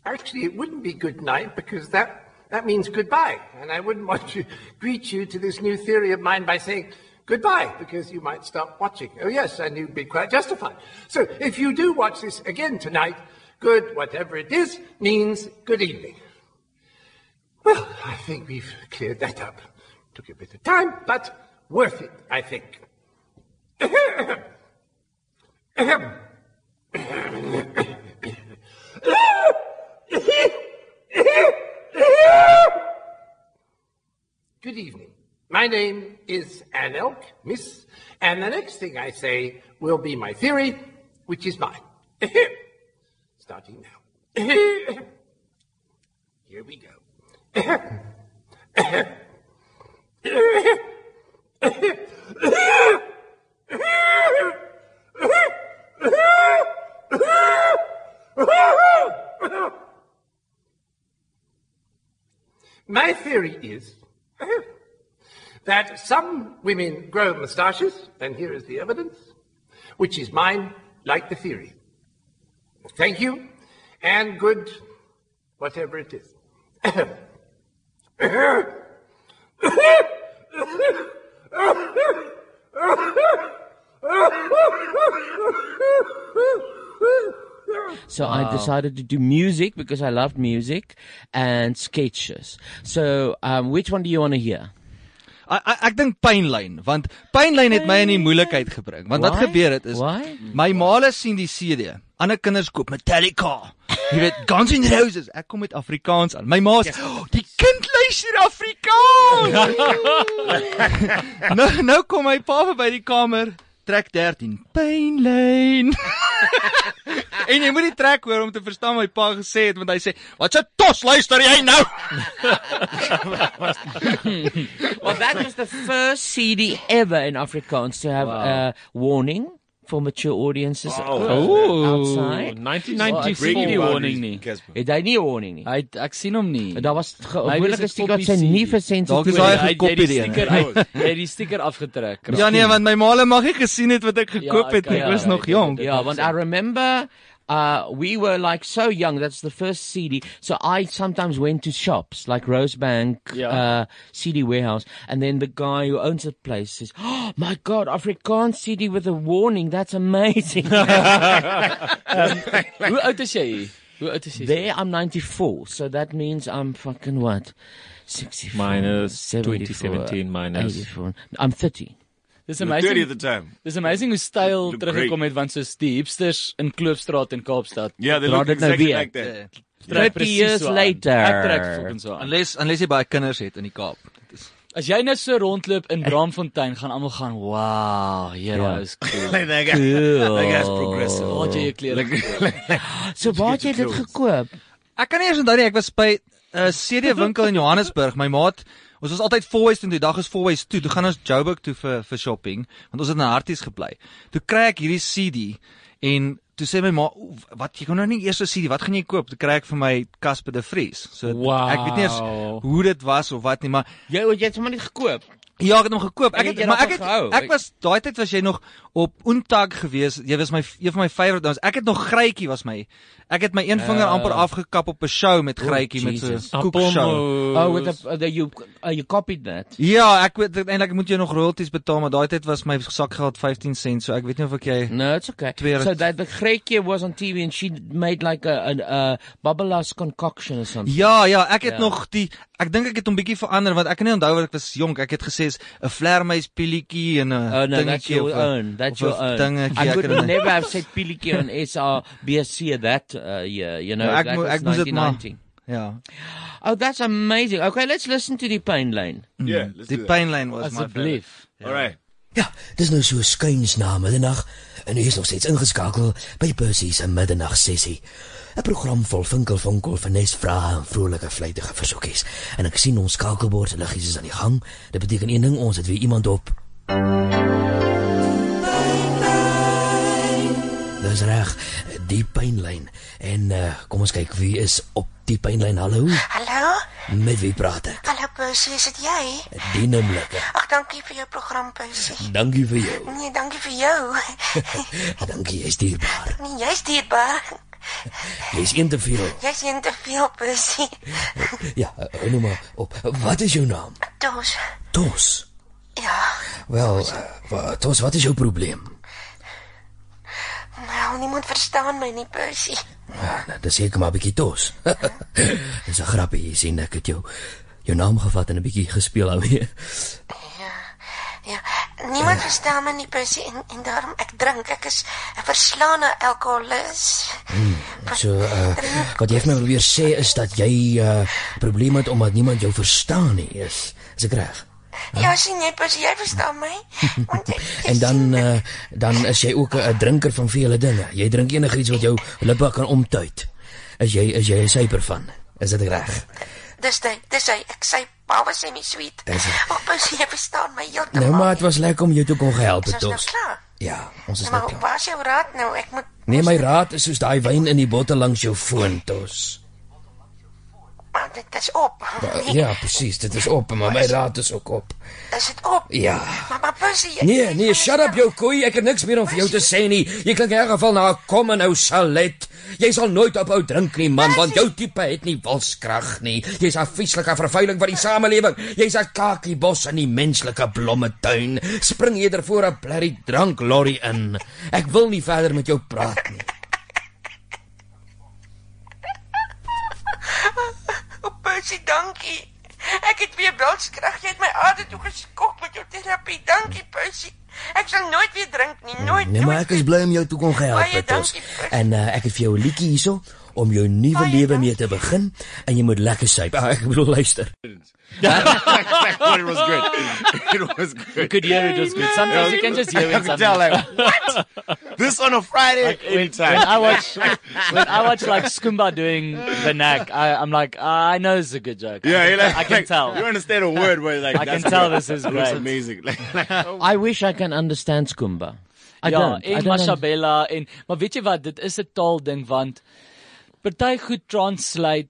[SPEAKER 10] Actually, it wouldn't be good night because that, that means goodbye. And I wouldn't want to greet you to this new theory of mine by saying goodbye because you might stop watching. Oh, yes, and you'd be quite justified. So if you do watch this again tonight, good, whatever it is, means good evening. Well, I think we've cleared that up. Took a bit of time, but worth it, I think. Ahem. Good evening. My name is Ann Elk, Miss, and the next thing I say will be my theory, which is mine. Starting now. Here we go. My theory is that some women grow moustaches, and here is the evidence, which is mine, like the theory. Thank you, and good, whatever it is.
[SPEAKER 2] So
[SPEAKER 1] Wow.
[SPEAKER 2] I decided to do music because I loved music and sketches. So, um, which one do you want to hear?
[SPEAKER 6] I I ek dink pynlyn want pynlyn het my in die moeilikheid gebring want wat
[SPEAKER 2] Why?
[SPEAKER 6] gebeur het is
[SPEAKER 2] Why?
[SPEAKER 6] my maale sien die CD ander kinders koop Metallica jy weet Guns N' Roses ek kom met Afrikaans aan my ma sê oh, die kind luister Afrikaans nou nou kom my pa verby die kamer trek 13 pynlyn en jy moet die trek hoor om te verstaan wat my pa gesê het want hy sê wat se tos luister jy nou
[SPEAKER 2] well, that was the first CD ever in Afrikaans to have a warning for mature audiences
[SPEAKER 3] Ooh,
[SPEAKER 2] outside.
[SPEAKER 3] 1994 Breaking warning nie.
[SPEAKER 2] Het hy nie 'n warning nie.
[SPEAKER 4] Hy ek sien hom nie.
[SPEAKER 2] Daar was ge-
[SPEAKER 4] Maybe
[SPEAKER 2] moeilike
[SPEAKER 4] is dit
[SPEAKER 2] stikker wat sy
[SPEAKER 4] kopie
[SPEAKER 2] nie
[SPEAKER 4] CD.
[SPEAKER 2] vir sensie
[SPEAKER 4] Hy het die sticker afgetrek.
[SPEAKER 6] Ja nee, want my maale mag nie gesien het wat ek gekoop
[SPEAKER 2] Ja,
[SPEAKER 6] het nie.
[SPEAKER 2] okay,
[SPEAKER 6] Ek was
[SPEAKER 2] ja,
[SPEAKER 6] nog
[SPEAKER 2] okay,
[SPEAKER 6] jonk.
[SPEAKER 2] Yeah, but I remember uh, we were like so young. That's the first CD. So I sometimes went to shops like Rosebank uh, CD warehouse, and then the guy who owns the place says, "Oh my God, Afrikaans CD with a warning. That's amazing." Um,
[SPEAKER 4] Hoe oud is jy? Hoe oud is jy?
[SPEAKER 2] There, I'm 94, so that means I'm fucking what? 64.
[SPEAKER 3] Minus
[SPEAKER 2] 74,
[SPEAKER 3] 2017 minus-
[SPEAKER 2] 84. I'm 30.
[SPEAKER 4] Dis
[SPEAKER 2] You're
[SPEAKER 4] amazing.
[SPEAKER 2] 30 at the time.
[SPEAKER 4] Dis amazing hoe styl
[SPEAKER 2] look
[SPEAKER 4] teruggekom het want soos die hipsters in Kloofstraat in Kaapstad.
[SPEAKER 6] Ja,
[SPEAKER 7] Yeah, they
[SPEAKER 4] dra
[SPEAKER 7] look
[SPEAKER 4] dit nou
[SPEAKER 7] exactly
[SPEAKER 4] weer.
[SPEAKER 7] like that.
[SPEAKER 4] Trek presies so aan. Ek trek fucking so aan.
[SPEAKER 6] Unless unless jy baie kinders het in die Kaap. Dit is
[SPEAKER 4] As jy nou so rondloop in Braamfontein, gaan almal gaan, "Wow, hier
[SPEAKER 2] Ja.
[SPEAKER 4] yeah. is cool."
[SPEAKER 2] Like that guy- Cool. that guy's progressive.
[SPEAKER 4] Wat jy jou klere.
[SPEAKER 2] Ah, So waar het jy dit gekoop?
[SPEAKER 6] Ek kan nie eens onthou nie, ek was by 'n CD winkel in Johannesburg. My maat, ons was altyd Fourways toe, die dag is Fourways toe. Toe gaan ons Joburg toe vir vir shopping, want ons het in Harties gebly. Toe kry ek hierdie CD en toe sê my ma, "O, "Wat jy kon nou nie eers 'n CD, wat gaan jy koop?" Toe kry ek vir my Casper de Vries. So
[SPEAKER 2] Wow.
[SPEAKER 6] ek weet nie eens hoe dit was of wat nie, maar
[SPEAKER 2] Jy jy het sommer net gekoop.
[SPEAKER 6] Ja, ek het hom gekoop.
[SPEAKER 2] En
[SPEAKER 6] Ek
[SPEAKER 2] het
[SPEAKER 6] het
[SPEAKER 2] jy
[SPEAKER 6] maar ek
[SPEAKER 2] daarvan
[SPEAKER 6] het,
[SPEAKER 2] gehou?
[SPEAKER 6] ek was daai tyd was jy nog op Untag gewees. Jy was my een van my favourite dans. Ek het nog grytjie was my. Ek het my een vinger
[SPEAKER 2] Oh.
[SPEAKER 6] amper afgekap op 'n show met grytjie met
[SPEAKER 2] Jesus.
[SPEAKER 6] so 'n koekshow.
[SPEAKER 2] Oh, with the, uh, the you uh, you copied that.
[SPEAKER 6] Ja, ek weet eintlik moet jy nog royalties betaal, maar daai tyd was my sakgeld 15 sent, so ek weet nie of ek jy
[SPEAKER 2] No, Nou, it's okay.
[SPEAKER 6] Tweede,
[SPEAKER 2] So that the Grekje was on TV and she made like a an uh babalas concoction or something.
[SPEAKER 6] Ja, ja, ek het
[SPEAKER 2] Ja.
[SPEAKER 6] ja. nog die ek dink ek het hom bietjie verander want ek kan nie onthou wat ek was jonk. Ek het gesê is 'n vleermuis pilletjie en 'n
[SPEAKER 2] Oh no, that's
[SPEAKER 6] dingetjie
[SPEAKER 2] your
[SPEAKER 6] of 'n-
[SPEAKER 2] own.
[SPEAKER 6] of
[SPEAKER 2] That's
[SPEAKER 6] 'n
[SPEAKER 2] your own.
[SPEAKER 6] Dingetjie,
[SPEAKER 2] I
[SPEAKER 6] ek
[SPEAKER 2] could
[SPEAKER 6] het dit-
[SPEAKER 2] never have said Piliki on SRBSC that uh, year. You know,
[SPEAKER 6] Nou, ek
[SPEAKER 2] that
[SPEAKER 6] moe-
[SPEAKER 2] was
[SPEAKER 6] ek moes dit maar-
[SPEAKER 2] 1990.
[SPEAKER 6] Ja.
[SPEAKER 2] Oh, that's amazing. Okay, let's listen to die pain lane.
[SPEAKER 6] Yeah, let's Die do that. Pain Lane was my Asseblief.
[SPEAKER 2] Yeah. All right.
[SPEAKER 11] Dis nou so skuins na middernag en u is nog steeds ingeskakel by Percy se middernagsessie. 'n Program vol vinkelvonkel van nesvrae en vrolike vleitige versoekies. En ek sien ons skakelbord liggies is aan die gang. Dit beteken een ding, ons het weer iemand op. Dis reg, die pynlyn. En uh, kom ons kyk wie is op die pynlyn. Hallo.
[SPEAKER 12] Hallo?
[SPEAKER 11] Met wie praat ek?
[SPEAKER 12] Hallo Percy, is dit jy?
[SPEAKER 11] Die nimmerlike.
[SPEAKER 12] Ag, dankie vir jou program Percy.
[SPEAKER 11] Dankie vir jou.
[SPEAKER 12] Nee, dankie vir jou.
[SPEAKER 11] Dankie, jy's dierbaar.
[SPEAKER 12] Nee, jy's dierbaar.
[SPEAKER 11] Jy's een te veel.
[SPEAKER 12] Jy's een te veel Percy.
[SPEAKER 11] Ja, eh, noem maar op. Wat is jou naam?
[SPEAKER 12] Dos.
[SPEAKER 11] Tos.
[SPEAKER 12] Ja,
[SPEAKER 11] Wel, eh, wa- Tos, wat is jou probleem?
[SPEAKER 12] nou niemand verstaan my nie Percy.
[SPEAKER 11] Ah, nou, Dis seker maar 'n bietjie Tos. Dis 'n grappie, jy sien ek het jou jou naam gevat en 'n bietjie gespeel alweer.
[SPEAKER 12] Ja, Niemand
[SPEAKER 11] Ja.
[SPEAKER 12] verstaan my nie Percy en en daarom ek drink. Ek is 'n verslaande alkoholus.
[SPEAKER 11] Hmm, so uh, wat jy het my probeer sê is dat jy uh probleme het omdat niemand jou verstaan nie. Is is ek reg?
[SPEAKER 12] Ja, sien jy Percy, jy verstaan my?
[SPEAKER 11] En dan uh dan is jy ook 'n drinker van vele dinge. Jy drink enigiets wat jou lippe kan omtuit. Is jy is jy 'n suiper van? Is dit reg?
[SPEAKER 12] Dis dit, dis hy. Ek sê, "Papa sê my sweet."
[SPEAKER 11] Is dit?
[SPEAKER 12] Maar Percy, jy verstaan my heeltemal.
[SPEAKER 11] Nou maar, dit was lekker om jou toe kon gehelp
[SPEAKER 12] Is
[SPEAKER 11] het,
[SPEAKER 12] ons nou
[SPEAKER 11] Tos.
[SPEAKER 12] klaar?
[SPEAKER 11] Ja, ons
[SPEAKER 12] Nou,
[SPEAKER 11] is nou
[SPEAKER 12] maar
[SPEAKER 11] klaar.
[SPEAKER 12] waar is jou raad nou? Ek moet
[SPEAKER 11] Nee, my raad is soos daai wyn in die bottel langs jou foon, Tos.
[SPEAKER 12] Maar dit is op.
[SPEAKER 13] Ja, precies. Dit is op, maar my raad is ook op.
[SPEAKER 12] Is dit op?
[SPEAKER 13] Ja.
[SPEAKER 12] Maar maar Percy,
[SPEAKER 13] Nee, nee, shut up jou koei. Ek het niks meer om vir jou te sê nie. Jy klink in elk geval na 'n kom en ou salet. Jy sal nooit ophou drink nie, man, want jou tipe het nie wilskrag nie. Jy's 'n vieslike vervuiling van die samelewing. Jy's 'n kakiebos in die menslike blommetuin. Spring eerder voor 'n blerrie drank lorry in. Ek wil nie verder met jou praat nie.
[SPEAKER 12] Percy, Oh, dankie. Ek het weer wilskrag. Jy het my aarde toe geskok met jou terapie. Dankie, Percy. Ek sal nooit weer drink nie, nooit.
[SPEAKER 13] Nee, maar ek is bly om jou toe kon gehelp
[SPEAKER 12] Baie
[SPEAKER 13] het ons.
[SPEAKER 12] dankie,
[SPEAKER 13] En uh, ek het vir jou 'n liedjie hierso om jou nuwe lewe mee te begin en jy moet lekker suip. Ah, ek bedoel luister.
[SPEAKER 7] I thought it was good. It was good. You
[SPEAKER 4] could hear it was good.
[SPEAKER 1] Ja,
[SPEAKER 4] Sometimes you can just hear it
[SPEAKER 7] I could tell, like,
[SPEAKER 4] sometimes.
[SPEAKER 7] what? This on a Friday?
[SPEAKER 4] Like, when,
[SPEAKER 7] Anytime.
[SPEAKER 4] when I watch, when I watch like Skumba doing the knack, I, I'm like, "Ah, I know this is a good joke. I
[SPEAKER 7] Yeah,
[SPEAKER 4] can,
[SPEAKER 7] you're like,
[SPEAKER 4] I can
[SPEAKER 7] like,
[SPEAKER 4] tell.
[SPEAKER 7] You understand a word, but like,
[SPEAKER 4] I can
[SPEAKER 7] that's
[SPEAKER 4] tell
[SPEAKER 7] good.
[SPEAKER 4] this is
[SPEAKER 7] That
[SPEAKER 4] great.
[SPEAKER 7] was amazing. Like,
[SPEAKER 2] I wish I can understand Skumba. I
[SPEAKER 4] ja,
[SPEAKER 2] don't. I
[SPEAKER 4] en
[SPEAKER 2] don't un-
[SPEAKER 4] Mashabella en maar weet jy wat, dit is 'n taal ding want party goed translate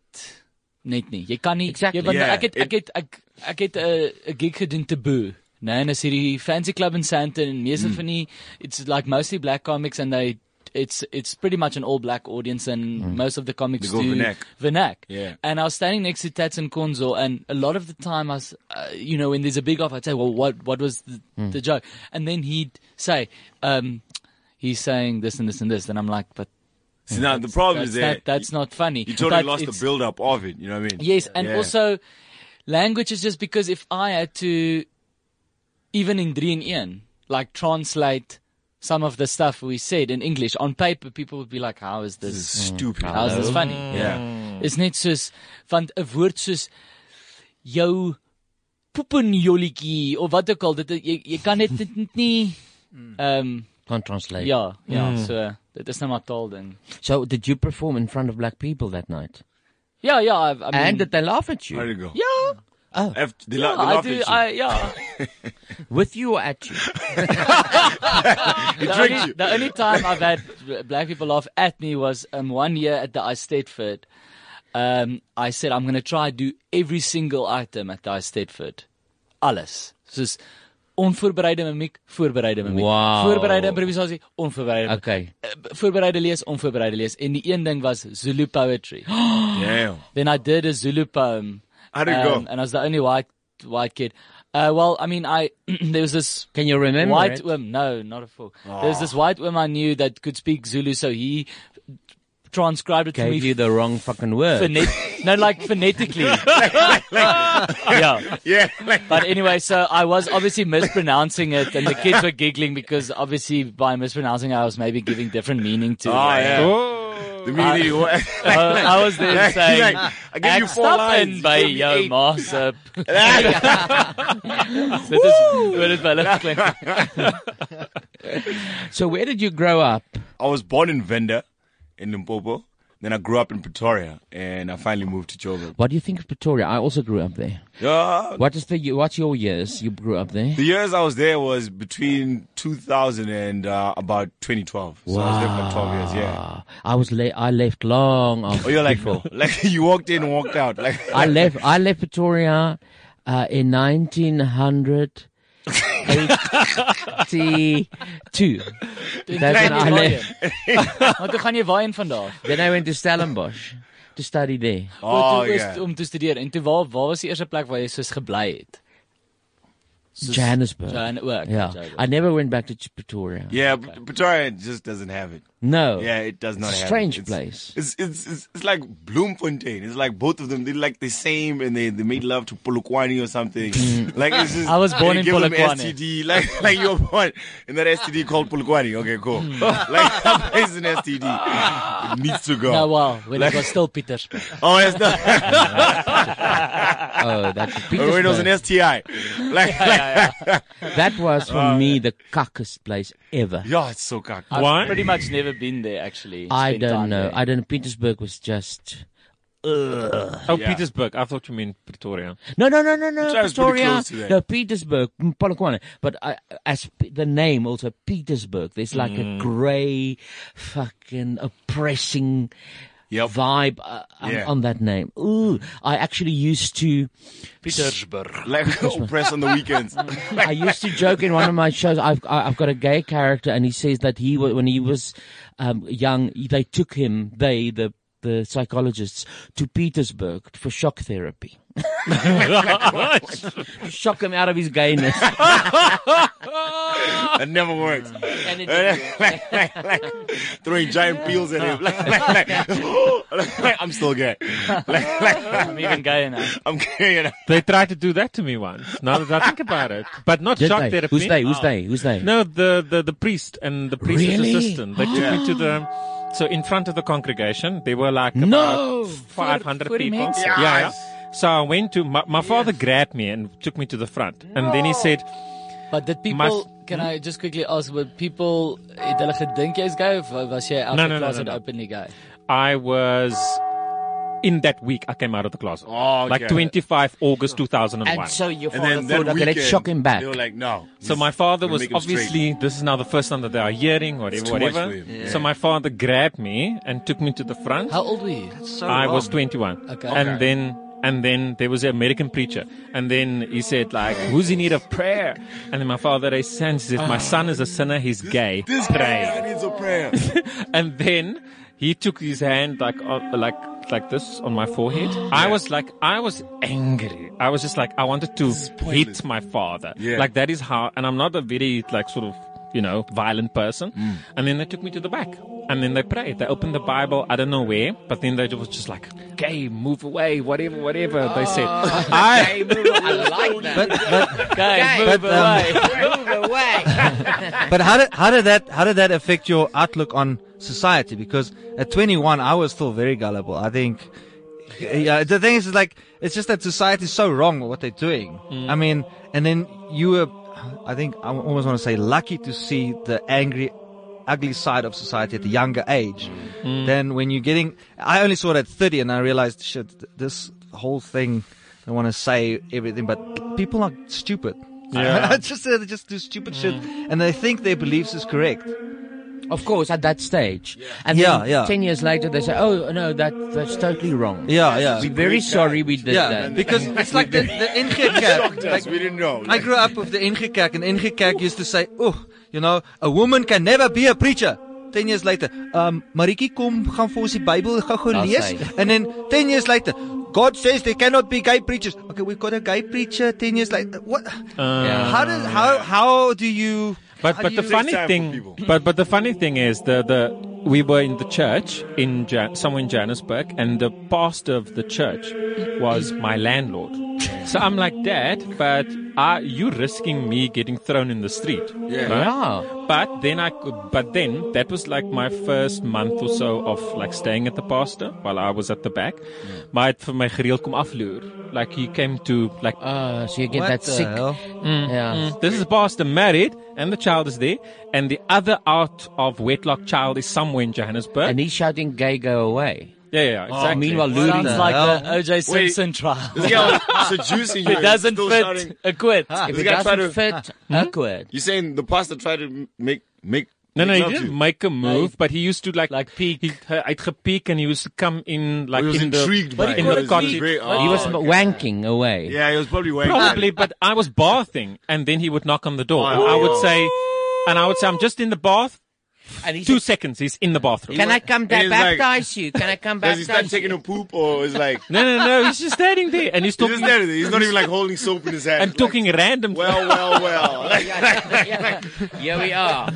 [SPEAKER 4] net nie. Jy kan nie jy, want
[SPEAKER 2] Yeah,
[SPEAKER 4] ek het ek het ek ek het 'n 'n gig gedoen te Boo. Nee, en is hierdie fancy club in Sandton en meeste
[SPEAKER 2] Mm.
[SPEAKER 4] van die it's like mostly black comics and they it's it's pretty much an all black audience and
[SPEAKER 2] Mm.
[SPEAKER 4] most of the comics
[SPEAKER 2] They go
[SPEAKER 4] do
[SPEAKER 2] vernac.
[SPEAKER 4] vernac.
[SPEAKER 2] Yeah.
[SPEAKER 4] And I was standing next to Tats and Konzo, and a lot of the time, I was, uh, you know, when there's a big off, I'd say, "Well, what what was the,
[SPEAKER 2] Hmm.
[SPEAKER 4] the joke?" And then he'd say, um, "He's saying this and this and this," and I'm like, "But
[SPEAKER 7] See, now the problem
[SPEAKER 4] that's,
[SPEAKER 7] is that
[SPEAKER 4] that- that's not funny."
[SPEAKER 7] you totally
[SPEAKER 4] But
[SPEAKER 7] lost the
[SPEAKER 4] it's-
[SPEAKER 7] build up of it. You know what I mean?
[SPEAKER 4] Yes, and
[SPEAKER 7] Yeah.
[SPEAKER 4] also language is just because if I had to, even in Drie and Ian, like translate some of the stuff we said in English on paper, people would be like, "How is this,
[SPEAKER 7] This is stupid.
[SPEAKER 4] How is this
[SPEAKER 7] Mm.
[SPEAKER 4] funny?"
[SPEAKER 7] Yeah.
[SPEAKER 4] is net soos want 'n woord soos jou poepenjolletjie of wat ook al, dit jy, jy kan dit net nie ehm um,
[SPEAKER 2] Can't translate.
[SPEAKER 4] ja, ja,
[SPEAKER 2] Mm.
[SPEAKER 4] so dit is nou maar taal ding.
[SPEAKER 2] So, did you perform in front of black people that night?
[SPEAKER 4] Ja, ja, I, I mean,
[SPEAKER 2] and did they laugh at you?
[SPEAKER 7] There you go.
[SPEAKER 4] Ja.
[SPEAKER 2] Oh.
[SPEAKER 7] they
[SPEAKER 4] la- they Ja, I laughed do- at you. I- ja.
[SPEAKER 2] With you or at you?
[SPEAKER 4] the,
[SPEAKER 2] tricked
[SPEAKER 4] only,
[SPEAKER 2] you.
[SPEAKER 4] the only time I've had b- black people laugh at me was um, one year at the Ice Stedford. Um, I said I'm going to try do every single item at the Ice Stedford. Alles. Soos onvoorbereide mimiek, voorbereide mimiek.
[SPEAKER 2] Wow.
[SPEAKER 4] Voorbereide improvisasie, onvoorbereide.
[SPEAKER 2] Okay.
[SPEAKER 4] Uh, b- voorbereide lees, onvoorbereide lees en die een ding was Zulu poetry.
[SPEAKER 7] Damn.
[SPEAKER 4] Then I did a Zulu poem. um,
[SPEAKER 7] How'd it go?
[SPEAKER 4] And I was the only white white kid. Uh, well, I mean, I there was this.
[SPEAKER 2] Can you remember
[SPEAKER 4] White
[SPEAKER 2] it?
[SPEAKER 4] Wim, no, not a fool.
[SPEAKER 2] Aw.
[SPEAKER 4] There was this white Wim I knew that could speak Zulu, so he transcribed it
[SPEAKER 2] Gave
[SPEAKER 4] to me.
[SPEAKER 2] you the wrong fucking word.
[SPEAKER 4] phonet- no, like phonetically. yeah,
[SPEAKER 7] yeah.
[SPEAKER 4] but anyway, so I was obviously mispronouncing it, and the kids were giggling because obviously by mispronouncing, I was maybe giving different meaning to.
[SPEAKER 7] Oh,
[SPEAKER 4] it.
[SPEAKER 7] yeah. The meaning
[SPEAKER 4] I-
[SPEAKER 7] you want.
[SPEAKER 4] I, uh, I was there
[SPEAKER 7] Like,
[SPEAKER 4] saying,
[SPEAKER 7] like, I gave you
[SPEAKER 4] "Ek
[SPEAKER 7] four
[SPEAKER 4] stap
[SPEAKER 7] lines,
[SPEAKER 4] in
[SPEAKER 7] you
[SPEAKER 4] by
[SPEAKER 7] gave me
[SPEAKER 4] jou
[SPEAKER 7] eight."
[SPEAKER 4] ma se Dit is hoe dit wel
[SPEAKER 2] So where did you grow up?
[SPEAKER 7] I was born in Venda, in Limpopo. Then I grew up in Pretoria, and I finally moved to Joburg.
[SPEAKER 2] What do you think of Pretoria? I also grew up there.
[SPEAKER 7] Yeah.
[SPEAKER 2] What is the ye- what's your years? You grew up there.
[SPEAKER 7] The years I was there was between 2000 and uh, about 2012. So I was there for 12 years. Yeah.
[SPEAKER 2] I was late. I left long after.
[SPEAKER 7] Oh, you're like,
[SPEAKER 2] before.
[SPEAKER 7] like you walked in, walked out. Like
[SPEAKER 2] I left. I left Pretoria uh, in 1982. That's when I left.
[SPEAKER 4] Maar toe gaan jy waarheen vandag?
[SPEAKER 2] Then I went to Stellenbosch to study there.
[SPEAKER 3] Ah,
[SPEAKER 4] Oh, toe, yeah. om te studeer. En toe waar waar was die eerste plek waar jy soos gebly het? Soos-
[SPEAKER 2] Johannesburg.
[SPEAKER 4] Johan- o, okay,
[SPEAKER 2] yeah.
[SPEAKER 4] Johannesburg.
[SPEAKER 2] I never went back to Ch- Pretoria.
[SPEAKER 7] Yeah, P- Pretoria just doesn't have it.
[SPEAKER 2] No.
[SPEAKER 7] Yeah, it does not
[SPEAKER 2] It's a
[SPEAKER 7] have
[SPEAKER 2] strange
[SPEAKER 7] it. It's-
[SPEAKER 2] place.
[SPEAKER 7] It's, it's it's it's like Bloemfontein. It's like both of them. They're like the same, and they, they made love to Polokwane or something. like it's just,
[SPEAKER 4] I was born
[SPEAKER 7] they
[SPEAKER 4] in
[SPEAKER 7] give them
[SPEAKER 4] Polokwane.
[SPEAKER 7] STD, like like you're born in that STD called Polokwane. Okay, cool. like that place is an STD. It needs to go.
[SPEAKER 4] Nou wow, when
[SPEAKER 7] Like-
[SPEAKER 4] it was still Pietersburg.
[SPEAKER 7] Oh, it's not.
[SPEAKER 2] Oh, that's
[SPEAKER 7] Or it was an STI. Like,
[SPEAKER 2] that was for
[SPEAKER 4] Oh,
[SPEAKER 2] me the cuckest place ever.
[SPEAKER 3] Ah,
[SPEAKER 7] Yeah, it's so cuck.
[SPEAKER 4] I've pretty much never been there actually.
[SPEAKER 2] I
[SPEAKER 4] Spent
[SPEAKER 2] don't
[SPEAKER 4] time
[SPEAKER 2] know.
[SPEAKER 4] there.
[SPEAKER 2] I don't know. Petersburg was just. Ugh.
[SPEAKER 3] Oh, Petersburg. I thought you mean Pretoria.
[SPEAKER 2] No, no, no, no, no.
[SPEAKER 3] Sounds pretty
[SPEAKER 2] Pretoria,
[SPEAKER 3] close to that.
[SPEAKER 2] no, Petersburg, mm, Polokwane. But I, as p- the name also Petersburg, there's like a
[SPEAKER 3] Mm.
[SPEAKER 2] grey, fucking oppressing vibe uh, on-
[SPEAKER 7] Yeah.
[SPEAKER 2] on that name. Ooh, I actually used to
[SPEAKER 7] Petersburg. Like oppress on the weekends.
[SPEAKER 2] I used to joke in one of my shows. I've I- I've got a gay character, and he says that he wa- when he was um, young, he- they took him they the the psychologists to Petersburg for shock therapy. Shock him out of his gayness.
[SPEAKER 7] That never works.
[SPEAKER 2] And it
[SPEAKER 7] like, like, like throwing giant peels at him. Like, like, like, like, I'm still gay. Like, like,
[SPEAKER 4] I'm even gayer now.
[SPEAKER 7] I'm gay enough.
[SPEAKER 3] They tried to do that to me once. Now that I think about it, but not
[SPEAKER 2] Did
[SPEAKER 3] shock
[SPEAKER 2] they?
[SPEAKER 3] therapy.
[SPEAKER 2] Who's they? Who's they? Who's they?
[SPEAKER 3] No, the the, the priest and the priest's
[SPEAKER 2] Really? Ah.
[SPEAKER 3] assistant. They took me to the. So in front of the congregation, there were like about
[SPEAKER 2] No!
[SPEAKER 3] five hundred
[SPEAKER 2] For- for
[SPEAKER 3] people.
[SPEAKER 2] immense.
[SPEAKER 3] Yeah, yeah.
[SPEAKER 2] Yes.
[SPEAKER 3] So I went to my, my father grabbed me and took me to the front, and then he said,
[SPEAKER 4] "But did People, can I just quickly ask, but people, het hulle gedink jy's gay of was jy out
[SPEAKER 3] No,
[SPEAKER 4] of
[SPEAKER 3] no, no,
[SPEAKER 4] class
[SPEAKER 3] no,
[SPEAKER 4] and
[SPEAKER 3] no.
[SPEAKER 4] openly gay?
[SPEAKER 3] I was in that week. I came out of the closet.
[SPEAKER 7] Oh,
[SPEAKER 3] like
[SPEAKER 7] okay.
[SPEAKER 3] twenty five August two thousand and one.
[SPEAKER 2] And so your And then father that thought, okay, let's weekend, shock him back. they were
[SPEAKER 7] like, no.
[SPEAKER 3] So my father
[SPEAKER 7] we'll
[SPEAKER 3] was
[SPEAKER 7] make him straight.
[SPEAKER 3] obviously this is now the first time that they are hearing
[SPEAKER 7] It's
[SPEAKER 3] whatever,
[SPEAKER 7] too much
[SPEAKER 3] whatever.
[SPEAKER 7] for him.
[SPEAKER 3] So
[SPEAKER 7] Yeah.
[SPEAKER 3] my father grabbed me and took me to the front.
[SPEAKER 4] How old were you? so
[SPEAKER 3] I was
[SPEAKER 4] wrong.
[SPEAKER 3] 21.
[SPEAKER 4] Okay. Okay.
[SPEAKER 3] And then and then there was an American preacher, and then he said like, "Who's in need of prayer?" And then my father raised his hand. He said, "My son is a sinner. He's gay.
[SPEAKER 7] This
[SPEAKER 3] Pray."
[SPEAKER 7] guy needs a prayer.
[SPEAKER 3] and then he took his hand like on, like like this on my forehead. I was like I was angry. I was just like I wanted to hit my father.
[SPEAKER 7] Yeah.
[SPEAKER 3] Like that is how and I'm not a very like sort of you know violent person.
[SPEAKER 6] Mm.
[SPEAKER 3] And then they took me to the back. And then they prayed. They opened the Bible. I don't know where, but then they was just like, "Gay, move away, whatever, whatever." They said, "I."
[SPEAKER 2] I like that.
[SPEAKER 4] Guy,
[SPEAKER 2] move
[SPEAKER 6] but, um,
[SPEAKER 2] Move away.
[SPEAKER 6] but how did how did that how did that affect your outlook on society? Because at 21, I was still very gullible. I think. Yeah, the thing is, is like it's just that society is so wrong with what they're doing. I mean, and then you were, I think, I almost want to say, lucky to see the angry, ugly side of society at a younger age.
[SPEAKER 3] Mm.
[SPEAKER 6] Then when you're getting, I only saw it at 30, and I realized, shit, th- this whole thing. I want to say everything, but people are stupid.
[SPEAKER 2] Yeah.
[SPEAKER 6] just uh, they just do stupid shit,
[SPEAKER 4] Mm,
[SPEAKER 6] and they think their beliefs is correct.
[SPEAKER 2] Of course, at that stage. And
[SPEAKER 6] Yeah,
[SPEAKER 2] then
[SPEAKER 6] yeah.
[SPEAKER 2] ten years later, they say, "Oh no, that that's totally wrong."
[SPEAKER 6] Yeah, yeah.
[SPEAKER 2] We're very sorry we did
[SPEAKER 6] yeah,
[SPEAKER 2] that
[SPEAKER 6] because it's like the, the
[SPEAKER 7] shocked
[SPEAKER 6] Ingekak.
[SPEAKER 7] us. we didn't know.
[SPEAKER 6] I grew up with the Ingekak, and Ingekak used to say, "Oh, you know, a woman can never be a preacher." Ten years later, um, Marikie, kom gaan vir ons die Bybel gou-gou
[SPEAKER 2] Daar
[SPEAKER 6] lees.
[SPEAKER 2] sê hy.
[SPEAKER 6] And then ten years later, God says they cannot be gay preachers. Okay, we got a gay preacher. Ten years later, what?
[SPEAKER 3] uh,
[SPEAKER 2] Uh,
[SPEAKER 6] How does how how do you?
[SPEAKER 3] But
[SPEAKER 6] how
[SPEAKER 3] but the
[SPEAKER 6] do you-
[SPEAKER 3] funny thing, but but the funny thing is the the we were in the church in Jan, somewhere in Johannesburg, and the pastor of the church was my landlord. So I'm like, Dad, but are you risking me getting thrown in the street?
[SPEAKER 7] Yeah.
[SPEAKER 3] Right? But then I could, but then that was like my first month or so of like staying at the pastor while I was at the back. Maar hy het vir my gereeld kom afloer. Like he came to like
[SPEAKER 2] uh so you get What that the sick- hell?
[SPEAKER 3] Mm,
[SPEAKER 2] Yeah.
[SPEAKER 3] This is pastor married and the child is there and the other out of wedlock child is somewhere in Johannesburg. And
[SPEAKER 2] he's shouting gay go away.
[SPEAKER 3] Yeah, yeah,
[SPEAKER 2] Oh,
[SPEAKER 3] exactly.
[SPEAKER 2] meanwhile, What Ludi-
[SPEAKER 4] Sounds like
[SPEAKER 7] uh,
[SPEAKER 4] the OJ Simpson trial.
[SPEAKER 7] Yeah, so juicy.
[SPEAKER 4] It doesn't fit. Acquit.
[SPEAKER 2] If it doesn't fit, awkward.
[SPEAKER 7] You're Hmm? saying the pastor tried to m- make make.
[SPEAKER 3] No, no,
[SPEAKER 7] make
[SPEAKER 3] he
[SPEAKER 7] love to
[SPEAKER 3] didn't
[SPEAKER 7] you?
[SPEAKER 3] make a move, but he used to like like peek. He, uh, I'd peek, and he used to come in like
[SPEAKER 7] He was
[SPEAKER 3] in
[SPEAKER 7] intrigued
[SPEAKER 3] the,
[SPEAKER 7] by
[SPEAKER 3] in
[SPEAKER 7] it.
[SPEAKER 3] the
[SPEAKER 7] He was
[SPEAKER 3] cottage.
[SPEAKER 7] great. Oh,
[SPEAKER 2] he was wanking away.
[SPEAKER 7] Yeah, he was probably waiting.
[SPEAKER 3] Probably, but I was bathing, and then he would knock on the door. and
[SPEAKER 7] Oh.
[SPEAKER 3] I would say, and I would say, I'm just in the bath.
[SPEAKER 2] And he
[SPEAKER 3] Two seconds, he's in the bathroom.
[SPEAKER 2] Can I come
[SPEAKER 3] And
[SPEAKER 2] back
[SPEAKER 3] he's like-
[SPEAKER 2] baptize you? Can I come
[SPEAKER 7] Does he
[SPEAKER 2] baptize
[SPEAKER 7] start
[SPEAKER 2] you?
[SPEAKER 7] taking a poop or is like?
[SPEAKER 3] No, no, no. He's just standing there, and he's
[SPEAKER 7] He's
[SPEAKER 3] talking.
[SPEAKER 7] just there. He's not even like holding soap in his hand.
[SPEAKER 3] and talking random.
[SPEAKER 7] Oh, Well, well, well.
[SPEAKER 2] Here we are.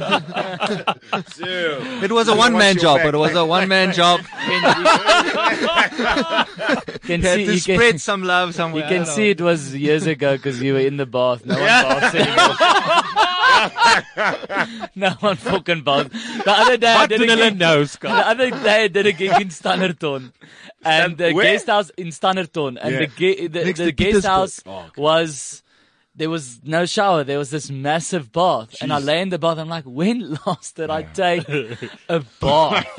[SPEAKER 6] It was a one-man job. It was a one-man job.
[SPEAKER 4] Can
[SPEAKER 6] Had
[SPEAKER 4] see-
[SPEAKER 6] to
[SPEAKER 4] you can-
[SPEAKER 6] spread some love
[SPEAKER 4] You
[SPEAKER 6] somewhere. I
[SPEAKER 4] can
[SPEAKER 6] don't
[SPEAKER 4] see
[SPEAKER 6] know.
[SPEAKER 4] it was years ago because you were in the bath. No one
[SPEAKER 6] Yeah.
[SPEAKER 4] baths anymore. no one fucking baths. The other day I
[SPEAKER 3] Wat
[SPEAKER 4] did
[SPEAKER 3] doen
[SPEAKER 4] a
[SPEAKER 3] hulle
[SPEAKER 4] gig,
[SPEAKER 3] nou, skat?
[SPEAKER 4] The other day I did a gig in Standerton, and the
[SPEAKER 3] where?
[SPEAKER 4] guest house in Standerton, and
[SPEAKER 3] Yeah.
[SPEAKER 4] the, ge- the,
[SPEAKER 3] Next
[SPEAKER 4] the
[SPEAKER 3] to
[SPEAKER 4] guest
[SPEAKER 3] Pietersburg.
[SPEAKER 4] house was. There was no shower. There was this massive bath, and I
[SPEAKER 3] Jeez.
[SPEAKER 4] lay in the bath. I'm like, when last did I take a bath?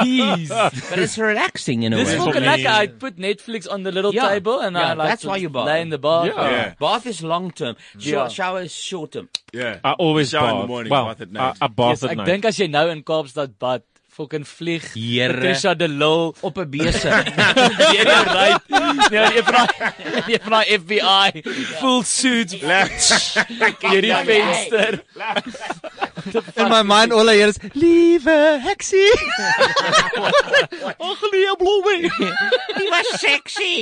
[SPEAKER 4] Jeez,
[SPEAKER 2] But it's relaxing in a
[SPEAKER 4] This
[SPEAKER 2] way.
[SPEAKER 4] is fucking lekker. I put Netflix on the little
[SPEAKER 2] Yeah.
[SPEAKER 4] table and
[SPEAKER 2] Yeah,
[SPEAKER 4] I like
[SPEAKER 2] that's
[SPEAKER 4] to
[SPEAKER 2] why you bath.
[SPEAKER 4] lay in the bath. Mm.
[SPEAKER 2] Yeah. Bath is long term.
[SPEAKER 4] Yeah.
[SPEAKER 2] Shower, shower is short term.
[SPEAKER 7] Yeah.
[SPEAKER 3] I always
[SPEAKER 7] Shower in the
[SPEAKER 3] bath.
[SPEAKER 7] morning,
[SPEAKER 3] well,
[SPEAKER 7] bath at night.
[SPEAKER 3] I, I bath
[SPEAKER 4] yes,
[SPEAKER 3] at
[SPEAKER 4] ek
[SPEAKER 3] night.
[SPEAKER 4] dink as jy nou in Kaapstad bad, fucking vlieg.
[SPEAKER 2] Here.
[SPEAKER 4] Patricia de Lille
[SPEAKER 2] op 'n bese.
[SPEAKER 4] Nee, jy ry. Nee,
[SPEAKER 3] Ja,
[SPEAKER 4] jy vra jy vra FBI full suit. Hierdie venster.
[SPEAKER 6] In my mind all I hear is liewe heksie.
[SPEAKER 1] Ag nee, blomme.
[SPEAKER 5] He was sexy.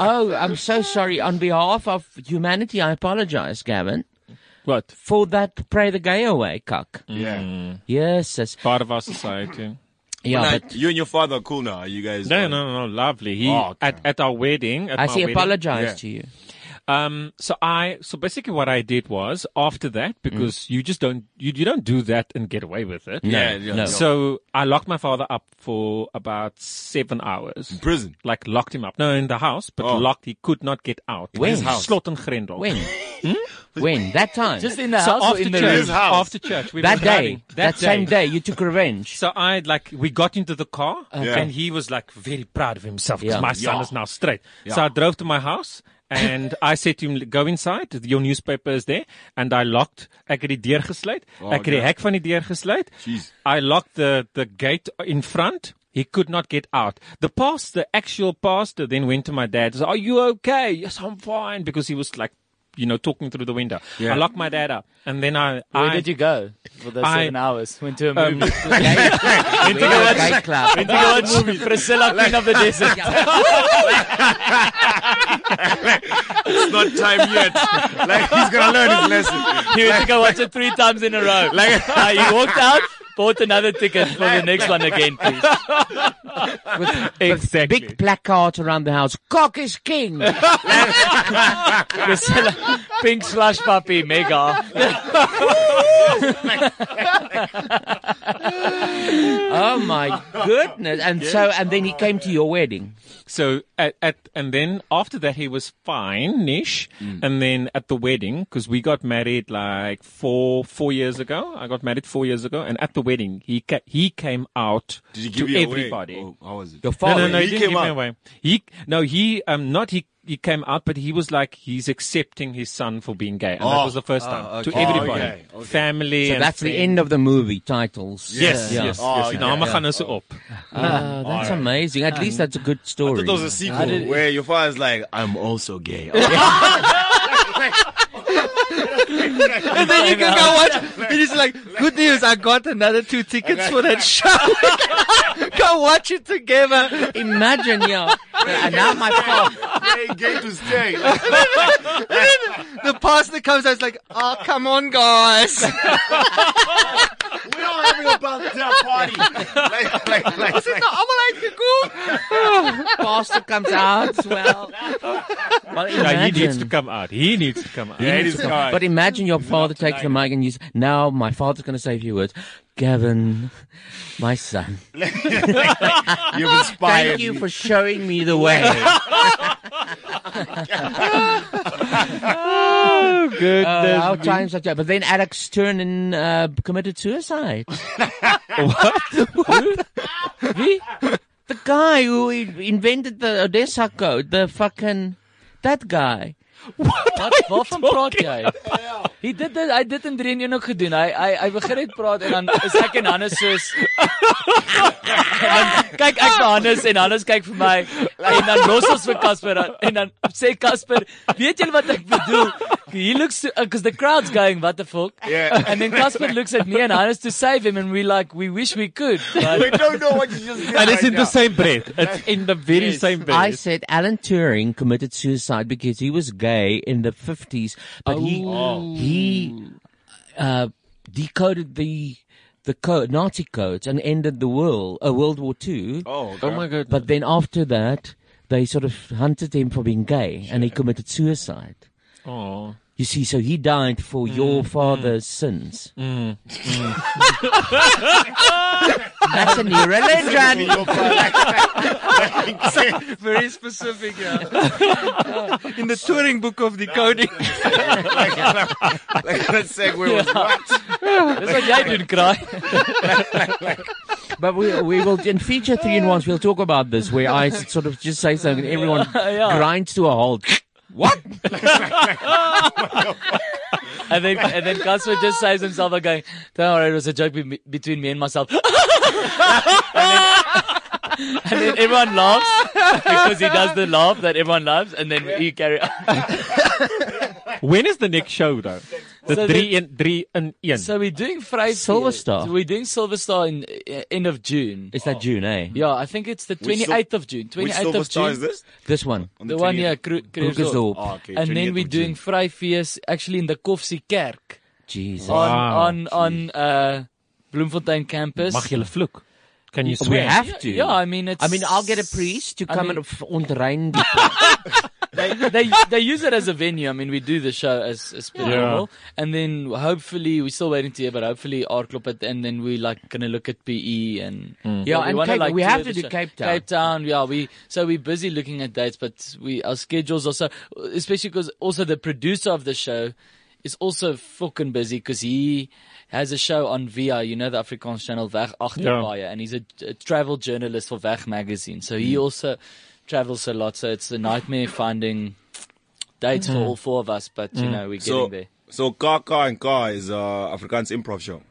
[SPEAKER 2] Oh, I'm so sorry. On behalf of humanity, I apologize, Gavin.
[SPEAKER 3] What?
[SPEAKER 2] For that pray the gay away cuck.
[SPEAKER 7] Yeah.
[SPEAKER 2] Yes, that's
[SPEAKER 3] part of our society.
[SPEAKER 2] Yeah,
[SPEAKER 7] Well, now,
[SPEAKER 2] but
[SPEAKER 7] you and your father are cool now. Are you guys?
[SPEAKER 3] No, no, no, no, lovely. He
[SPEAKER 7] Oh,
[SPEAKER 3] at, at our wedding. At
[SPEAKER 2] Has
[SPEAKER 3] my
[SPEAKER 2] he
[SPEAKER 3] wedding-
[SPEAKER 2] apologized to you?
[SPEAKER 3] Um, so I, so basically, what I did was after that,
[SPEAKER 2] Mm.
[SPEAKER 3] because you just don't, you, you don't do that and get away with it.
[SPEAKER 7] No, Yeah, yeah, no.
[SPEAKER 3] So I locked my father up for about seven hours. In Oh.
[SPEAKER 7] prison?
[SPEAKER 3] Like locked him up? No, in the house, but locked. He could not get out.
[SPEAKER 2] When?
[SPEAKER 3] His house. Slot and Grendel.
[SPEAKER 2] When? When? That time?
[SPEAKER 3] Just in the So house or after in the church, room? after church, we
[SPEAKER 2] that
[SPEAKER 3] were
[SPEAKER 2] day,
[SPEAKER 3] driving.
[SPEAKER 2] that,
[SPEAKER 3] That
[SPEAKER 2] same
[SPEAKER 3] day.
[SPEAKER 2] day, you took revenge.
[SPEAKER 3] So I like we got into the car
[SPEAKER 2] Okay.
[SPEAKER 3] and he was like very proud of himself because
[SPEAKER 2] Yeah.
[SPEAKER 3] my son
[SPEAKER 2] Yeah.
[SPEAKER 3] is now straight.
[SPEAKER 2] Yeah.
[SPEAKER 3] So I drove to my house and I said to him go inside your newspaper is there and I locked ek het die deur gesluit.
[SPEAKER 7] Oh,
[SPEAKER 3] ek het die
[SPEAKER 7] yeah.
[SPEAKER 3] hek van die deur gesluit.
[SPEAKER 7] Jeez.
[SPEAKER 3] I locked the the gate in front. He could not get out. The pastor, actual pastor, then went to my dad. Said, "Are you okay?" Yes, I'm fine because he was like, you know, talking through the window.
[SPEAKER 4] Yeah.
[SPEAKER 3] I locked my dad up, and then I.
[SPEAKER 4] Where
[SPEAKER 3] I,
[SPEAKER 4] did you go for the
[SPEAKER 3] I-
[SPEAKER 4] seven hours? Went to a
[SPEAKER 3] Um,
[SPEAKER 4] movie.
[SPEAKER 3] Went to go watch-
[SPEAKER 4] Gay club.
[SPEAKER 3] went to go watch
[SPEAKER 4] movie. Priscilla, Queen of the Desert.
[SPEAKER 7] it's not time yet. Like he's gonna learn his lesson.
[SPEAKER 4] He went to go watch it three times in a row. Like he walked out, bought another ticket for the next one again, please.
[SPEAKER 2] exactly. Big placard around the house. Cock is king.
[SPEAKER 4] Priscilla, pink slush puppy, mega.
[SPEAKER 2] oh my goodness! And so, and then he came to your wedding.
[SPEAKER 3] So at, at and then after that he was fine nish,
[SPEAKER 2] Mm.
[SPEAKER 3] and then at the wedding because we got married like four four years ago. I got married four years ago, and at the wedding he ca- he came out
[SPEAKER 7] Did he give
[SPEAKER 3] to
[SPEAKER 7] you
[SPEAKER 3] everybody.
[SPEAKER 7] Away? Oh, how was it?
[SPEAKER 3] Your father? No, no, no, he,
[SPEAKER 7] He
[SPEAKER 3] didn't
[SPEAKER 7] came
[SPEAKER 3] give me
[SPEAKER 7] out.
[SPEAKER 3] away. He no, he um not he he came out, but he was like he's accepting his son for being gay, and that
[SPEAKER 2] Oh.
[SPEAKER 3] was the first
[SPEAKER 2] Oh,
[SPEAKER 3] time to
[SPEAKER 2] okay.
[SPEAKER 3] everybody,
[SPEAKER 2] Oh, okay, okay.
[SPEAKER 3] family.
[SPEAKER 2] So
[SPEAKER 3] and
[SPEAKER 2] that's the
[SPEAKER 3] friends.
[SPEAKER 2] end of the movie titles.
[SPEAKER 3] Yes, yes, yes. Nou, maar gaan ons op.
[SPEAKER 2] Ah, that's
[SPEAKER 7] Oh, Alright.
[SPEAKER 2] amazing. At least that's a good story.
[SPEAKER 7] I thought there was a sequel where your father's like, "I'm also gay." Oh,
[SPEAKER 6] And then you can go watch. And he's like, good news, I got another two tickets for that show. go watch it together.
[SPEAKER 2] Imagine, yeah. And now my
[SPEAKER 6] father.
[SPEAKER 7] Gay to stay.
[SPEAKER 6] the pastor comes out, is like, oh, come on, guys.
[SPEAKER 7] We're all having a birthday party. Like, like, like,
[SPEAKER 6] This is not allemaal uitgekoeld.
[SPEAKER 2] Pastor comes out. Well, well
[SPEAKER 3] Yeah, he
[SPEAKER 2] imagine.
[SPEAKER 3] needs to come out. He needs to come out.
[SPEAKER 2] He needs to- But imagine your father takes the mic and you say, now my father's going to say a few words. Gavin, my son.
[SPEAKER 1] You've
[SPEAKER 2] Thank
[SPEAKER 1] inspired
[SPEAKER 2] you
[SPEAKER 1] me.
[SPEAKER 2] for showing me the way.
[SPEAKER 1] Oh,
[SPEAKER 2] good.
[SPEAKER 1] goodness
[SPEAKER 2] how
[SPEAKER 1] me.
[SPEAKER 2] times like that. But then Alex Turner uh, committed suicide. what? He? The guy who in- invented the Odessa code, the fucking. That guy.
[SPEAKER 4] Wat waarvan praat jy? Hy dit dit- hy dit in 3 en 1 ook gedoen. Hy hy hy begin net praat en dan is ek en Hannes soos En dan kyk ek vir Hannes en Hannes kyk vir my en dan los ons vir Casper dan- en dan sê Casper, "Weet julle wat ek bedoel? He looks because the crowd's going what the fuck."
[SPEAKER 7] Yeah.
[SPEAKER 4] And then Casper looks at me and Hannes to save him and we like we wish we could. But
[SPEAKER 7] we don't know what you just did.
[SPEAKER 3] And it's in
[SPEAKER 7] right
[SPEAKER 3] the
[SPEAKER 7] now.
[SPEAKER 3] same breath. It's in the very same breath.
[SPEAKER 2] I said Alan Turing committed suicide because he was gay in the 50s, but he
[SPEAKER 7] Oh.
[SPEAKER 2] he uh, decoded the the code, Nazi codes and ended the world, uh, World War Two.
[SPEAKER 7] Oh, okay. Oh my
[SPEAKER 2] god! But then after that, they sort of hunted him for being gay, and he committed suicide.
[SPEAKER 3] Oh.
[SPEAKER 2] You see, so he died for
[SPEAKER 7] Mm.
[SPEAKER 2] your father's sins.
[SPEAKER 3] Mm.
[SPEAKER 2] That's a new
[SPEAKER 1] religion.
[SPEAKER 6] Very specific, yeah. In the touring book of decoding.
[SPEAKER 7] Like that segue was what?
[SPEAKER 4] Dis wat jy doen, kraai.
[SPEAKER 2] But we we will in feature three and ones we'll talk about this where I s- sort of just say something and everyone
[SPEAKER 4] Yeah.
[SPEAKER 2] grinds to a halt. What?
[SPEAKER 4] and then and then Casper just says himself like going, "Don't worry, it was a joke be- between me and myself." and, then, and then everyone laughs because he does the laugh that everyone loves, and then you carry on.
[SPEAKER 3] When is the next show though? The
[SPEAKER 4] So
[SPEAKER 3] three
[SPEAKER 4] that-
[SPEAKER 3] in three in in.
[SPEAKER 4] So we're doing Friday.
[SPEAKER 2] Silver Star.
[SPEAKER 4] So we're doing Silver Star in uh, end of June.
[SPEAKER 2] It's that June, eh?
[SPEAKER 4] Yeah, I think it's the
[SPEAKER 2] Which
[SPEAKER 4] twenty
[SPEAKER 2] sil-
[SPEAKER 4] eighth of June.
[SPEAKER 2] which
[SPEAKER 4] Twenty eighth
[SPEAKER 2] Silver
[SPEAKER 4] of June.
[SPEAKER 2] Star is this? This one.
[SPEAKER 4] On
[SPEAKER 2] the
[SPEAKER 4] the one,
[SPEAKER 2] 28th.
[SPEAKER 4] yeah, Kru- Krugersdorp.
[SPEAKER 2] Krugersdorp. Ah, okay,
[SPEAKER 4] and
[SPEAKER 2] 28th
[SPEAKER 4] then
[SPEAKER 2] of
[SPEAKER 4] we're doing Vryfees actually in the Kofsi Kerk.
[SPEAKER 2] Jesus.
[SPEAKER 4] On
[SPEAKER 2] Wow.
[SPEAKER 4] on on uh, Bloemfontein campus.
[SPEAKER 2] Mag julle vloek?
[SPEAKER 3] Can
[SPEAKER 2] you swear? We have to.
[SPEAKER 4] Yeah, I mean, it's.
[SPEAKER 2] I mean, I'll get a priest to
[SPEAKER 4] I
[SPEAKER 2] come
[SPEAKER 4] mean-
[SPEAKER 2] and f- ontrein die
[SPEAKER 4] they, they they use it as a venue. I mean, we do the show as as per
[SPEAKER 2] Yeah.
[SPEAKER 4] normal, and then hopefully we're still waiting to hear, but hopefully our club at and then we like gonna look at PE and
[SPEAKER 2] Mm. Yeah,
[SPEAKER 4] we
[SPEAKER 2] and
[SPEAKER 4] wanna,
[SPEAKER 2] Cape- we have
[SPEAKER 4] tour
[SPEAKER 2] to
[SPEAKER 4] the
[SPEAKER 2] do
[SPEAKER 4] show.
[SPEAKER 2] Cape Town.
[SPEAKER 4] Cape Town, yeah. We so we're busy looking at dates, but we our schedules also, especially because also the producer of the show is also fucking busy because he has a show on VI, you know, the Afrikaans channel Weg Achterbaie, Oh, and he's a, a travel journalist for Weg magazine. So he
[SPEAKER 2] Mm.
[SPEAKER 4] also travels a lot. So it's a nightmare finding dates for
[SPEAKER 2] Hmm.
[SPEAKER 7] Mm.
[SPEAKER 4] all four of us, but you know, we're getting
[SPEAKER 7] so,
[SPEAKER 4] there.
[SPEAKER 7] So Ka Ka and Ka is uh, Afrikaans improv show.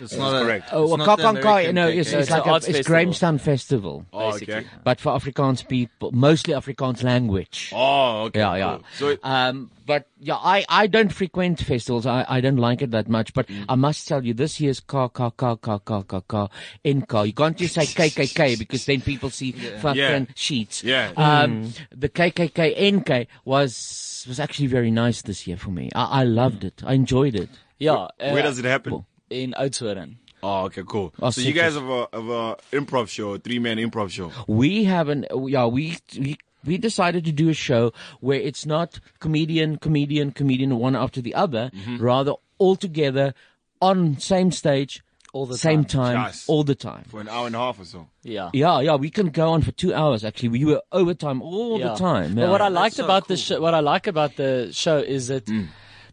[SPEAKER 6] It's
[SPEAKER 2] not
[SPEAKER 4] a-
[SPEAKER 7] correct.
[SPEAKER 2] Oh, well, Kakankai, no, it's, it's,
[SPEAKER 4] eh? It's
[SPEAKER 2] like
[SPEAKER 4] an
[SPEAKER 2] a,
[SPEAKER 4] arts
[SPEAKER 2] it's
[SPEAKER 4] festival.
[SPEAKER 2] Grahamstown Festival.
[SPEAKER 7] Oh, okay.
[SPEAKER 2] But for Afrikaans people, mostly Afrikaans language.
[SPEAKER 7] Oh, okay.
[SPEAKER 2] Yeah, yeah.
[SPEAKER 7] cool. So it,
[SPEAKER 2] Um, but yeah, I, I don't frequent festivals. I, I don't like it that much. But I must tell you, this year's car, car, car, car, car, car, car, in car. You can't just say KKK because then people see fucking
[SPEAKER 5] Yeah.
[SPEAKER 2] sheets.
[SPEAKER 5] Yeah.
[SPEAKER 2] Um, the KKK NK was, was actually very nice this year for me. I, I loved it. I enjoyed it.
[SPEAKER 4] Yeah.
[SPEAKER 2] Uh,
[SPEAKER 7] Where- where does it happen?
[SPEAKER 4] In Oudtshoorn.
[SPEAKER 7] oh, okay, cool.
[SPEAKER 2] Oh,
[SPEAKER 7] so you
[SPEAKER 2] super.
[SPEAKER 7] guys have a have a improv show, three man improv show.
[SPEAKER 2] We haven't. Yeah, we we we decided to do a show where it's not comedian, comedian, comedian, one after the other, rather all together on same stage, all
[SPEAKER 7] the
[SPEAKER 2] same
[SPEAKER 7] time.
[SPEAKER 2] time,
[SPEAKER 7] Yes.
[SPEAKER 2] all the time.
[SPEAKER 7] for an hour and a half or so.
[SPEAKER 4] Yeah.
[SPEAKER 2] Yeah, yeah, we can go on for two hours. Actually, we were overtime all the
[SPEAKER 4] Yeah.
[SPEAKER 2] time.
[SPEAKER 4] But
[SPEAKER 2] yeah. Hmm.
[SPEAKER 4] what I liked about the show, what I like about the show is that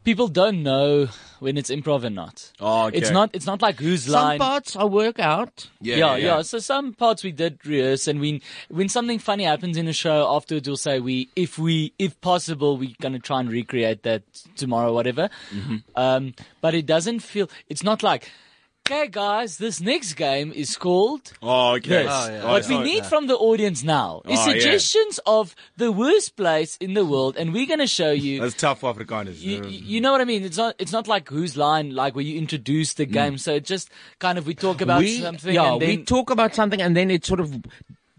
[SPEAKER 4] people don't know when it's improv or not.
[SPEAKER 7] Oh,
[SPEAKER 4] It's not. It's not like whose
[SPEAKER 2] Some
[SPEAKER 4] line.
[SPEAKER 2] parts I work out.
[SPEAKER 4] yeah yeah, So some parts we did rehearse, and when when something funny happens in a show, afterwards we'll say we, if we, if possible, we're gonna try and recreate that tomorrow, whatever. Um, but it doesn't feel. It's not like. Okay, guys, this next game is called.
[SPEAKER 7] Oh,
[SPEAKER 4] Yes.
[SPEAKER 7] okay. Oh, yeah.
[SPEAKER 4] What
[SPEAKER 7] Oh,
[SPEAKER 4] we
[SPEAKER 7] yeah.
[SPEAKER 4] need from the audience now is
[SPEAKER 7] Oh, yeah.
[SPEAKER 4] suggestions of the worst place in the world, and we're going to show you.
[SPEAKER 7] That's tough for Afrikaners.
[SPEAKER 4] You, you know what I mean? It's not. It's not like whose line, like where you introduce
[SPEAKER 7] Mm.
[SPEAKER 4] the game. So it just kind of we talk about
[SPEAKER 2] we,
[SPEAKER 4] something.
[SPEAKER 2] Yeah,
[SPEAKER 4] and then,
[SPEAKER 2] we talk about something and then it sort of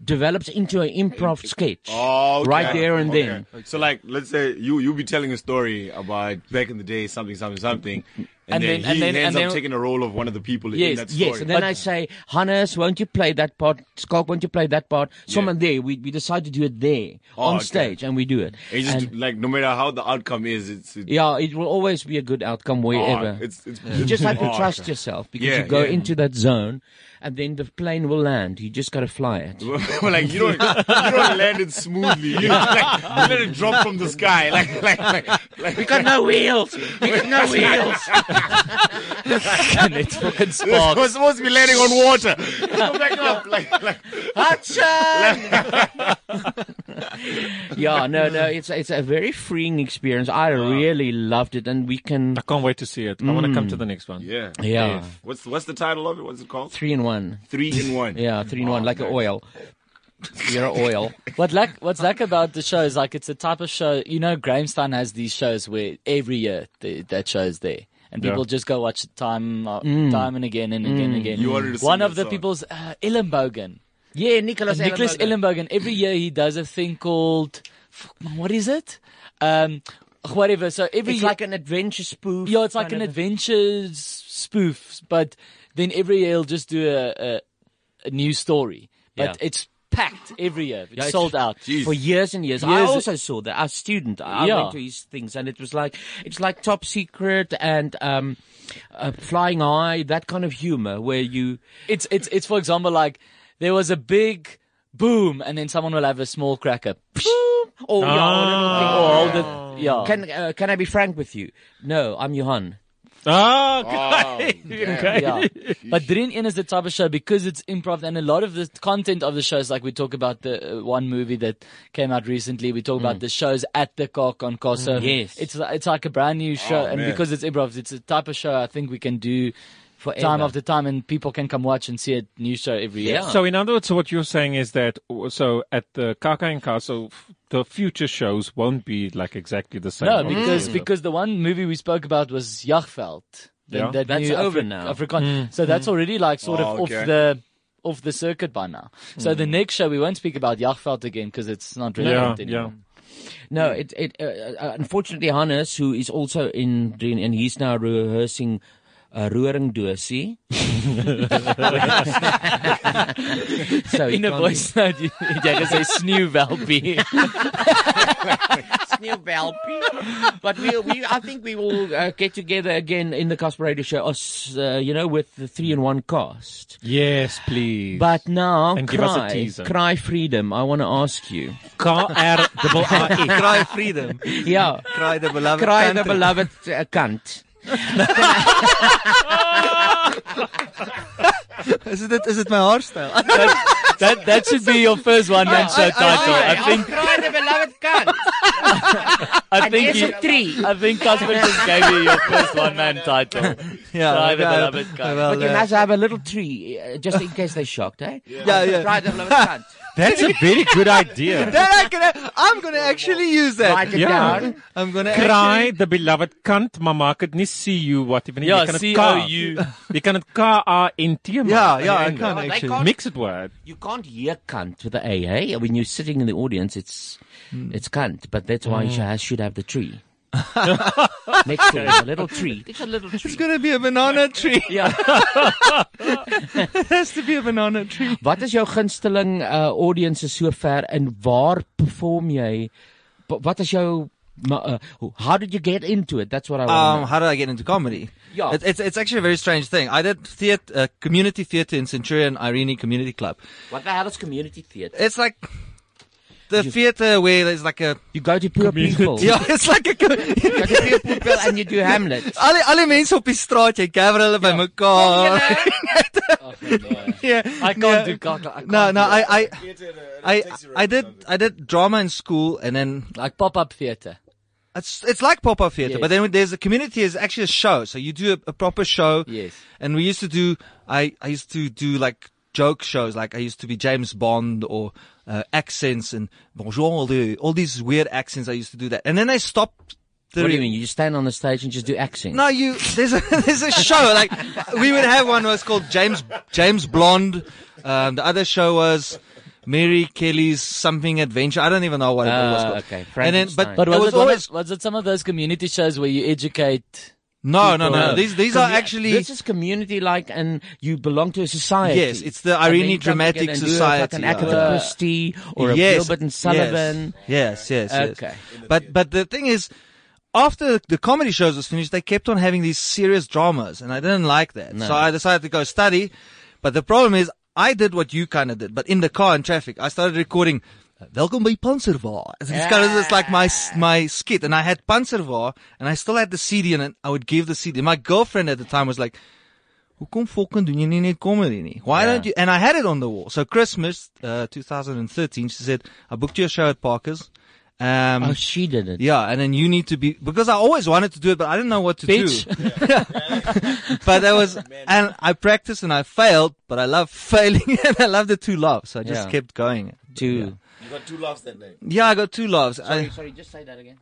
[SPEAKER 2] develops into an improv sketch.
[SPEAKER 7] Oh, okay.
[SPEAKER 2] Right there and
[SPEAKER 7] Okay.
[SPEAKER 2] then.
[SPEAKER 7] So, like, let's say you you be telling a story about back in the day, something, something, something, and,
[SPEAKER 2] And
[SPEAKER 7] then,
[SPEAKER 2] then- and
[SPEAKER 7] he
[SPEAKER 2] then-
[SPEAKER 7] ends
[SPEAKER 2] and
[SPEAKER 7] up
[SPEAKER 2] then-
[SPEAKER 7] taking a role of one of the people in that story.
[SPEAKER 2] yes. And then I say, Hannes, won't you play that part? Skok, won't you play that part? Someone there. We, we decide to do it there
[SPEAKER 7] Oh,
[SPEAKER 2] on
[SPEAKER 7] okay.
[SPEAKER 2] stage, and we do it.
[SPEAKER 7] And you just
[SPEAKER 2] And-
[SPEAKER 7] do- like no matter how the outcome is, it's, it's
[SPEAKER 2] yeah, it will always be a good outcome wherever.
[SPEAKER 7] Oh, it's- it's-
[SPEAKER 2] you just have to
[SPEAKER 7] Oh,
[SPEAKER 2] trust
[SPEAKER 7] okay.
[SPEAKER 2] yourself because
[SPEAKER 7] Yeah,
[SPEAKER 2] you go
[SPEAKER 7] yeah.
[SPEAKER 2] into that zone, and then the plane will land. You just got to fly it.
[SPEAKER 7] We're like you don't you don't land it smoothly. You, just, like, you let it drop from the sky. Like like like, like
[SPEAKER 2] Mm-hmm. We got no wheels. We got no wheels.
[SPEAKER 4] and it fucking sparks.
[SPEAKER 7] We're supposed to be landing on water. Go back up. Like like
[SPEAKER 2] yeah, no, no, it's it's a very freeing experience. I
[SPEAKER 7] Ah.
[SPEAKER 2] really loved it, and we can. I
[SPEAKER 3] can't wait to see it. I want to come to the next one.
[SPEAKER 7] Yeah.
[SPEAKER 2] Yeah.
[SPEAKER 7] What's what's the title of it? What's it called?
[SPEAKER 2] Three in one.
[SPEAKER 7] Three in one.
[SPEAKER 2] yeah, three in one, Oh, like an oil. You're an oil.
[SPEAKER 4] What like what's like about the show is like it's a type of show. You know, Grahamstown has these shows where every year the, that show is there, and people
[SPEAKER 2] Yeah.
[SPEAKER 4] just go watch it time uh,
[SPEAKER 2] Mm.
[SPEAKER 4] time and again and again and
[SPEAKER 2] Mm.
[SPEAKER 4] again.
[SPEAKER 2] You wanted to
[SPEAKER 4] One
[SPEAKER 2] sing
[SPEAKER 4] of the
[SPEAKER 2] that song.
[SPEAKER 4] people's uh, Illenbogen.
[SPEAKER 2] Yeah, Nicholas
[SPEAKER 4] And Nicholas Illenbogen. Every year he does a thing called fuck, man, what is it? Um, whatever. So every
[SPEAKER 2] It's
[SPEAKER 4] year-
[SPEAKER 2] like an adventure spoof.
[SPEAKER 4] yeah, it's like an
[SPEAKER 2] kind of-
[SPEAKER 4] adventure s- spoof, but then every year he'll just do a, a, a new story. But
[SPEAKER 2] Yeah.
[SPEAKER 4] it's packed every year. It's
[SPEAKER 2] Yeah, it's-
[SPEAKER 4] sold out.
[SPEAKER 2] for years and years. I
[SPEAKER 4] Years-
[SPEAKER 2] also saw that. Our student, I
[SPEAKER 4] Yeah.
[SPEAKER 2] went to his things, and it was like it's like top secret and um, uh, flying high, that kind of humor where you.
[SPEAKER 4] It's it's it's for example like there was a big boom and then someone will have a small cracker.
[SPEAKER 2] Or, yeah, or a little thing.
[SPEAKER 4] Or hold it. Ah. Yeah.
[SPEAKER 2] Can uh, can I be frank with you? No, I'm Johan.
[SPEAKER 3] Ah,
[SPEAKER 4] okay.
[SPEAKER 1] Oh,
[SPEAKER 4] okay.
[SPEAKER 1] yeah.
[SPEAKER 4] Yeah. But 3 in 1 is the type of show because it's improv and a lot of the content of the shows, like we talk about the uh, one movie that came out recently, we talk about the shows at the Cock on Casa.
[SPEAKER 2] Mm, yes.
[SPEAKER 4] It's, li- it's like a brand new show.
[SPEAKER 2] Oh,
[SPEAKER 4] and
[SPEAKER 2] man.
[SPEAKER 4] because it's improv, it's a type of show I think we can do time
[SPEAKER 2] Forever.
[SPEAKER 4] after time and people can come watch and see a new show every year.
[SPEAKER 3] So in other words, what you're saying is that so at the Kaka and Castle, the future shows won't be like exactly the same. Mm.
[SPEAKER 4] No, because
[SPEAKER 6] Mm.
[SPEAKER 4] because the one movie we spoke about was Jagveld.
[SPEAKER 3] Yeah. That's over now.
[SPEAKER 4] Afrikaans.
[SPEAKER 3] Mm,
[SPEAKER 4] So that's
[SPEAKER 3] mm.
[SPEAKER 4] already like sort of
[SPEAKER 2] Oh, okay.
[SPEAKER 4] off the off the circuit by now. So
[SPEAKER 2] Mm.
[SPEAKER 4] the next show we won't speak about Jagveld again because it's not relevant anymore.
[SPEAKER 2] No, it it uh, uh, unfortunately Hannes, who is also in doing, and he's now rehearsing. Uh, roering Dosie. so
[SPEAKER 4] In a voice note, jy kan sê sneeu welpie.
[SPEAKER 2] sneeu welpie. But we, we, I think we will uh, get together again in the Casper Radio Show, us, uh, you know, with the three in one cast.
[SPEAKER 3] Yes, please.
[SPEAKER 2] But now,
[SPEAKER 3] And
[SPEAKER 2] cry,
[SPEAKER 3] give us a teaser. E
[SPEAKER 2] cry freedom. I want to ask you.
[SPEAKER 3] K-R-I-E. Cry
[SPEAKER 6] freedom.
[SPEAKER 2] Yeah.
[SPEAKER 6] Cry the beloved
[SPEAKER 2] Cry
[SPEAKER 6] cunt.
[SPEAKER 2] the beloved uh, cunt.
[SPEAKER 6] Is dit is dit my haarstyl?
[SPEAKER 4] that, that that should be your first
[SPEAKER 6] Oh,
[SPEAKER 4] one man show title. I think
[SPEAKER 2] Cry the beloved cunt.
[SPEAKER 4] I think
[SPEAKER 2] there's
[SPEAKER 4] you,
[SPEAKER 2] a three.
[SPEAKER 4] I think Casper just gave you your first one man title.
[SPEAKER 2] Yeah,
[SPEAKER 4] Cry the
[SPEAKER 2] maybe I-
[SPEAKER 4] beloved guy.
[SPEAKER 2] but you must have a little tree, uh, just in case they're shocked, eh?
[SPEAKER 6] Yeah, yeah.
[SPEAKER 2] Cry the beloved cunt.
[SPEAKER 3] That's a very good idea.
[SPEAKER 6] That I can, I'm going to actually use that.
[SPEAKER 2] Write it
[SPEAKER 3] Yeah.
[SPEAKER 2] down.
[SPEAKER 6] I'm going to
[SPEAKER 3] Cry the beloved cunt, maar maak het nie C U wat even nie.
[SPEAKER 6] Ja,
[SPEAKER 3] Jy kan dit
[SPEAKER 6] C-O-U.
[SPEAKER 3] K. Jy kan dit K A N T maak.
[SPEAKER 2] Ja, ja,
[SPEAKER 3] aan die einde.
[SPEAKER 2] I can actually. They can't-
[SPEAKER 3] Mix it word.
[SPEAKER 2] You can't hear cunt with the A, eh? When you're sitting in the audience, it's
[SPEAKER 3] Hmm.
[SPEAKER 2] it's cunt, but that's why
[SPEAKER 6] Mm.
[SPEAKER 2] she has, should have the tree. Next to it, a little tree. It's a little tree. It's
[SPEAKER 6] going to be a banana tree.
[SPEAKER 2] Yeah.
[SPEAKER 6] It has to be a banana tree.
[SPEAKER 2] Wat is jou gunsteling uh, audience sover en waar perform jy? Wa- Wat is jou ma- uh, how did you get into it? That's what I want.
[SPEAKER 6] Um, how did I get into comedy?
[SPEAKER 2] Yeah.
[SPEAKER 6] It, it's it's actually a very strange thing. I did theater, uh, community theater in Centurion Irene Community Club.
[SPEAKER 2] what the hell is community theater?
[SPEAKER 6] It's like the theater where there's like a
[SPEAKER 2] you go to poor people.
[SPEAKER 6] Yeah, it's like a
[SPEAKER 2] people and you do Hamlet.
[SPEAKER 6] al die, al die mense op die straat, jy gather hulle bymekaar. Yeah.
[SPEAKER 4] I can't do Kaka. I can't
[SPEAKER 6] No, no,
[SPEAKER 4] do
[SPEAKER 6] I
[SPEAKER 4] it.
[SPEAKER 6] I I I did I did drama in school and then
[SPEAKER 4] like pop-up theater.
[SPEAKER 6] It's it's like pop-up theater,
[SPEAKER 4] Yes.
[SPEAKER 6] but then there's a community is actually a show. So you do a, a proper show.
[SPEAKER 4] Yes.
[SPEAKER 6] And we used to do I I used to do like joke shows like I used to be James Bond or uh, accents and bonjour all the all these weird accents I used to do that. And then I stopped the
[SPEAKER 2] What do you mean? You just stand on the stage and just do accents?
[SPEAKER 6] no, you there's a there's a show like we would have one was called James James Blonde. Um, the other show was Mary Kelly's something adventure. I don't even know what it was
[SPEAKER 2] Ah,
[SPEAKER 6] called.
[SPEAKER 2] okay.
[SPEAKER 6] And then but
[SPEAKER 4] but was
[SPEAKER 6] it was
[SPEAKER 4] it, one of-
[SPEAKER 6] always
[SPEAKER 4] was it some of those community shows where you educate?
[SPEAKER 6] No, no,
[SPEAKER 4] people?
[SPEAKER 6] no. These these are
[SPEAKER 2] Commu-
[SPEAKER 6] actually
[SPEAKER 2] this is community like, and you belong to a society.
[SPEAKER 6] Yes, it's the
[SPEAKER 2] And then
[SPEAKER 6] Irene
[SPEAKER 2] you come together
[SPEAKER 6] Dramatic
[SPEAKER 2] and do
[SPEAKER 6] Society,
[SPEAKER 2] Like an
[SPEAKER 6] yeah.
[SPEAKER 2] Agatha
[SPEAKER 6] Yeah.
[SPEAKER 2] Christie or
[SPEAKER 6] Yes,
[SPEAKER 2] a Gilbert and
[SPEAKER 6] yes.
[SPEAKER 2] Sullivan.
[SPEAKER 6] Yes, yes, yes.
[SPEAKER 2] Okay.
[SPEAKER 6] But but the thing is, after the comedy shows was finished, they kept on having these serious dramas, and I didn't like that.
[SPEAKER 2] No.
[SPEAKER 6] So I decided to go study. But the problem is, I did what you kind of did, but in the car in traffic, I started recording. uh, Welcome by Panzervar. It's kind of just like my s- my skit, and I had Panzervar, and I still had the CD, and I would give the CD. My girlfriend at the time was like, Hoekom fucking doen jy nie net comedy nie? Why don't you and I had it on the wall. So Christmas uh 2013 she said I booked you a show at Parker's. Um
[SPEAKER 2] Oh, she did it.
[SPEAKER 6] Yeah, and then you need to be because I always wanted to do it but I didn't know what to
[SPEAKER 2] Bitch.
[SPEAKER 6] do. but that was and I practiced and I failed, but I love failing and I love the two laughs. So I just
[SPEAKER 2] Yeah.
[SPEAKER 6] kept going.
[SPEAKER 2] Two.
[SPEAKER 7] You got two laughs that night.
[SPEAKER 6] Yeah, I got two laughs. I,
[SPEAKER 2] sorry, just say that again.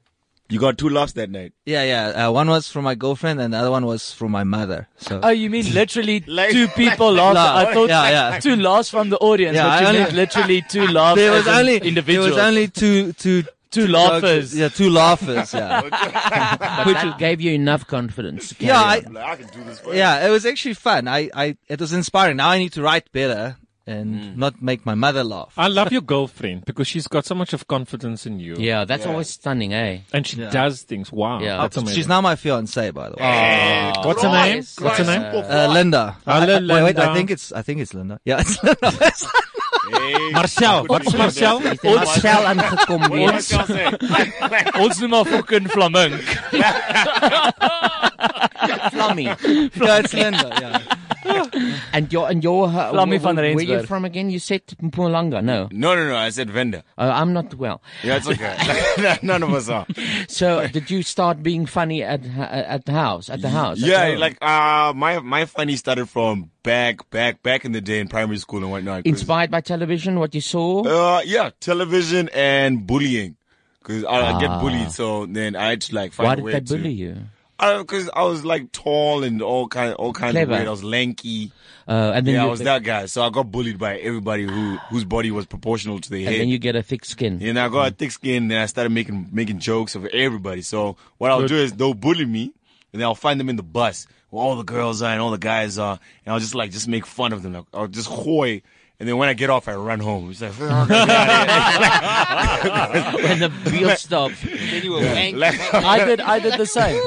[SPEAKER 6] you got two laughs that night. Yeah, yeah. Uh, one was from my girlfriend and the other one was from my mother. So
[SPEAKER 4] Oh, you mean literally two people laughed?
[SPEAKER 6] No,
[SPEAKER 4] I thought
[SPEAKER 6] yeah, yeah.
[SPEAKER 4] two laughs from the audience,
[SPEAKER 6] Yeah,
[SPEAKER 4] but
[SPEAKER 6] I
[SPEAKER 4] you
[SPEAKER 6] only-
[SPEAKER 4] meant literally two laughs
[SPEAKER 6] there
[SPEAKER 4] as
[SPEAKER 6] was
[SPEAKER 4] an
[SPEAKER 6] only
[SPEAKER 4] individual.
[SPEAKER 6] There was only two, two,
[SPEAKER 4] two laughers.
[SPEAKER 6] Yeah, two laughers. Yeah,
[SPEAKER 2] But
[SPEAKER 6] Which-
[SPEAKER 2] that gave you enough confidence. to carry
[SPEAKER 6] yeah. I,
[SPEAKER 2] on.
[SPEAKER 7] I can do this.
[SPEAKER 6] yeah, it was actually fun. I, I, it was inspiring. Now I need to write better and
[SPEAKER 7] Mm.
[SPEAKER 6] not make my mother laugh.
[SPEAKER 3] I love your girlfriend because she's got so much of confidence in you.
[SPEAKER 2] Yeah, that's Yeah. always stunning, eh?
[SPEAKER 3] And she
[SPEAKER 6] Yeah.
[SPEAKER 3] does things. Wow.
[SPEAKER 6] Yeah.
[SPEAKER 3] That's
[SPEAKER 6] Uh,
[SPEAKER 3] amazing.
[SPEAKER 6] she's now my fiancée, by the way.
[SPEAKER 3] Hey, Oh. What's her name? Christ, What's her name? Christ.
[SPEAKER 6] Uh, Linda.
[SPEAKER 3] Hello,
[SPEAKER 6] I- I- wait, wait,
[SPEAKER 3] Linda.
[SPEAKER 6] I think it's, I think it's Linda. Yeah, it's Linda.
[SPEAKER 3] Marcel, wat's Marcel?
[SPEAKER 2] Marcel aangekom weer.
[SPEAKER 4] Ons noem maar fucking flamink.
[SPEAKER 2] Flammy.
[SPEAKER 6] Ja, it's Linda, yeah.
[SPEAKER 2] and you're and you're uh,
[SPEAKER 7] Flammy van
[SPEAKER 2] where, where you
[SPEAKER 7] Rensburg.
[SPEAKER 2] from again? You said Mpumalanga, no?
[SPEAKER 7] No, no, no. I said vendor.
[SPEAKER 2] Oh, I'm not well.
[SPEAKER 7] Yeah, it's okay. None of us are.
[SPEAKER 2] So, did you start being funny at h- at the house? At the house? at
[SPEAKER 7] Yeah,
[SPEAKER 2] home?
[SPEAKER 7] like uh, my my funny started from back back back in the day in primary school and whatnot. 'cause-
[SPEAKER 2] inspired by television, what you saw.
[SPEAKER 7] Uh, yeah, television and bullying. Because I, I
[SPEAKER 2] Ah.
[SPEAKER 7] get bullied, so then I had to like find
[SPEAKER 2] Why
[SPEAKER 7] a
[SPEAKER 2] did
[SPEAKER 7] way
[SPEAKER 2] they
[SPEAKER 7] to-
[SPEAKER 2] bully you?
[SPEAKER 7] Because I, was like tall and all kind, all kind
[SPEAKER 2] Clever.
[SPEAKER 7] of weird. I was lanky.
[SPEAKER 2] Uh, and then
[SPEAKER 7] yeah, I
[SPEAKER 2] you-
[SPEAKER 7] was that guy. So I got bullied by everybody who whose body was proportional to their
[SPEAKER 2] And
[SPEAKER 7] head.
[SPEAKER 2] then you get a thick skin. Mm.
[SPEAKER 7] And I got a thick skin, and I started making making jokes of everybody. So what I'll do is they'll bully me, and then I'll find them in the bus where all the girls are and all the guys are, and I'll just like just make fun of them. Like, I'll just hoy, and then when I get off, I run home. It's like,
[SPEAKER 2] when the wheel stops,
[SPEAKER 4] Then
[SPEAKER 7] you were Yeah. wanked.
[SPEAKER 4] I did. I did the same.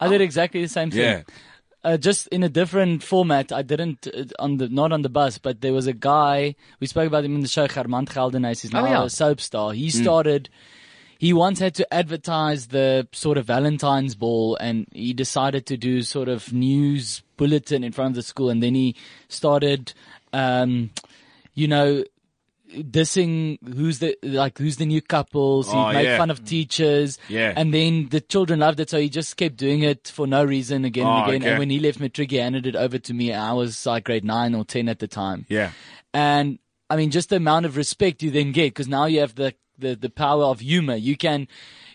[SPEAKER 4] I did exactly the same thing.
[SPEAKER 7] Yeah.
[SPEAKER 4] Uh, just in a different format. I didn't uh, on the not on the bus, but there was a guy we spoke about him in the show. Germán Geldenhuys. He's
[SPEAKER 2] Oh,
[SPEAKER 4] now
[SPEAKER 2] yeah.
[SPEAKER 4] a soap star. He
[SPEAKER 2] Mm.
[SPEAKER 4] started. He once had to advertise the sort of Valentine's ball, and he decided to do sort of news bulletin in front of the school, and then he started, um, you know, dissing who's the like who's the new couple. So
[SPEAKER 7] Oh,
[SPEAKER 4] he'd make
[SPEAKER 7] yeah.
[SPEAKER 4] fun of teachers.
[SPEAKER 7] Yeah.
[SPEAKER 4] And then the children loved it, so he just kept doing it for no reason again
[SPEAKER 7] Oh,
[SPEAKER 4] and again.
[SPEAKER 7] okay.
[SPEAKER 4] And when he left Matric, he handed it over to me. and I was like grade nine or ten at the time.
[SPEAKER 7] yeah.
[SPEAKER 4] And I mean, just the amount of respect you then get because now you have the, the, the power of humor. You can,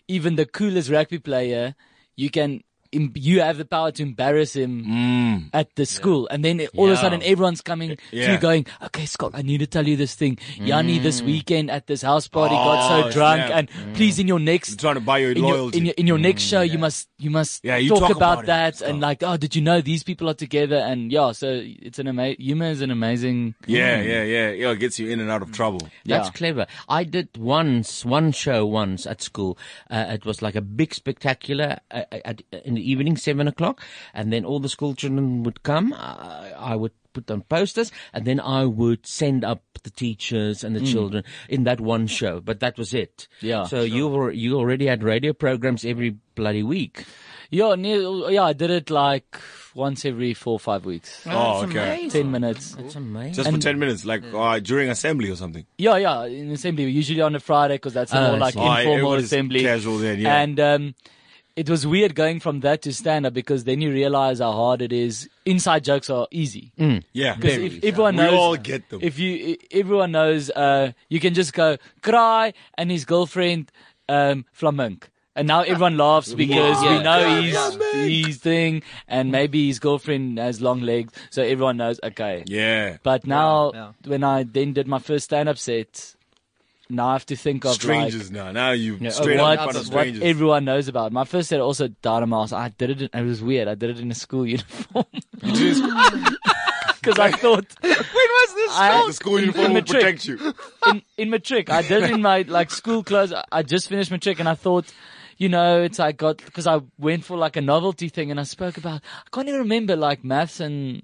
[SPEAKER 4] even the coolest rugby player, you can, em- you have the power to embarrass him
[SPEAKER 7] Mm.
[SPEAKER 4] at the school. And then it- all of a
[SPEAKER 2] Yeah.
[SPEAKER 4] sudden everyone's coming to
[SPEAKER 2] Yeah.
[SPEAKER 4] you going, okay, Scott, I need to tell you this thing. Yanni this
[SPEAKER 2] Mm.
[SPEAKER 4] weekend at this house party got
[SPEAKER 7] Oh,
[SPEAKER 4] so drunk
[SPEAKER 7] snap.
[SPEAKER 4] and please in your next,
[SPEAKER 7] trying to buy your
[SPEAKER 4] in your,
[SPEAKER 7] loyalty. Mm,
[SPEAKER 4] in your, in your next show, you must, you must
[SPEAKER 7] Yeah, you
[SPEAKER 4] talk,
[SPEAKER 7] talk about
[SPEAKER 4] about,
[SPEAKER 7] it,
[SPEAKER 4] that and like, oh, did you know these people are together? And yeah, so it's an amazing, humor is an amazing.
[SPEAKER 7] Yeah, yeah, yeah, yeah. It gets you in and out of trouble.
[SPEAKER 2] That's clever. I did once one show once at school. Uh, it was like a big spectacular uh, at, in the evening, seven o'clock, and then all the school children would come. I, I would put on posters, and then I would send up the teachers and the
[SPEAKER 4] Mm.
[SPEAKER 2] children in that one show. But that was it.
[SPEAKER 4] Yeah,
[SPEAKER 2] So you were you already had radio programs every bloody week.
[SPEAKER 4] Yeah, near, yeah, I did it like once every four or five weeks.
[SPEAKER 7] Oh, Oh, that's okay. amazing.
[SPEAKER 4] Ten minutes.
[SPEAKER 2] That's amazing.
[SPEAKER 7] Just for ten minutes, like
[SPEAKER 2] Mm.
[SPEAKER 7] uh, during assembly or something.
[SPEAKER 4] Yeah, yeah, in assembly. Usually on a Friday because that's
[SPEAKER 7] Oh,
[SPEAKER 4] more
[SPEAKER 7] I
[SPEAKER 4] like
[SPEAKER 7] see. Oh,
[SPEAKER 4] informal
[SPEAKER 7] everybody's
[SPEAKER 4] assembly.
[SPEAKER 7] casual then, yeah.
[SPEAKER 4] And um, it was weird going from that to stand up because then you realize how hard it is. Inside jokes are easy.
[SPEAKER 2] Mm.
[SPEAKER 7] Yeah,
[SPEAKER 4] Because
[SPEAKER 7] very
[SPEAKER 4] if
[SPEAKER 7] easy.
[SPEAKER 4] everyone
[SPEAKER 7] We
[SPEAKER 4] knows,
[SPEAKER 7] all get them.
[SPEAKER 4] If you, i- everyone knows, uh, you can just go cry and his girlfriend, um, Flamink. And now everyone laughs because
[SPEAKER 2] Yeah.
[SPEAKER 4] we know
[SPEAKER 2] Yeah.
[SPEAKER 4] he's he's thing, and maybe his girlfriend has long legs, so everyone knows. Okay,
[SPEAKER 7] yeah.
[SPEAKER 4] But now, when I then did my first stand-up set, now I have to think of
[SPEAKER 7] Strangers
[SPEAKER 4] like,
[SPEAKER 7] now. Now you
[SPEAKER 4] yeah,
[SPEAKER 7] straight
[SPEAKER 4] what,
[SPEAKER 7] up in front of
[SPEAKER 4] what
[SPEAKER 7] strangers.
[SPEAKER 4] everyone knows about. My first set also died a mouse. I did it. In, it was weird. I did it in a school uniform. Because I thought, when was this?
[SPEAKER 7] Like the school uniform will protect you.
[SPEAKER 4] In in matric, I did it in my like school clothes. I- I just finished matric, and I thought, you know, it's I got because I went for like a novelty thing, and I spoke about. I can't even remember like maths and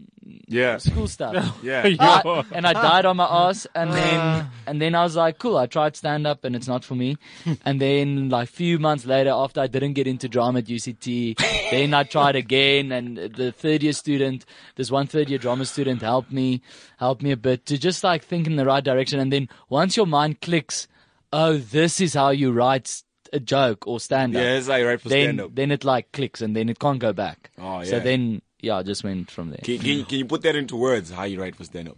[SPEAKER 7] yeah.
[SPEAKER 4] school stuff.
[SPEAKER 7] Yeah.
[SPEAKER 4] I- and I died on my
[SPEAKER 7] Mm-hmm.
[SPEAKER 4] ass, and
[SPEAKER 7] Ah.
[SPEAKER 4] then and then I was like, cool. I tried stand up, and it's not for me. And then like few months later, after I didn't get into drama at UCT, then I tried again, and the third year student, this one third year drama student, helped me, helped me a bit to just like think in the right direction. And then once your mind clicks, oh, this is how you write s- a joke or stand up.
[SPEAKER 7] Yeah, it's like right for
[SPEAKER 4] then,
[SPEAKER 7] stand-up.
[SPEAKER 4] Then it like clicks, and then it can't go back.
[SPEAKER 7] Oh,
[SPEAKER 4] So
[SPEAKER 7] yeah.
[SPEAKER 4] then, yeah, I just went from there.
[SPEAKER 7] Can, can, you- can you put that into words? How you write for stand up?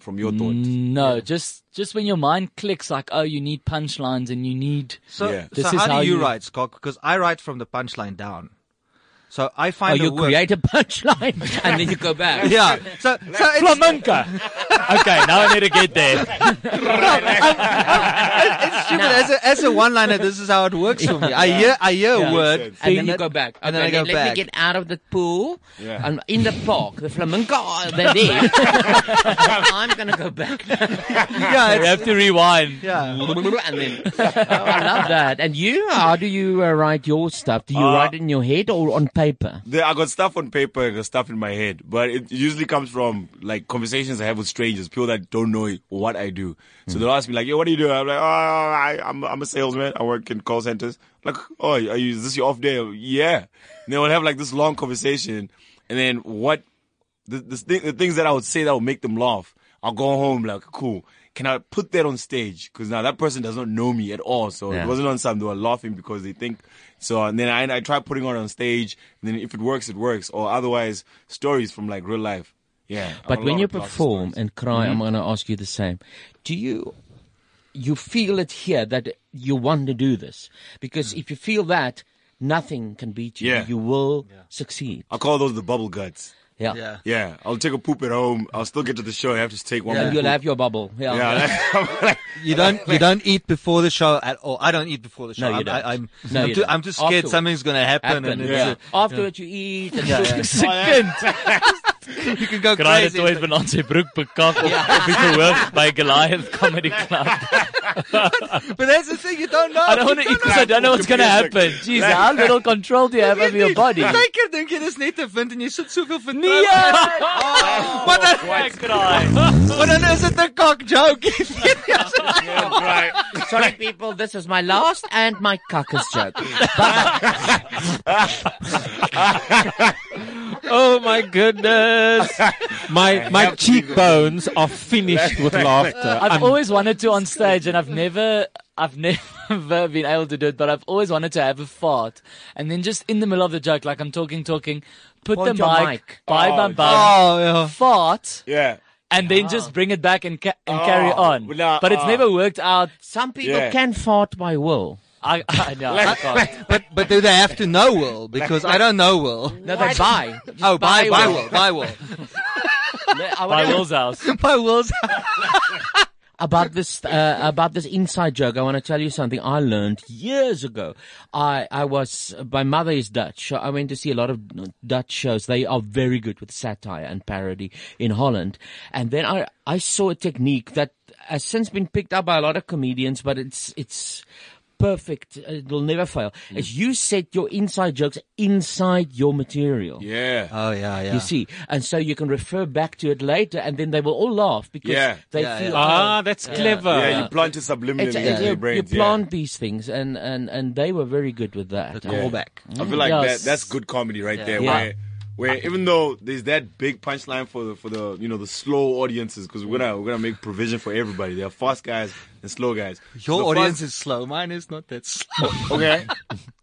[SPEAKER 7] From
[SPEAKER 4] Mm.
[SPEAKER 7] your thought.
[SPEAKER 4] No, just just when your mind clicks, like, oh, you need punchlines and you need.
[SPEAKER 6] So, so how, do you, write, Scott? Because I write from the punchline down. So I find
[SPEAKER 4] Oh, you
[SPEAKER 6] a word.
[SPEAKER 4] create
[SPEAKER 2] a punchline and then you go back.
[SPEAKER 6] Yeah. So, so it's,
[SPEAKER 4] Flamenca. okay, now I need to get there.
[SPEAKER 6] it's stupid. As a, as a one-liner, this is how it works for me. I hear I hear a word,
[SPEAKER 2] and then you
[SPEAKER 6] it-
[SPEAKER 2] go back.
[SPEAKER 6] and then I
[SPEAKER 2] Okay,
[SPEAKER 6] go
[SPEAKER 2] let
[SPEAKER 6] back.
[SPEAKER 2] me get out of the pool.
[SPEAKER 6] Yeah.
[SPEAKER 2] I'm in the park. The flamenco are there. I'm gonna go back.
[SPEAKER 4] yeah, we have to rewind.
[SPEAKER 2] and then Oh, I love that. And you? How do you uh, write your stuff? Do you
[SPEAKER 7] Uh,
[SPEAKER 2] write it in your head or on paper?
[SPEAKER 7] There, I got stuff on paper, I got stuff in my head, but it usually comes from like
[SPEAKER 4] Mm.
[SPEAKER 7] conversations I have with strangers, people that don't know what I do. So they'll ask me like, "Yo, what do you do?" I'm like, "Oh, I, I'm, I'm a salesman. I work in call centers. Like, oh, are you, is this your off day? Yeah. And then we'll have like this long conversation. And then what, the, the, thing, the things that I would say that would make them laugh, I'll go home like, cool. Can I put that on stage? Because now that person does not know me at all. So
[SPEAKER 14] Yeah.
[SPEAKER 7] it wasn't on some. They were laughing because they think so. And then I, I try putting on on stage. And then if it works, it works. Or otherwise, stories from like real life. Yeah.
[SPEAKER 2] But
[SPEAKER 7] A
[SPEAKER 2] when
[SPEAKER 7] lot
[SPEAKER 2] you
[SPEAKER 7] of laughs.
[SPEAKER 2] perform and cry, I'm
[SPEAKER 7] Mhm.
[SPEAKER 2] going to ask you the same. Do you you feel it here that you want to do this? Because if you feel that, nothing can beat you.
[SPEAKER 7] Yeah.
[SPEAKER 2] You will succeed.
[SPEAKER 7] I call those the bubble guts.
[SPEAKER 2] Yeah.
[SPEAKER 7] yeah. I'll take a poop at home. I'll still get to the show. I have to take one
[SPEAKER 2] Yeah.
[SPEAKER 7] more
[SPEAKER 2] You'll
[SPEAKER 7] poop.
[SPEAKER 2] have your bubble. Yeah.
[SPEAKER 6] You don't you don't eat before the show at all. I don't eat before the show.
[SPEAKER 2] No, you
[SPEAKER 6] I'm,
[SPEAKER 2] don't.
[SPEAKER 6] I, am
[SPEAKER 2] No,
[SPEAKER 6] I'm,
[SPEAKER 2] you
[SPEAKER 6] too,
[SPEAKER 2] don't.
[SPEAKER 6] I'm too scared
[SPEAKER 2] Afterwards.
[SPEAKER 6] something's going to happen.
[SPEAKER 2] Happen.
[SPEAKER 6] And it's
[SPEAKER 2] Yeah.
[SPEAKER 6] a-
[SPEAKER 2] Afterwards you eat and
[SPEAKER 6] Yeah, Oh,
[SPEAKER 2] you're
[SPEAKER 6] yeah.
[SPEAKER 2] sickened.
[SPEAKER 6] you can go
[SPEAKER 4] Kraai het
[SPEAKER 6] crazy.
[SPEAKER 4] ooit vanaand sy broek bekak op, op die verhoog by Goliath Comedy Club.
[SPEAKER 6] but that's the thing, you don't know.
[SPEAKER 4] I don't want to eat because I don't know what's going to happen. Jeez, how little control do you have over your body?
[SPEAKER 6] Seker dink jy dis net 'n wind en jy sit soveel vertroue.
[SPEAKER 4] Nee!
[SPEAKER 6] Oh, Wat 'n
[SPEAKER 4] gek kraai.
[SPEAKER 6] Maar dan is dit 'n cock joke.
[SPEAKER 2] Sorry, people. This is my last and my cocker's joke.
[SPEAKER 3] oh my goodness! My my cheekbones are finished with laughter.
[SPEAKER 4] I've
[SPEAKER 3] I'm-
[SPEAKER 4] always wanted to on stage, and I've never, I've never been able to do it. But I've always wanted to have a fart, and then just in the middle of the joke, like I'm talking, talking, put the
[SPEAKER 2] Point your
[SPEAKER 4] mic,
[SPEAKER 2] mic.
[SPEAKER 4] by
[SPEAKER 2] Oh,
[SPEAKER 4] my
[SPEAKER 2] yeah.
[SPEAKER 4] bum,
[SPEAKER 2] Oh,
[SPEAKER 4] fart,
[SPEAKER 7] yeah,
[SPEAKER 4] and then just bring it back and ca- and carry
[SPEAKER 2] Oh,
[SPEAKER 4] on.
[SPEAKER 2] no,
[SPEAKER 4] but it's
[SPEAKER 2] uh,
[SPEAKER 4] never worked out.
[SPEAKER 2] Some people can fart by will.
[SPEAKER 4] I, I know. I can't.
[SPEAKER 6] but but do they have to know Will? Because I don't know Will.
[SPEAKER 2] No, they buy.
[SPEAKER 6] Oh, buy,
[SPEAKER 2] Buy
[SPEAKER 6] buy
[SPEAKER 2] Will.
[SPEAKER 6] Will, buy Will.
[SPEAKER 4] By Will's house.
[SPEAKER 6] By Will's house.
[SPEAKER 2] about this uh, about this inside joke, I want to tell you something I learned years ago. I I was my mother is Dutch, so I went to see a lot of uh, Dutch shows. They are very good with satire and parody in Holland. And then I I saw a technique that has since been picked up by a lot of comedians, but it's it's perfect. It'll never fail.
[SPEAKER 7] Hmm.
[SPEAKER 2] Is you set your inside jokes inside your material.
[SPEAKER 7] Yeah.
[SPEAKER 6] Oh yeah,
[SPEAKER 2] You see, and so you can refer back to it later, and then they will all laugh because
[SPEAKER 7] Yeah.
[SPEAKER 2] they
[SPEAKER 7] Yeah,
[SPEAKER 2] feel.
[SPEAKER 7] yeah. Ah,
[SPEAKER 2] oh,
[SPEAKER 7] that's clever. Yeah, you plant it subliminally
[SPEAKER 2] It's-
[SPEAKER 7] into
[SPEAKER 2] it's-
[SPEAKER 7] their
[SPEAKER 2] you-
[SPEAKER 7] brains,
[SPEAKER 2] You
[SPEAKER 7] yeah.
[SPEAKER 2] plant these things, and and and they were very good with that.
[SPEAKER 7] Yeah. I feel like that, that's good comedy right
[SPEAKER 2] Yeah.
[SPEAKER 7] there.
[SPEAKER 2] Yeah.
[SPEAKER 7] Where, where even though there's that big punchline for the for the you know the slow audiences because we're gonna we're gonna make provision for everybody. There are fast guys and slow guys.
[SPEAKER 6] Your
[SPEAKER 7] So the
[SPEAKER 6] audience
[SPEAKER 7] fast-
[SPEAKER 6] is slow. Mine is not that slow.
[SPEAKER 7] okay.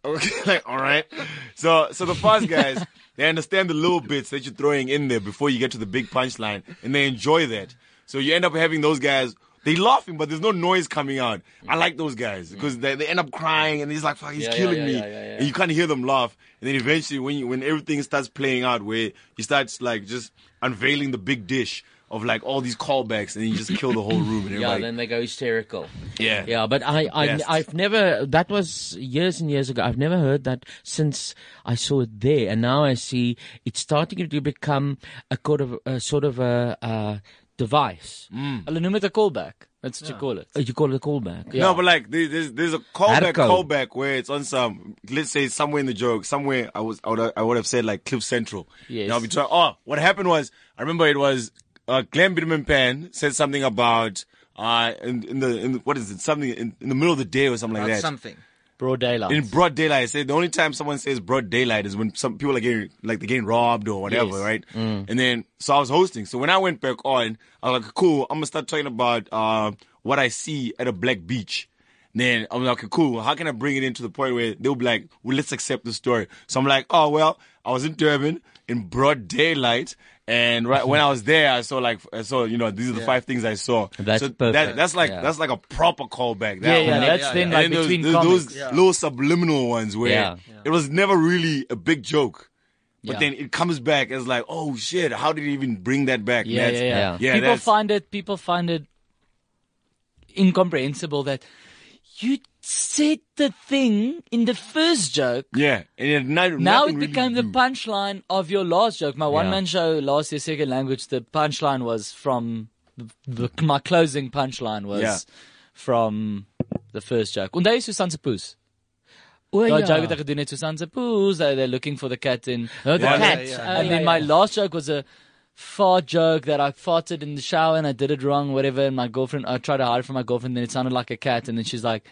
[SPEAKER 7] Okay, like, all right. So, so the fast guys, they understand the little bits that you're throwing in there before you get to the big punchline, and they enjoy that. So you end up having those guys. They laughing, but there's no noise coming out. I like those guys because they, they end up crying, and he's like, "Fuck, he's
[SPEAKER 14] Yeah, yeah,
[SPEAKER 7] killing
[SPEAKER 14] yeah,
[SPEAKER 7] me,"
[SPEAKER 14] yeah, yeah, yeah.
[SPEAKER 7] and you can't hear them laugh. And then eventually, when you, when everything starts playing out, where he starts like just unveiling the big dish of like all these callbacks, and then you just kill the whole room. And
[SPEAKER 2] Yeah,
[SPEAKER 7] everybody,
[SPEAKER 2] then they go hysterical.
[SPEAKER 7] yeah,
[SPEAKER 2] Yeah, but I, I,
[SPEAKER 7] Best.
[SPEAKER 2] I've never, that was years and years ago. I've never heard that since I saw it there. And now I see it's starting to become a, sort of, a sort of a, uh device.
[SPEAKER 4] Mm. Hulle noem dit 'n callback. That's what you call it.
[SPEAKER 2] Uh, You call it a callback.
[SPEAKER 7] No, but like there- there's there's a callback
[SPEAKER 2] Herco.
[SPEAKER 7] callback where it's on some let's say somewhere in the joke somewhere I was I would I would have said like Cliff Central.
[SPEAKER 14] Yes.
[SPEAKER 7] And I'll be trying. Oh, what happened was I remember it was uh, Glenn Bitterman Pan said something about uh in, in the in the, what is it something in, in the middle of the day or something like
[SPEAKER 6] About
[SPEAKER 7] that.
[SPEAKER 6] something.
[SPEAKER 4] Broad daylight.
[SPEAKER 7] In broad daylight, I say the only time someone says broad daylight is when some people are getting like they're getting robbed or whatever,
[SPEAKER 14] Yes.
[SPEAKER 7] right?
[SPEAKER 2] Mm.
[SPEAKER 7] And then so I was hosting. So when I went back on, I was like, cool, I'm gonna start talking about uh, what I see at a black beach. Then I'm like, okay, cool. How can I bring it into the point where they'll be like, well, let's accept the story. So I'm like, oh well, I was in Durban in broad daylight, and right when I was there, I saw like, I saw you know these are the
[SPEAKER 14] Yeah.
[SPEAKER 7] five things I saw.
[SPEAKER 2] That's
[SPEAKER 7] so That,
[SPEAKER 2] perfect.
[SPEAKER 7] that's like
[SPEAKER 2] Yeah.
[SPEAKER 7] that's like a proper callback.
[SPEAKER 2] Yeah,
[SPEAKER 7] That
[SPEAKER 2] yeah,
[SPEAKER 7] one.
[SPEAKER 2] that's then,
[SPEAKER 7] And
[SPEAKER 2] like,
[SPEAKER 7] there was-
[SPEAKER 2] between
[SPEAKER 7] there was
[SPEAKER 2] comics.
[SPEAKER 7] those
[SPEAKER 2] Yeah.
[SPEAKER 7] little subliminal ones where
[SPEAKER 2] Yeah.
[SPEAKER 7] it was never really a big joke. But
[SPEAKER 4] Yeah.
[SPEAKER 7] then it comes back as like, oh shit, how did he even bring that back?
[SPEAKER 4] Yeah, yeah,
[SPEAKER 7] That's-
[SPEAKER 4] yeah.
[SPEAKER 7] yeah
[SPEAKER 4] people
[SPEAKER 7] that's-
[SPEAKER 4] find it. People find it incomprehensible that you said the thing in the first joke.
[SPEAKER 7] yeah. And it, not,
[SPEAKER 4] Now it
[SPEAKER 7] nothing really-
[SPEAKER 4] became the punchline of your last joke. My one man show last year, second language. The punchline was from the, the, my closing punchline was
[SPEAKER 2] Yeah.
[SPEAKER 4] from the first joke. Onthou jy Susan se poes?
[SPEAKER 2] O,
[SPEAKER 4] Daai
[SPEAKER 2] ja.
[SPEAKER 4] joke wat ek gedoen het Susan se poes, they- they're looking for the cat in
[SPEAKER 2] Oh, the
[SPEAKER 4] Yeah,
[SPEAKER 2] cat.
[SPEAKER 4] and-
[SPEAKER 2] Yeah, yeah.
[SPEAKER 4] And
[SPEAKER 2] Oh,
[SPEAKER 4] then
[SPEAKER 2] yeah,
[SPEAKER 4] my last joke was a fart joke that I farted in the shower and I did it wrong, whatever. And my girlfriend, I tried to hide it from my girlfriend. Then it sounded like a cat, and then she's like,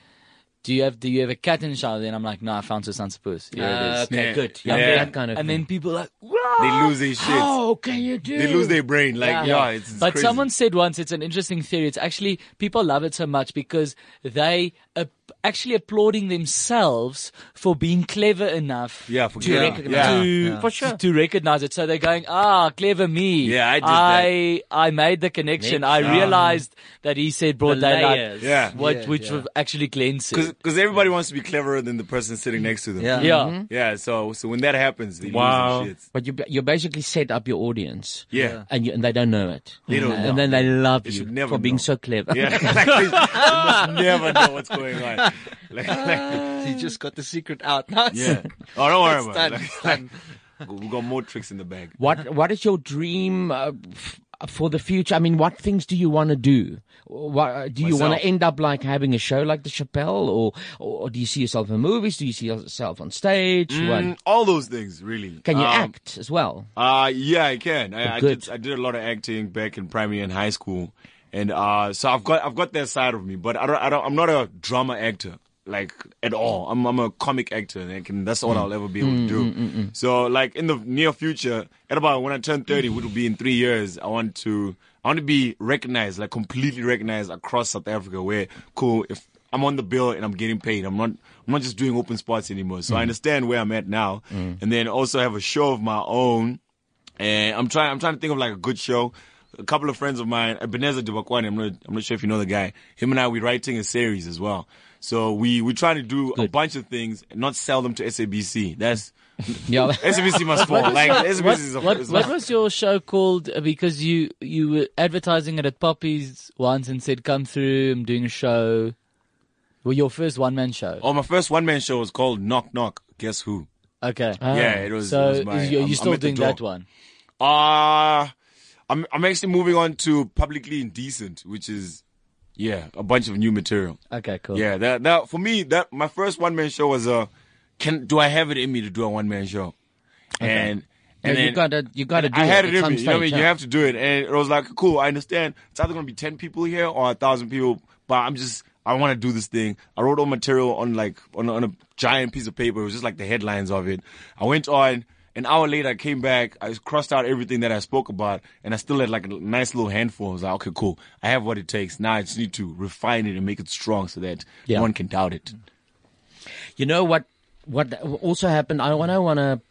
[SPEAKER 4] do you have do you have a cat in the shower? Then I'm like, no, I found Susan's purse. Here it
[SPEAKER 2] Ah,
[SPEAKER 4] is.
[SPEAKER 2] okay, Yeah. good.
[SPEAKER 4] And
[SPEAKER 2] Yeah.
[SPEAKER 4] then,
[SPEAKER 2] That kind of
[SPEAKER 4] and then "Oh, people are like,
[SPEAKER 7] They lose their shit.
[SPEAKER 4] How can you do?
[SPEAKER 7] They lose their brain. Like, yeah, it's, it's
[SPEAKER 4] but
[SPEAKER 7] crazy.
[SPEAKER 4] someone said once it's an interesting theory. It's actually people love it so much because they are actually applauding themselves for being clever enough.
[SPEAKER 7] Yeah, for
[SPEAKER 4] to
[SPEAKER 7] yeah,
[SPEAKER 4] recognize
[SPEAKER 7] yeah,
[SPEAKER 4] to,
[SPEAKER 7] yeah. For
[SPEAKER 4] sure. to recognize it. So they're going, ah, clever me. Yeah,
[SPEAKER 7] I did
[SPEAKER 4] I I made the connection. I
[SPEAKER 7] Next.
[SPEAKER 4] realized that he said broad
[SPEAKER 7] The
[SPEAKER 4] daylight.
[SPEAKER 7] layers. Yeah.
[SPEAKER 4] what
[SPEAKER 7] Yeah,
[SPEAKER 4] which
[SPEAKER 7] yeah.
[SPEAKER 4] was actually cleansed.
[SPEAKER 7] Because everybody wants to be cleverer than the person sitting next to them.
[SPEAKER 4] Yeah. Yeah. Mhm.
[SPEAKER 7] Yeah. So so when that happens, they lose their shit.
[SPEAKER 2] But you you basically set up your audience.
[SPEAKER 7] Yeah.
[SPEAKER 2] And you, and they don't know it.
[SPEAKER 7] They don't
[SPEAKER 2] and
[SPEAKER 7] know.
[SPEAKER 2] then they love
[SPEAKER 7] They
[SPEAKER 2] you
[SPEAKER 7] should never
[SPEAKER 2] for being
[SPEAKER 7] know.
[SPEAKER 2] so clever.
[SPEAKER 7] Yeah, exactly. You must never know what's going on. Like-
[SPEAKER 2] Ah.
[SPEAKER 7] like-
[SPEAKER 2] You just
[SPEAKER 6] got the secret out. Now it's-
[SPEAKER 7] yeah. Oh, don't worry
[SPEAKER 6] it's
[SPEAKER 7] about
[SPEAKER 6] done,
[SPEAKER 7] it.
[SPEAKER 6] it's
[SPEAKER 7] Like- like, we got more tricks in the bag.
[SPEAKER 2] What What is your dream uh, f- for the future? I mean, what things do you want to do? What, uh, do you want
[SPEAKER 7] Myself.
[SPEAKER 2] to end up like having a show like the Chappelle, or, or do you see yourself in movies? Do you see yourself on stage?
[SPEAKER 7] Mm,
[SPEAKER 2] What-
[SPEAKER 7] all those things, really.
[SPEAKER 2] Can you
[SPEAKER 7] Um,
[SPEAKER 2] act as well?
[SPEAKER 7] Uh yeah, I can. I, I
[SPEAKER 2] Good.
[SPEAKER 7] did I did a lot of acting back in primary and high school. And uh so I've got I've got that side of me, but I don't I don't I'm not a drama actor like at all. I'm I'm a comic actor and I can, that's all
[SPEAKER 2] Mm.
[SPEAKER 7] I'll ever be able to
[SPEAKER 2] Mm,
[SPEAKER 7] do.
[SPEAKER 2] mm, mm, mm.
[SPEAKER 7] So like in the near future, at about when I turn 30, which will be in 3 years, I want to I want to be recognized, like completely recognized across South Africa where cool if I'm on the bill and I'm getting paid. I'm not I'm not just doing open spots anymore. So I
[SPEAKER 2] Mm.
[SPEAKER 7] understand where I'm at now and then also have a show of my own. And I'm trying. I'm trying to think of like a good show. A couple of friends of mine, Ebenezer Dubakwane. I'm not. I'm not sure if you know the guy. Him and I, we're writing a series as well. So we we're trying to do a bunch of things and not sell them to SABC. That's
[SPEAKER 2] yeah.
[SPEAKER 7] SABC must fall.
[SPEAKER 4] What was
[SPEAKER 7] Like
[SPEAKER 4] your-
[SPEAKER 7] SABC
[SPEAKER 4] what,
[SPEAKER 7] is a.
[SPEAKER 4] what-
[SPEAKER 7] is a-
[SPEAKER 4] what was your show called? Uh, Because you you were advertising it at Poppy's once and said, "Come through, I'm doing a show." Well, your first one man show.
[SPEAKER 7] oh, my first one man show was called Knock Knock. Guess who?
[SPEAKER 4] Okay.
[SPEAKER 7] Yeah, it was.
[SPEAKER 4] Ah. So
[SPEAKER 7] it was my,
[SPEAKER 4] is you,
[SPEAKER 7] I'm-
[SPEAKER 4] you're
[SPEAKER 7] I'm
[SPEAKER 4] still
[SPEAKER 7] at the
[SPEAKER 4] doing
[SPEAKER 7] door.
[SPEAKER 4] that one.
[SPEAKER 7] Uh I'm I'm actually moving on to publicly indecent, which is yeah, a bunch of new material.
[SPEAKER 4] Okay, cool.
[SPEAKER 7] Yeah, that that for me that my first one man show was a can do I have it in me to do a one man show?
[SPEAKER 2] Okay.
[SPEAKER 7] And
[SPEAKER 2] Yeah,
[SPEAKER 7] and
[SPEAKER 2] you
[SPEAKER 7] then-
[SPEAKER 2] gotta- you gotta
[SPEAKER 7] and
[SPEAKER 2] do
[SPEAKER 7] I
[SPEAKER 2] it
[SPEAKER 7] had it
[SPEAKER 2] at
[SPEAKER 7] in
[SPEAKER 2] some
[SPEAKER 7] me. you know what I
[SPEAKER 2] stage,
[SPEAKER 7] mean? You
[SPEAKER 2] yeah.
[SPEAKER 7] have to do it, and it was like, cool. I understand. It's either gonna be ten people here or a thousand people, but I'm just I want to do this thing. I wrote all material on like on on a giant piece of paper. It was just like the headlines of it. I went on. An hour later, I came back. I crossed out everything that I spoke about, and I still had like a nice little handful. I was like, okay, cool. I have what it takes. Now I just need to refine it and make it strong so that
[SPEAKER 2] Yeah.
[SPEAKER 7] no one can doubt it.
[SPEAKER 2] You know what? What also happened? I want to want to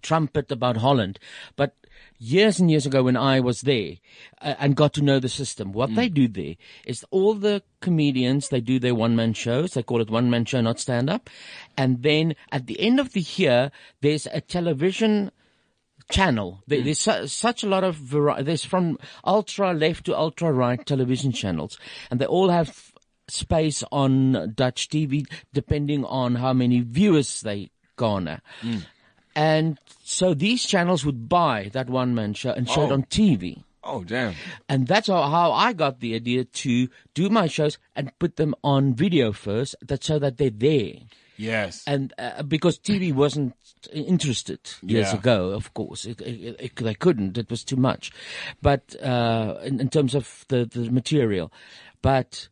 [SPEAKER 2] trumpet about Holland, but years and years ago when I was there uh, and got to know the system, what they do there is all the comedians they do their one man shows. They call it one man show, not stand up. And then at the end of the year, there's a television channel.
[SPEAKER 7] Hmm.
[SPEAKER 2] There, There's su- such a lot of variety. There's from ultra left to ultra right television channels, and they all have space on Dutch TV depending on how many viewers they garner. And so these channels would buy that one man show and show it
[SPEAKER 7] Oh.
[SPEAKER 2] on TV.
[SPEAKER 7] Oh damn!
[SPEAKER 2] And that's how, how I got the idea to do my shows and put them on video first, that so that they're there.
[SPEAKER 7] Yes.
[SPEAKER 2] And uh, because TV wasn't interested years
[SPEAKER 7] Yeah.
[SPEAKER 2] ago, of course, it, it, it, they couldn't. It was too much. But uh, in, in terms of the, the material, but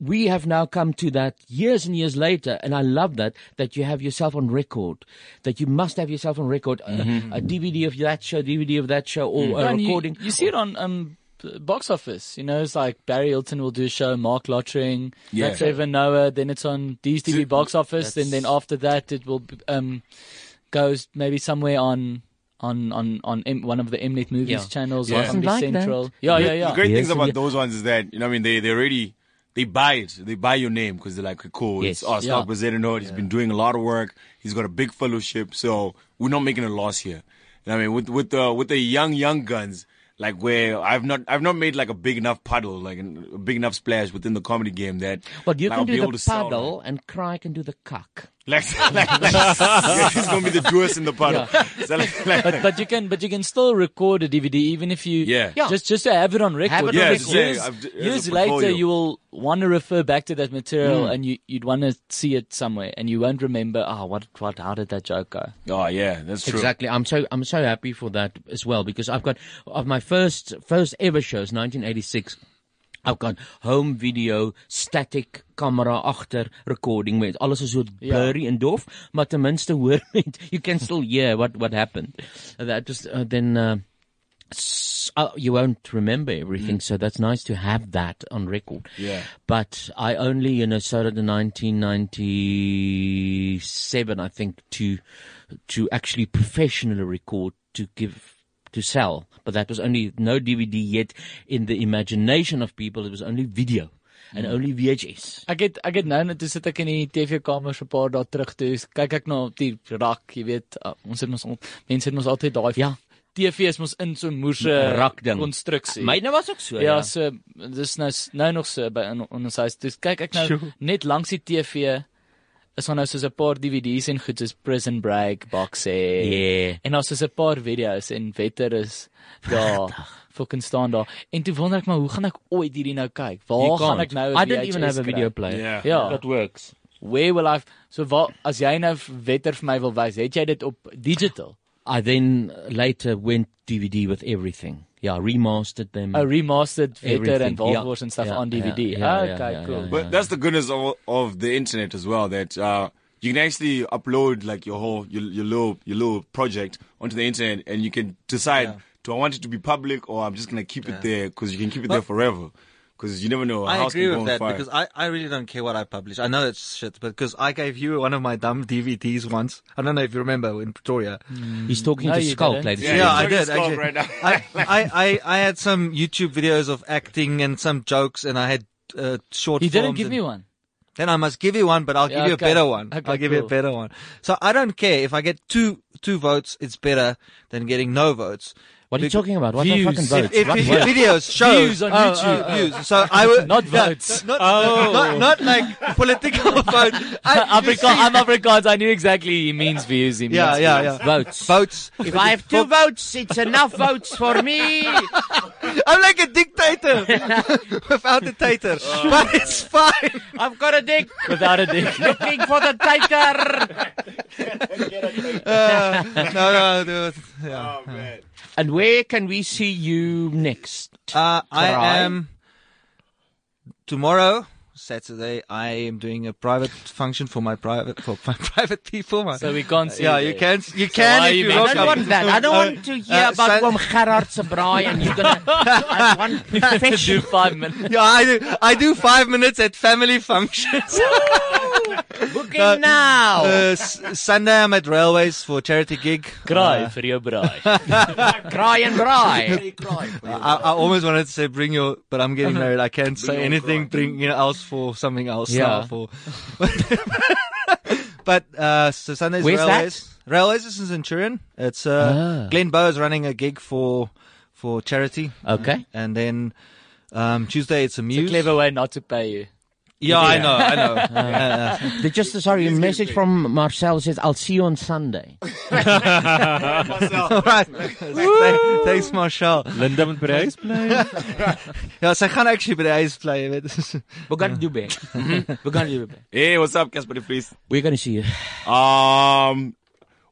[SPEAKER 2] we have now come to that years and years later, and I love that that you have yourself on record, that you must have yourself on record, a-
[SPEAKER 4] Mhm.
[SPEAKER 7] Mm-hmm.
[SPEAKER 2] a, DVD of that show, DVD of that show, or
[SPEAKER 4] Yeah,
[SPEAKER 2] a
[SPEAKER 4] Hmm. and you-
[SPEAKER 2] recording.
[SPEAKER 4] You, see it on um, b- box office. You know, it's like Barry Hilton will do a show, Mark Lottering,
[SPEAKER 2] Yeah.
[SPEAKER 4] Trevor Noah. Then it's on D's TV box office. Then then after that, it will b- um goes maybe somewhere on. On on on M, one of the Mnet movies
[SPEAKER 7] Yeah.
[SPEAKER 4] channels,
[SPEAKER 7] Yeah.
[SPEAKER 4] or Comedy
[SPEAKER 7] Wasn't like that.
[SPEAKER 4] Central. Yeah,
[SPEAKER 7] The-
[SPEAKER 4] yeah, yeah.
[SPEAKER 7] The great things about those ones is that you know, what I mean, they they already they buy it. They buy your name because they're like, cool,
[SPEAKER 4] Yes.
[SPEAKER 7] it's us.
[SPEAKER 4] Yeah.
[SPEAKER 7] Yeah. He's been doing a lot of work. He's got a big fellowship, so we're not making a loss here. You know what I mean, with with the with the young young guns, like where I've not I've not made like a big enough puddle, like a big enough splash within the comedy game that.
[SPEAKER 2] But you
[SPEAKER 7] like,
[SPEAKER 2] can
[SPEAKER 7] I'll be
[SPEAKER 2] do
[SPEAKER 7] able
[SPEAKER 2] the
[SPEAKER 7] to sell, like-
[SPEAKER 2] paddle, and Cry can do the cuck.
[SPEAKER 7] Like, like, like yeah, he's gonna be the doers in the puddle. So, like- like-
[SPEAKER 4] but, but you can but you can still record a DVD even if you
[SPEAKER 7] Yeah. Yeah.
[SPEAKER 4] just just to have it on record.
[SPEAKER 7] Have it on Yeah, record. yeah,
[SPEAKER 4] years,
[SPEAKER 7] I've d- as a
[SPEAKER 4] years later
[SPEAKER 7] portfolio.
[SPEAKER 4] you will want to refer back to that material
[SPEAKER 7] Mm.
[SPEAKER 4] and you you'd want to see it somewhere and you won't remember oh what what how did that joke go?
[SPEAKER 7] Oh yeah, that's true.
[SPEAKER 2] Exactly. I'm so I'm so happy for that as well because I've got of my first first ever shows 1986. Ou kan home video, static kamera agter recording met alles is so blurry en dof, maar ten minste hoor met you can still hear what what happened. That just uh, then uh, s- uh, you won't remember everything,
[SPEAKER 14] Mm.
[SPEAKER 2] so that's nice to have that on record.
[SPEAKER 14] Yeah.
[SPEAKER 2] But I only, you know, started in 1997, I think, to to actually professionally record to give to sell. But that was only no DVD yet in the imagination of people. It was only video and
[SPEAKER 4] Mm.
[SPEAKER 2] only VHS.
[SPEAKER 4] Ek het ek het nou net toe sit ek in die TV-kamer so 'n paar dae terug toe s- kyk ek na nou op die rak, jy weet, uh, ons het ons al, mense het ons altyd daai ja. TV is mos in so 'n
[SPEAKER 6] Mm.
[SPEAKER 4] moerse
[SPEAKER 2] Rak ding.
[SPEAKER 4] eh, konstruksie.
[SPEAKER 2] Myne was ook so,
[SPEAKER 4] Ja,
[SPEAKER 2] ja.
[SPEAKER 4] so dis nou s- nou nog so by in, in ons huis. Dis kyk ek nou
[SPEAKER 2] Sjoe.
[SPEAKER 4] net langs die TV is daar nou soos 'n paar DVD's en goed soos Prison Break, Box Set.
[SPEAKER 2] Yeah.
[SPEAKER 4] En daar's soos 'n paar video's en Wetter is daar. Fucking staan daar. En toe wonder ek maar hoe gaan ek ooit hierdie nou kyk?
[SPEAKER 2] You
[SPEAKER 4] Waar gaan
[SPEAKER 2] can't.
[SPEAKER 4] ek nou 'n
[SPEAKER 2] I don't even
[SPEAKER 4] VHS
[SPEAKER 2] have a
[SPEAKER 4] kry?
[SPEAKER 2] video player. Yeah.
[SPEAKER 4] Ja.
[SPEAKER 2] That works.
[SPEAKER 4] Where will I So wat as jy nou wetter vir my wil wys, het jy dit op digital?
[SPEAKER 2] I then later went DVD with everything. Yeah, remastered them.
[SPEAKER 4] Oh, remastered Wetter
[SPEAKER 2] Everything.
[SPEAKER 4] and Wolf
[SPEAKER 2] Yeah,
[SPEAKER 4] Wars and stuff
[SPEAKER 2] yeah,
[SPEAKER 4] on DVD.
[SPEAKER 2] yeah, yeah,
[SPEAKER 4] okay,
[SPEAKER 2] yeah,
[SPEAKER 4] cool.
[SPEAKER 2] yeah,
[SPEAKER 7] But that's the goodness of, of the internet as well. That uh, you can actually upload like your whole your, your little your little project onto the internet, and you can decide: do I want it to be public, or I'm just gonna keep
[SPEAKER 6] Yeah.
[SPEAKER 7] it there because you can keep it
[SPEAKER 6] But-
[SPEAKER 7] there forever. Because you never know. a
[SPEAKER 6] I
[SPEAKER 7] house
[SPEAKER 6] agree
[SPEAKER 7] can go
[SPEAKER 6] with
[SPEAKER 7] on
[SPEAKER 6] that
[SPEAKER 7] fire.
[SPEAKER 6] because I, I really don't care what I publish. I know it's shit, but because I gave you one of my dumb DVDs once. I don't know if you remember in Pretoria.
[SPEAKER 2] Mm. He's talking No, to you Skulk, didn't. ladies
[SPEAKER 6] Yeah,
[SPEAKER 2] and
[SPEAKER 6] I
[SPEAKER 2] gentlemen.
[SPEAKER 6] did.
[SPEAKER 2] He's talking to
[SPEAKER 6] Actually, I, I, I, I had some YouTube videos of acting and some jokes, and I had uh, short.
[SPEAKER 4] You didn't
[SPEAKER 6] films
[SPEAKER 4] give
[SPEAKER 6] and-
[SPEAKER 4] me one.
[SPEAKER 6] Then I must give you one, but I'll give
[SPEAKER 4] Yeah,
[SPEAKER 6] you a
[SPEAKER 4] okay.
[SPEAKER 6] better one.
[SPEAKER 4] Okay,
[SPEAKER 6] I'll give you
[SPEAKER 4] cool.
[SPEAKER 6] a better one. So I don't care if I get two two votes. It's better than getting no votes.
[SPEAKER 2] What are you
[SPEAKER 6] Bec-
[SPEAKER 2] talking about? What the
[SPEAKER 6] views.
[SPEAKER 2] fucking votes?
[SPEAKER 6] If, if
[SPEAKER 2] What
[SPEAKER 6] it-
[SPEAKER 2] votes?
[SPEAKER 6] videos, shows,
[SPEAKER 2] Views on
[SPEAKER 6] Oh, oh,
[SPEAKER 2] YouTube.
[SPEAKER 6] oh, views. So I would
[SPEAKER 4] Not
[SPEAKER 6] yeah,
[SPEAKER 4] votes.
[SPEAKER 6] Not,
[SPEAKER 4] Oh.
[SPEAKER 6] not, not like political vote. I- you
[SPEAKER 4] Afrika- I'm Afrikaans. I knew exactly he means views. He
[SPEAKER 6] Yeah,
[SPEAKER 4] means
[SPEAKER 6] yeah,
[SPEAKER 4] views.
[SPEAKER 6] yeah.
[SPEAKER 2] Votes.
[SPEAKER 6] Votes.
[SPEAKER 2] If I have two votes, it's enough votes for me.
[SPEAKER 6] I'm like a dictator without a tater, but it's fine.
[SPEAKER 2] Uh. I've got a dick
[SPEAKER 4] without a dick.
[SPEAKER 2] Looking for the tighter.
[SPEAKER 6] Uh, no, no, no, yeah.
[SPEAKER 2] And where can we see you next?
[SPEAKER 6] Uh,
[SPEAKER 2] Tarai?
[SPEAKER 6] I am tomorrow, Saturday. I am doing a private function for my private for my private people. my-
[SPEAKER 4] So we can't see
[SPEAKER 6] Yeah,
[SPEAKER 4] you
[SPEAKER 6] you
[SPEAKER 4] there.
[SPEAKER 6] can. You
[SPEAKER 4] So
[SPEAKER 6] can.
[SPEAKER 4] why
[SPEAKER 6] if
[SPEAKER 4] are you
[SPEAKER 6] you
[SPEAKER 4] making
[SPEAKER 6] rock
[SPEAKER 2] I don't
[SPEAKER 6] up.
[SPEAKER 2] want that. I don't
[SPEAKER 6] Uh,
[SPEAKER 2] want to hear
[SPEAKER 6] uh,
[SPEAKER 2] about
[SPEAKER 6] Sun-
[SPEAKER 2] Oom Gerard se braai and you're gonna. I want profession.
[SPEAKER 4] five minutes.
[SPEAKER 6] Yeah, I do. I do five minutes at family functions.
[SPEAKER 2] Booking now.
[SPEAKER 6] Uh, s- Sunday I'm at railways for a charity gig.
[SPEAKER 4] Cry
[SPEAKER 6] Uh,
[SPEAKER 4] for your braai.
[SPEAKER 2] Cry and braai.
[SPEAKER 6] I, I almost wanted to say bring your, but I'm getting married. I can't say anything. Bring you know, else for something else.
[SPEAKER 2] Yeah.
[SPEAKER 6] now for. but uh, so Sunday's
[SPEAKER 2] Where's that?
[SPEAKER 6] railways. Railways is in Centurion. It's uh,
[SPEAKER 2] Ah.
[SPEAKER 6] Glenn Bow is running a gig for for charity.
[SPEAKER 2] Okay.
[SPEAKER 6] and then um, Tuesday it's a muse.
[SPEAKER 4] It's a clever way not to pay you.
[SPEAKER 6] yeah, I know, I know. Uh,
[SPEAKER 2] Uh, they just sorry, a message from Marcel says, "I'll see you on Sunday."
[SPEAKER 6] All right. Thank- Thanks Marshall.
[SPEAKER 3] Linda moet by die huis bly.
[SPEAKER 6] Ja, sy gaan actually by die huis Dus- bly, jy weet.
[SPEAKER 2] We're gonna do back. We're gonna do back.
[SPEAKER 7] Hey, what's up, Casper the Priest?
[SPEAKER 2] We're gonna see you.
[SPEAKER 7] Um,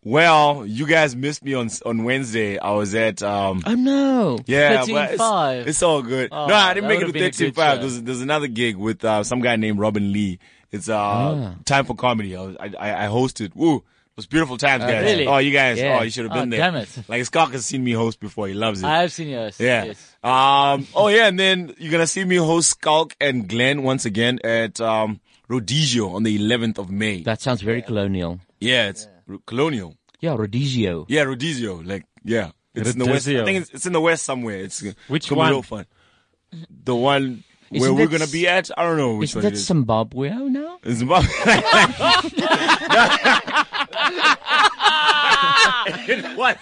[SPEAKER 7] well, you guys missed me on on Wednesday. I was at um.
[SPEAKER 2] Oh no.
[SPEAKER 7] Yeah,
[SPEAKER 4] Thirteen
[SPEAKER 7] but it's-
[SPEAKER 4] five.
[SPEAKER 7] It's, all good.
[SPEAKER 4] Oh,
[SPEAKER 7] no, I didn't
[SPEAKER 4] that
[SPEAKER 7] make
[SPEAKER 4] would've
[SPEAKER 7] it to
[SPEAKER 4] been a good
[SPEAKER 7] 13 5.
[SPEAKER 4] show.
[SPEAKER 7] There's, there's another gig with uh, some guy named Robin Lee. It's uh,
[SPEAKER 2] Ah.
[SPEAKER 7] Time for Comedy. I, was- I, I I hosted. Woo. It was beautiful times,
[SPEAKER 4] Uh,
[SPEAKER 7] guys.
[SPEAKER 4] really?
[SPEAKER 7] Oh, you guys.
[SPEAKER 4] Yeah.
[SPEAKER 7] Oh, you should have
[SPEAKER 4] Oh,
[SPEAKER 7] been there.
[SPEAKER 4] damn it.
[SPEAKER 7] Like, Scott has seen me host before. He loves it.
[SPEAKER 4] I have seen yours.
[SPEAKER 7] Yeah.
[SPEAKER 4] Yes.
[SPEAKER 7] Um. Oh yeah, and then you're gonna see me host Skulk and Glenn once again at um Rodizio on the 11th of May.
[SPEAKER 2] That sounds very colonial.
[SPEAKER 7] Yeah, it's Ro- colonial.
[SPEAKER 2] Yeah, Rodizio.
[SPEAKER 7] Yeah, Rodizio. Like yeah, it's in the west. I
[SPEAKER 3] Rodizio.
[SPEAKER 7] think it's, it's in the west somewhere. It's
[SPEAKER 3] Which
[SPEAKER 7] it's gonna
[SPEAKER 3] one?
[SPEAKER 7] Be real fun. The one
[SPEAKER 2] Isn't
[SPEAKER 7] where we're
[SPEAKER 2] that
[SPEAKER 7] gonna
[SPEAKER 2] s-
[SPEAKER 7] be at. I don't know which one
[SPEAKER 2] Isn't that
[SPEAKER 7] it is.
[SPEAKER 2] Zimbabwe Oh, now?
[SPEAKER 7] It's about-
[SPEAKER 2] What?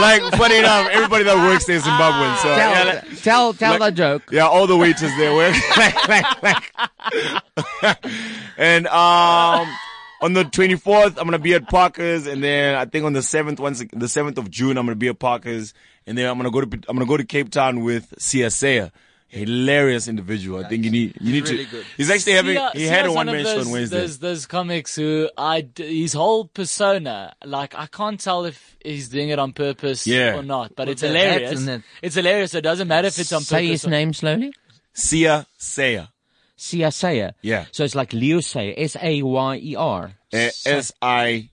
[SPEAKER 7] like funny enough, everybody that works there is Zimbabwean. So
[SPEAKER 2] Tell,
[SPEAKER 7] yeah, like-
[SPEAKER 2] tell, tell the joke.
[SPEAKER 7] Yeah, all the waiters there were. and um, on the 24th, I'm gonna be at Parker's, and then I think on the 7th, once the 7th of June, I'm gonna be at Parker's, and then I'm gonna go to I'm gonna go to Cape Town with CSA. Hilarious individual. I think you need you need
[SPEAKER 6] really
[SPEAKER 7] to.
[SPEAKER 6] good.
[SPEAKER 7] He's actually having
[SPEAKER 4] Sia-
[SPEAKER 7] he had a
[SPEAKER 4] Sia's
[SPEAKER 7] one
[SPEAKER 4] uh, one
[SPEAKER 7] man
[SPEAKER 4] of
[SPEAKER 7] show
[SPEAKER 4] those,
[SPEAKER 7] on Wednesday.
[SPEAKER 4] There's those comics who I d- his whole persona, like I can't tell if he's doing it on purpose
[SPEAKER 7] Yeah.
[SPEAKER 4] or not, but
[SPEAKER 6] Well,
[SPEAKER 4] it's
[SPEAKER 6] the hat
[SPEAKER 4] hilarious.
[SPEAKER 6] and that-
[SPEAKER 4] It's hilarious. It doesn't matter if it's on
[SPEAKER 2] Say
[SPEAKER 4] purpose.
[SPEAKER 2] his
[SPEAKER 4] or-
[SPEAKER 2] name slowly.
[SPEAKER 7] Sia Sayer.
[SPEAKER 2] Sia Sayer.
[SPEAKER 7] Yeah. Eh,
[SPEAKER 2] So it's like Leo Sayer. S A Y E R.
[SPEAKER 7] S I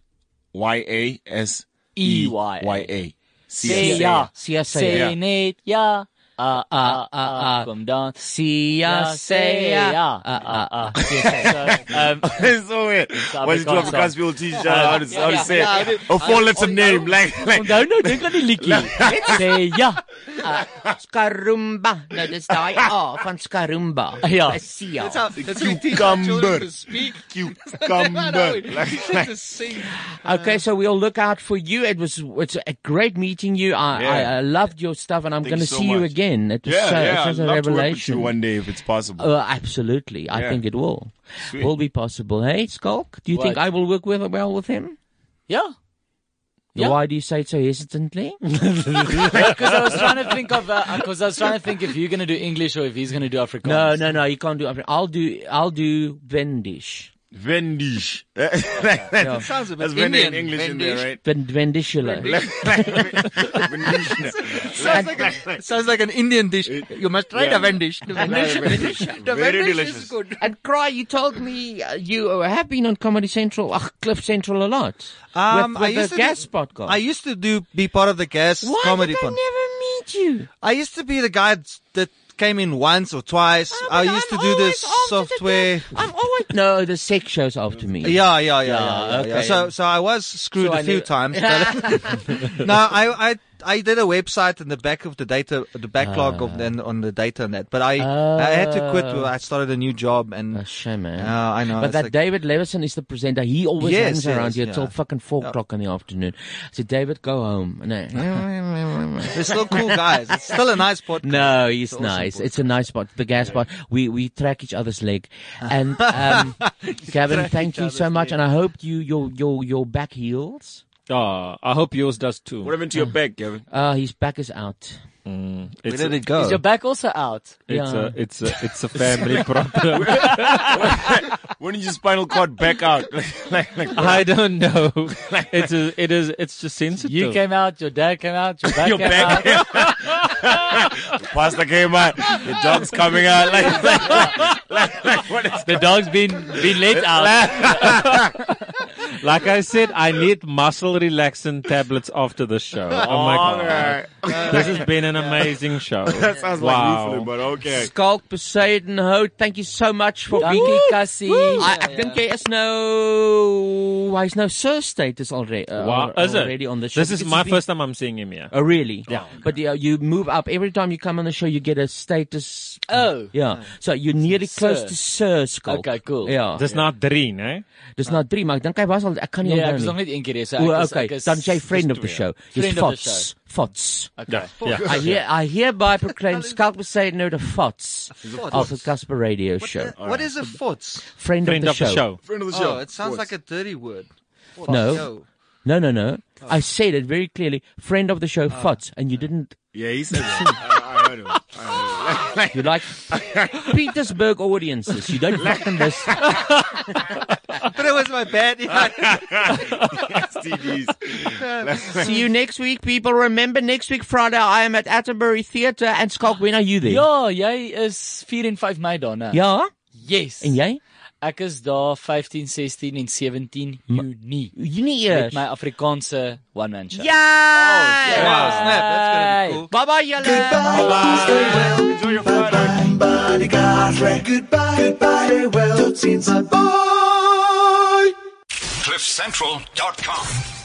[SPEAKER 7] Y A S E Y A.
[SPEAKER 2] Sia. Sia. Sia Sayer.
[SPEAKER 4] Sê net ja. Ah ah
[SPEAKER 7] Uh,
[SPEAKER 4] ah ah. Kom dan.
[SPEAKER 2] Sia
[SPEAKER 4] Sê
[SPEAKER 2] Sayer.
[SPEAKER 4] ja. Ah ah ah. um,
[SPEAKER 7] it's so weird. Why did you have because people teach each other how to, how to
[SPEAKER 4] Ja,
[SPEAKER 7] say
[SPEAKER 4] ja, ja,
[SPEAKER 7] it?
[SPEAKER 4] dit-
[SPEAKER 7] A four letter
[SPEAKER 2] oh,
[SPEAKER 7] name. Like, like.
[SPEAKER 4] Onthou nou dink aan die liedjie. Sê ja.
[SPEAKER 2] Ah, Skarumba. Nou dis daai A van Oh, Skarumba.
[SPEAKER 4] Ja.
[SPEAKER 2] Sia.
[SPEAKER 4] That's how-
[SPEAKER 6] that's how you teach our children to
[SPEAKER 2] speak.
[SPEAKER 6] Cucumber.
[SPEAKER 2] Okay, so we'll look out for you. It was it's a great meeting you. I
[SPEAKER 7] Yeah.
[SPEAKER 2] I, I loved your stuff, and I'm
[SPEAKER 7] Thank
[SPEAKER 2] going to
[SPEAKER 7] you so
[SPEAKER 2] see you
[SPEAKER 7] much.
[SPEAKER 2] again. It was
[SPEAKER 7] Yeah,
[SPEAKER 2] so,
[SPEAKER 7] yeah,
[SPEAKER 2] it was
[SPEAKER 7] I'd
[SPEAKER 2] a
[SPEAKER 7] love to work with you
[SPEAKER 2] revelation.
[SPEAKER 7] one day if it's possible.
[SPEAKER 2] Oh, absolutely. I
[SPEAKER 7] Yeah.
[SPEAKER 2] think it will.
[SPEAKER 7] Sweet.
[SPEAKER 2] Will be possible. Hey, Skulk, do you think
[SPEAKER 4] What?
[SPEAKER 2] I will work with well with him?
[SPEAKER 4] Yeah.
[SPEAKER 2] Why do you say it so hesitantly?
[SPEAKER 4] Because I was trying to think of because I was trying to think if you're gonna do English or if he's gonna do Afrikaans.
[SPEAKER 2] No, no, no. You can't do. Afri- I'll do. I'll do Wendish.
[SPEAKER 7] Wendish.
[SPEAKER 2] that
[SPEAKER 7] sounds a bit That's Wendy in Indian. English in there, Wendish. right?
[SPEAKER 6] sounds like a, sounds like an Indian dish. You must try
[SPEAKER 2] yeah.
[SPEAKER 6] the Wendish. The Wendish, Wendish, the Wendish is good.
[SPEAKER 2] And cry, you told me uh, you have been on Comedy Central, ugh, Cliff Central a lot.
[SPEAKER 6] Um,
[SPEAKER 2] with,
[SPEAKER 6] I
[SPEAKER 2] with
[SPEAKER 6] used
[SPEAKER 2] the
[SPEAKER 6] to
[SPEAKER 2] gas
[SPEAKER 6] do,
[SPEAKER 2] podcast.
[SPEAKER 6] I used to do be part of the gas
[SPEAKER 2] Why
[SPEAKER 6] comedy
[SPEAKER 2] did I
[SPEAKER 6] pod.
[SPEAKER 2] never meet you?
[SPEAKER 6] I used to be the guy that's- that came in once or twice.
[SPEAKER 2] Ah,
[SPEAKER 6] I used to do the software.
[SPEAKER 2] I'm always no the sex shows after me.
[SPEAKER 6] Yeah, yeah, yeah, yeah, yeah, yeah.
[SPEAKER 2] okay.
[SPEAKER 6] So, so I was screwed
[SPEAKER 2] So
[SPEAKER 6] a
[SPEAKER 2] I
[SPEAKER 6] few
[SPEAKER 2] never-
[SPEAKER 6] times. But no, I, I, I did a website and the back of the data, the backlog
[SPEAKER 2] Ah.
[SPEAKER 6] of then on the data and that. But I, I had to quit.
[SPEAKER 2] Oh.
[SPEAKER 6] I started a new job and a
[SPEAKER 2] shame, man.
[SPEAKER 6] I know.
[SPEAKER 2] But
[SPEAKER 6] it's
[SPEAKER 2] that
[SPEAKER 6] like-
[SPEAKER 2] David Levison is the presenter. He always
[SPEAKER 6] Yes,
[SPEAKER 2] hangs around
[SPEAKER 6] yes,
[SPEAKER 2] here
[SPEAKER 6] yeah.
[SPEAKER 2] till fucking four
[SPEAKER 6] Yeah.
[SPEAKER 2] o'clock in the afternoon. I said, David, go home. No.
[SPEAKER 6] They're still cool guys. It's still a nice podcast.
[SPEAKER 2] No, he's
[SPEAKER 6] It's
[SPEAKER 2] nice. It's a nice spot. The gas spot. We we track each other's leg, and um, Gavin,
[SPEAKER 3] track
[SPEAKER 2] thank
[SPEAKER 3] each
[SPEAKER 2] you so
[SPEAKER 3] other's
[SPEAKER 2] much.
[SPEAKER 3] leg.
[SPEAKER 2] And I hope you your your your back heals.
[SPEAKER 3] Ah, I hope yours does too.
[SPEAKER 7] What happened to your back, Gavin?
[SPEAKER 4] Ah,
[SPEAKER 2] Uh, his back is out. Mm,
[SPEAKER 3] Where it's did a- it go?
[SPEAKER 4] Is your back also out?
[SPEAKER 3] It's a it's a it's a family problem.
[SPEAKER 7] when did your spinal cord back out? like, like, like,
[SPEAKER 3] I don't know. It's a, it is it's just sensitive.
[SPEAKER 4] You came out, your dad came out, your back
[SPEAKER 3] Your
[SPEAKER 4] came
[SPEAKER 3] back
[SPEAKER 4] out.
[SPEAKER 7] Pasta came out. The dog's coming out. Like, like, like, like what is
[SPEAKER 4] the dog's been been let
[SPEAKER 3] out. like I said, I need muscle relaxant tablets after this show. Oh my god,
[SPEAKER 7] Alright.
[SPEAKER 3] this has been an amazing show.
[SPEAKER 7] That sounds like
[SPEAKER 3] wow.
[SPEAKER 7] Lieflin, but okay.
[SPEAKER 2] Skalk Poseidon Hout, thank you so much for
[SPEAKER 4] Dankie,
[SPEAKER 2] being
[SPEAKER 4] Cassie.
[SPEAKER 2] I, ek dink hy is nou hy is nou sir status already. Uh,
[SPEAKER 3] Wow, is it?
[SPEAKER 2] already on the show.
[SPEAKER 3] This is
[SPEAKER 2] Because
[SPEAKER 3] my
[SPEAKER 2] it's been-
[SPEAKER 3] first time I'm seeing him here.
[SPEAKER 2] Oh really?
[SPEAKER 3] Yeah.
[SPEAKER 2] But yeah, you move up every time you come on the show. You get a status.
[SPEAKER 4] Oh.
[SPEAKER 2] Yeah. So you're nearly close
[SPEAKER 4] Sir.
[SPEAKER 2] to Sir Skulk.
[SPEAKER 4] Okay, cool.
[SPEAKER 2] Ja.
[SPEAKER 3] Dis na 3,
[SPEAKER 2] eh?
[SPEAKER 3] né?
[SPEAKER 2] Dis na 3, maar ek dink hy was al ek kan nie
[SPEAKER 4] Ja, ek
[SPEAKER 2] onthou
[SPEAKER 4] was
[SPEAKER 2] nie.
[SPEAKER 4] nog net een keer hier, so
[SPEAKER 2] O,
[SPEAKER 4] ek is-
[SPEAKER 2] okay.
[SPEAKER 4] ek is-
[SPEAKER 2] Dan is jy friend
[SPEAKER 4] dis
[SPEAKER 2] of the
[SPEAKER 4] twee.
[SPEAKER 2] show. Jy's
[SPEAKER 4] Friend of the
[SPEAKER 2] Fots.
[SPEAKER 4] show.
[SPEAKER 2] Fots.
[SPEAKER 4] Okay.
[SPEAKER 2] Yeah.
[SPEAKER 4] Yeah.
[SPEAKER 2] I hear I hereby proclaim Skulk was saying no to Fots
[SPEAKER 6] He's a Fots.
[SPEAKER 2] of the Casper Radio Show.
[SPEAKER 6] What is a fots?
[SPEAKER 2] Friend, of, the show?
[SPEAKER 7] Friend of the show.
[SPEAKER 6] Oh, it sounds like a dirty word. Fots.
[SPEAKER 2] No. No, no, no. I said it very clearly. Friend of the show, Fots, and you didn't.
[SPEAKER 7] Yeah, he said that. I, I heard him. I heard him. Like,
[SPEAKER 2] You like Petersburg audiences. You don't fucking this.
[SPEAKER 6] but it was my bad.
[SPEAKER 2] See you next week, people. Remember, next week, Friday, I am at Atterbury Theatre. And Skulk, when are you there?
[SPEAKER 4] Ja, jy is 4 en 5 Mei daarna.
[SPEAKER 2] Ja?
[SPEAKER 4] Yes.
[SPEAKER 2] En jy?
[SPEAKER 4] Ek is daar 15, 16 en 17 Junie. met
[SPEAKER 2] Junie eers.
[SPEAKER 4] my Afrikaanse one man
[SPEAKER 1] Oh,
[SPEAKER 4] show.
[SPEAKER 2] Yeah.
[SPEAKER 4] Oh, wow, snap. That's going to be cool.
[SPEAKER 2] Bye bye, y'all.
[SPEAKER 7] Enjoy your Friday.
[SPEAKER 1] Bodyguard, goodbye, goodbye, farewell, teens, bye.
[SPEAKER 14] CliffCentral.com.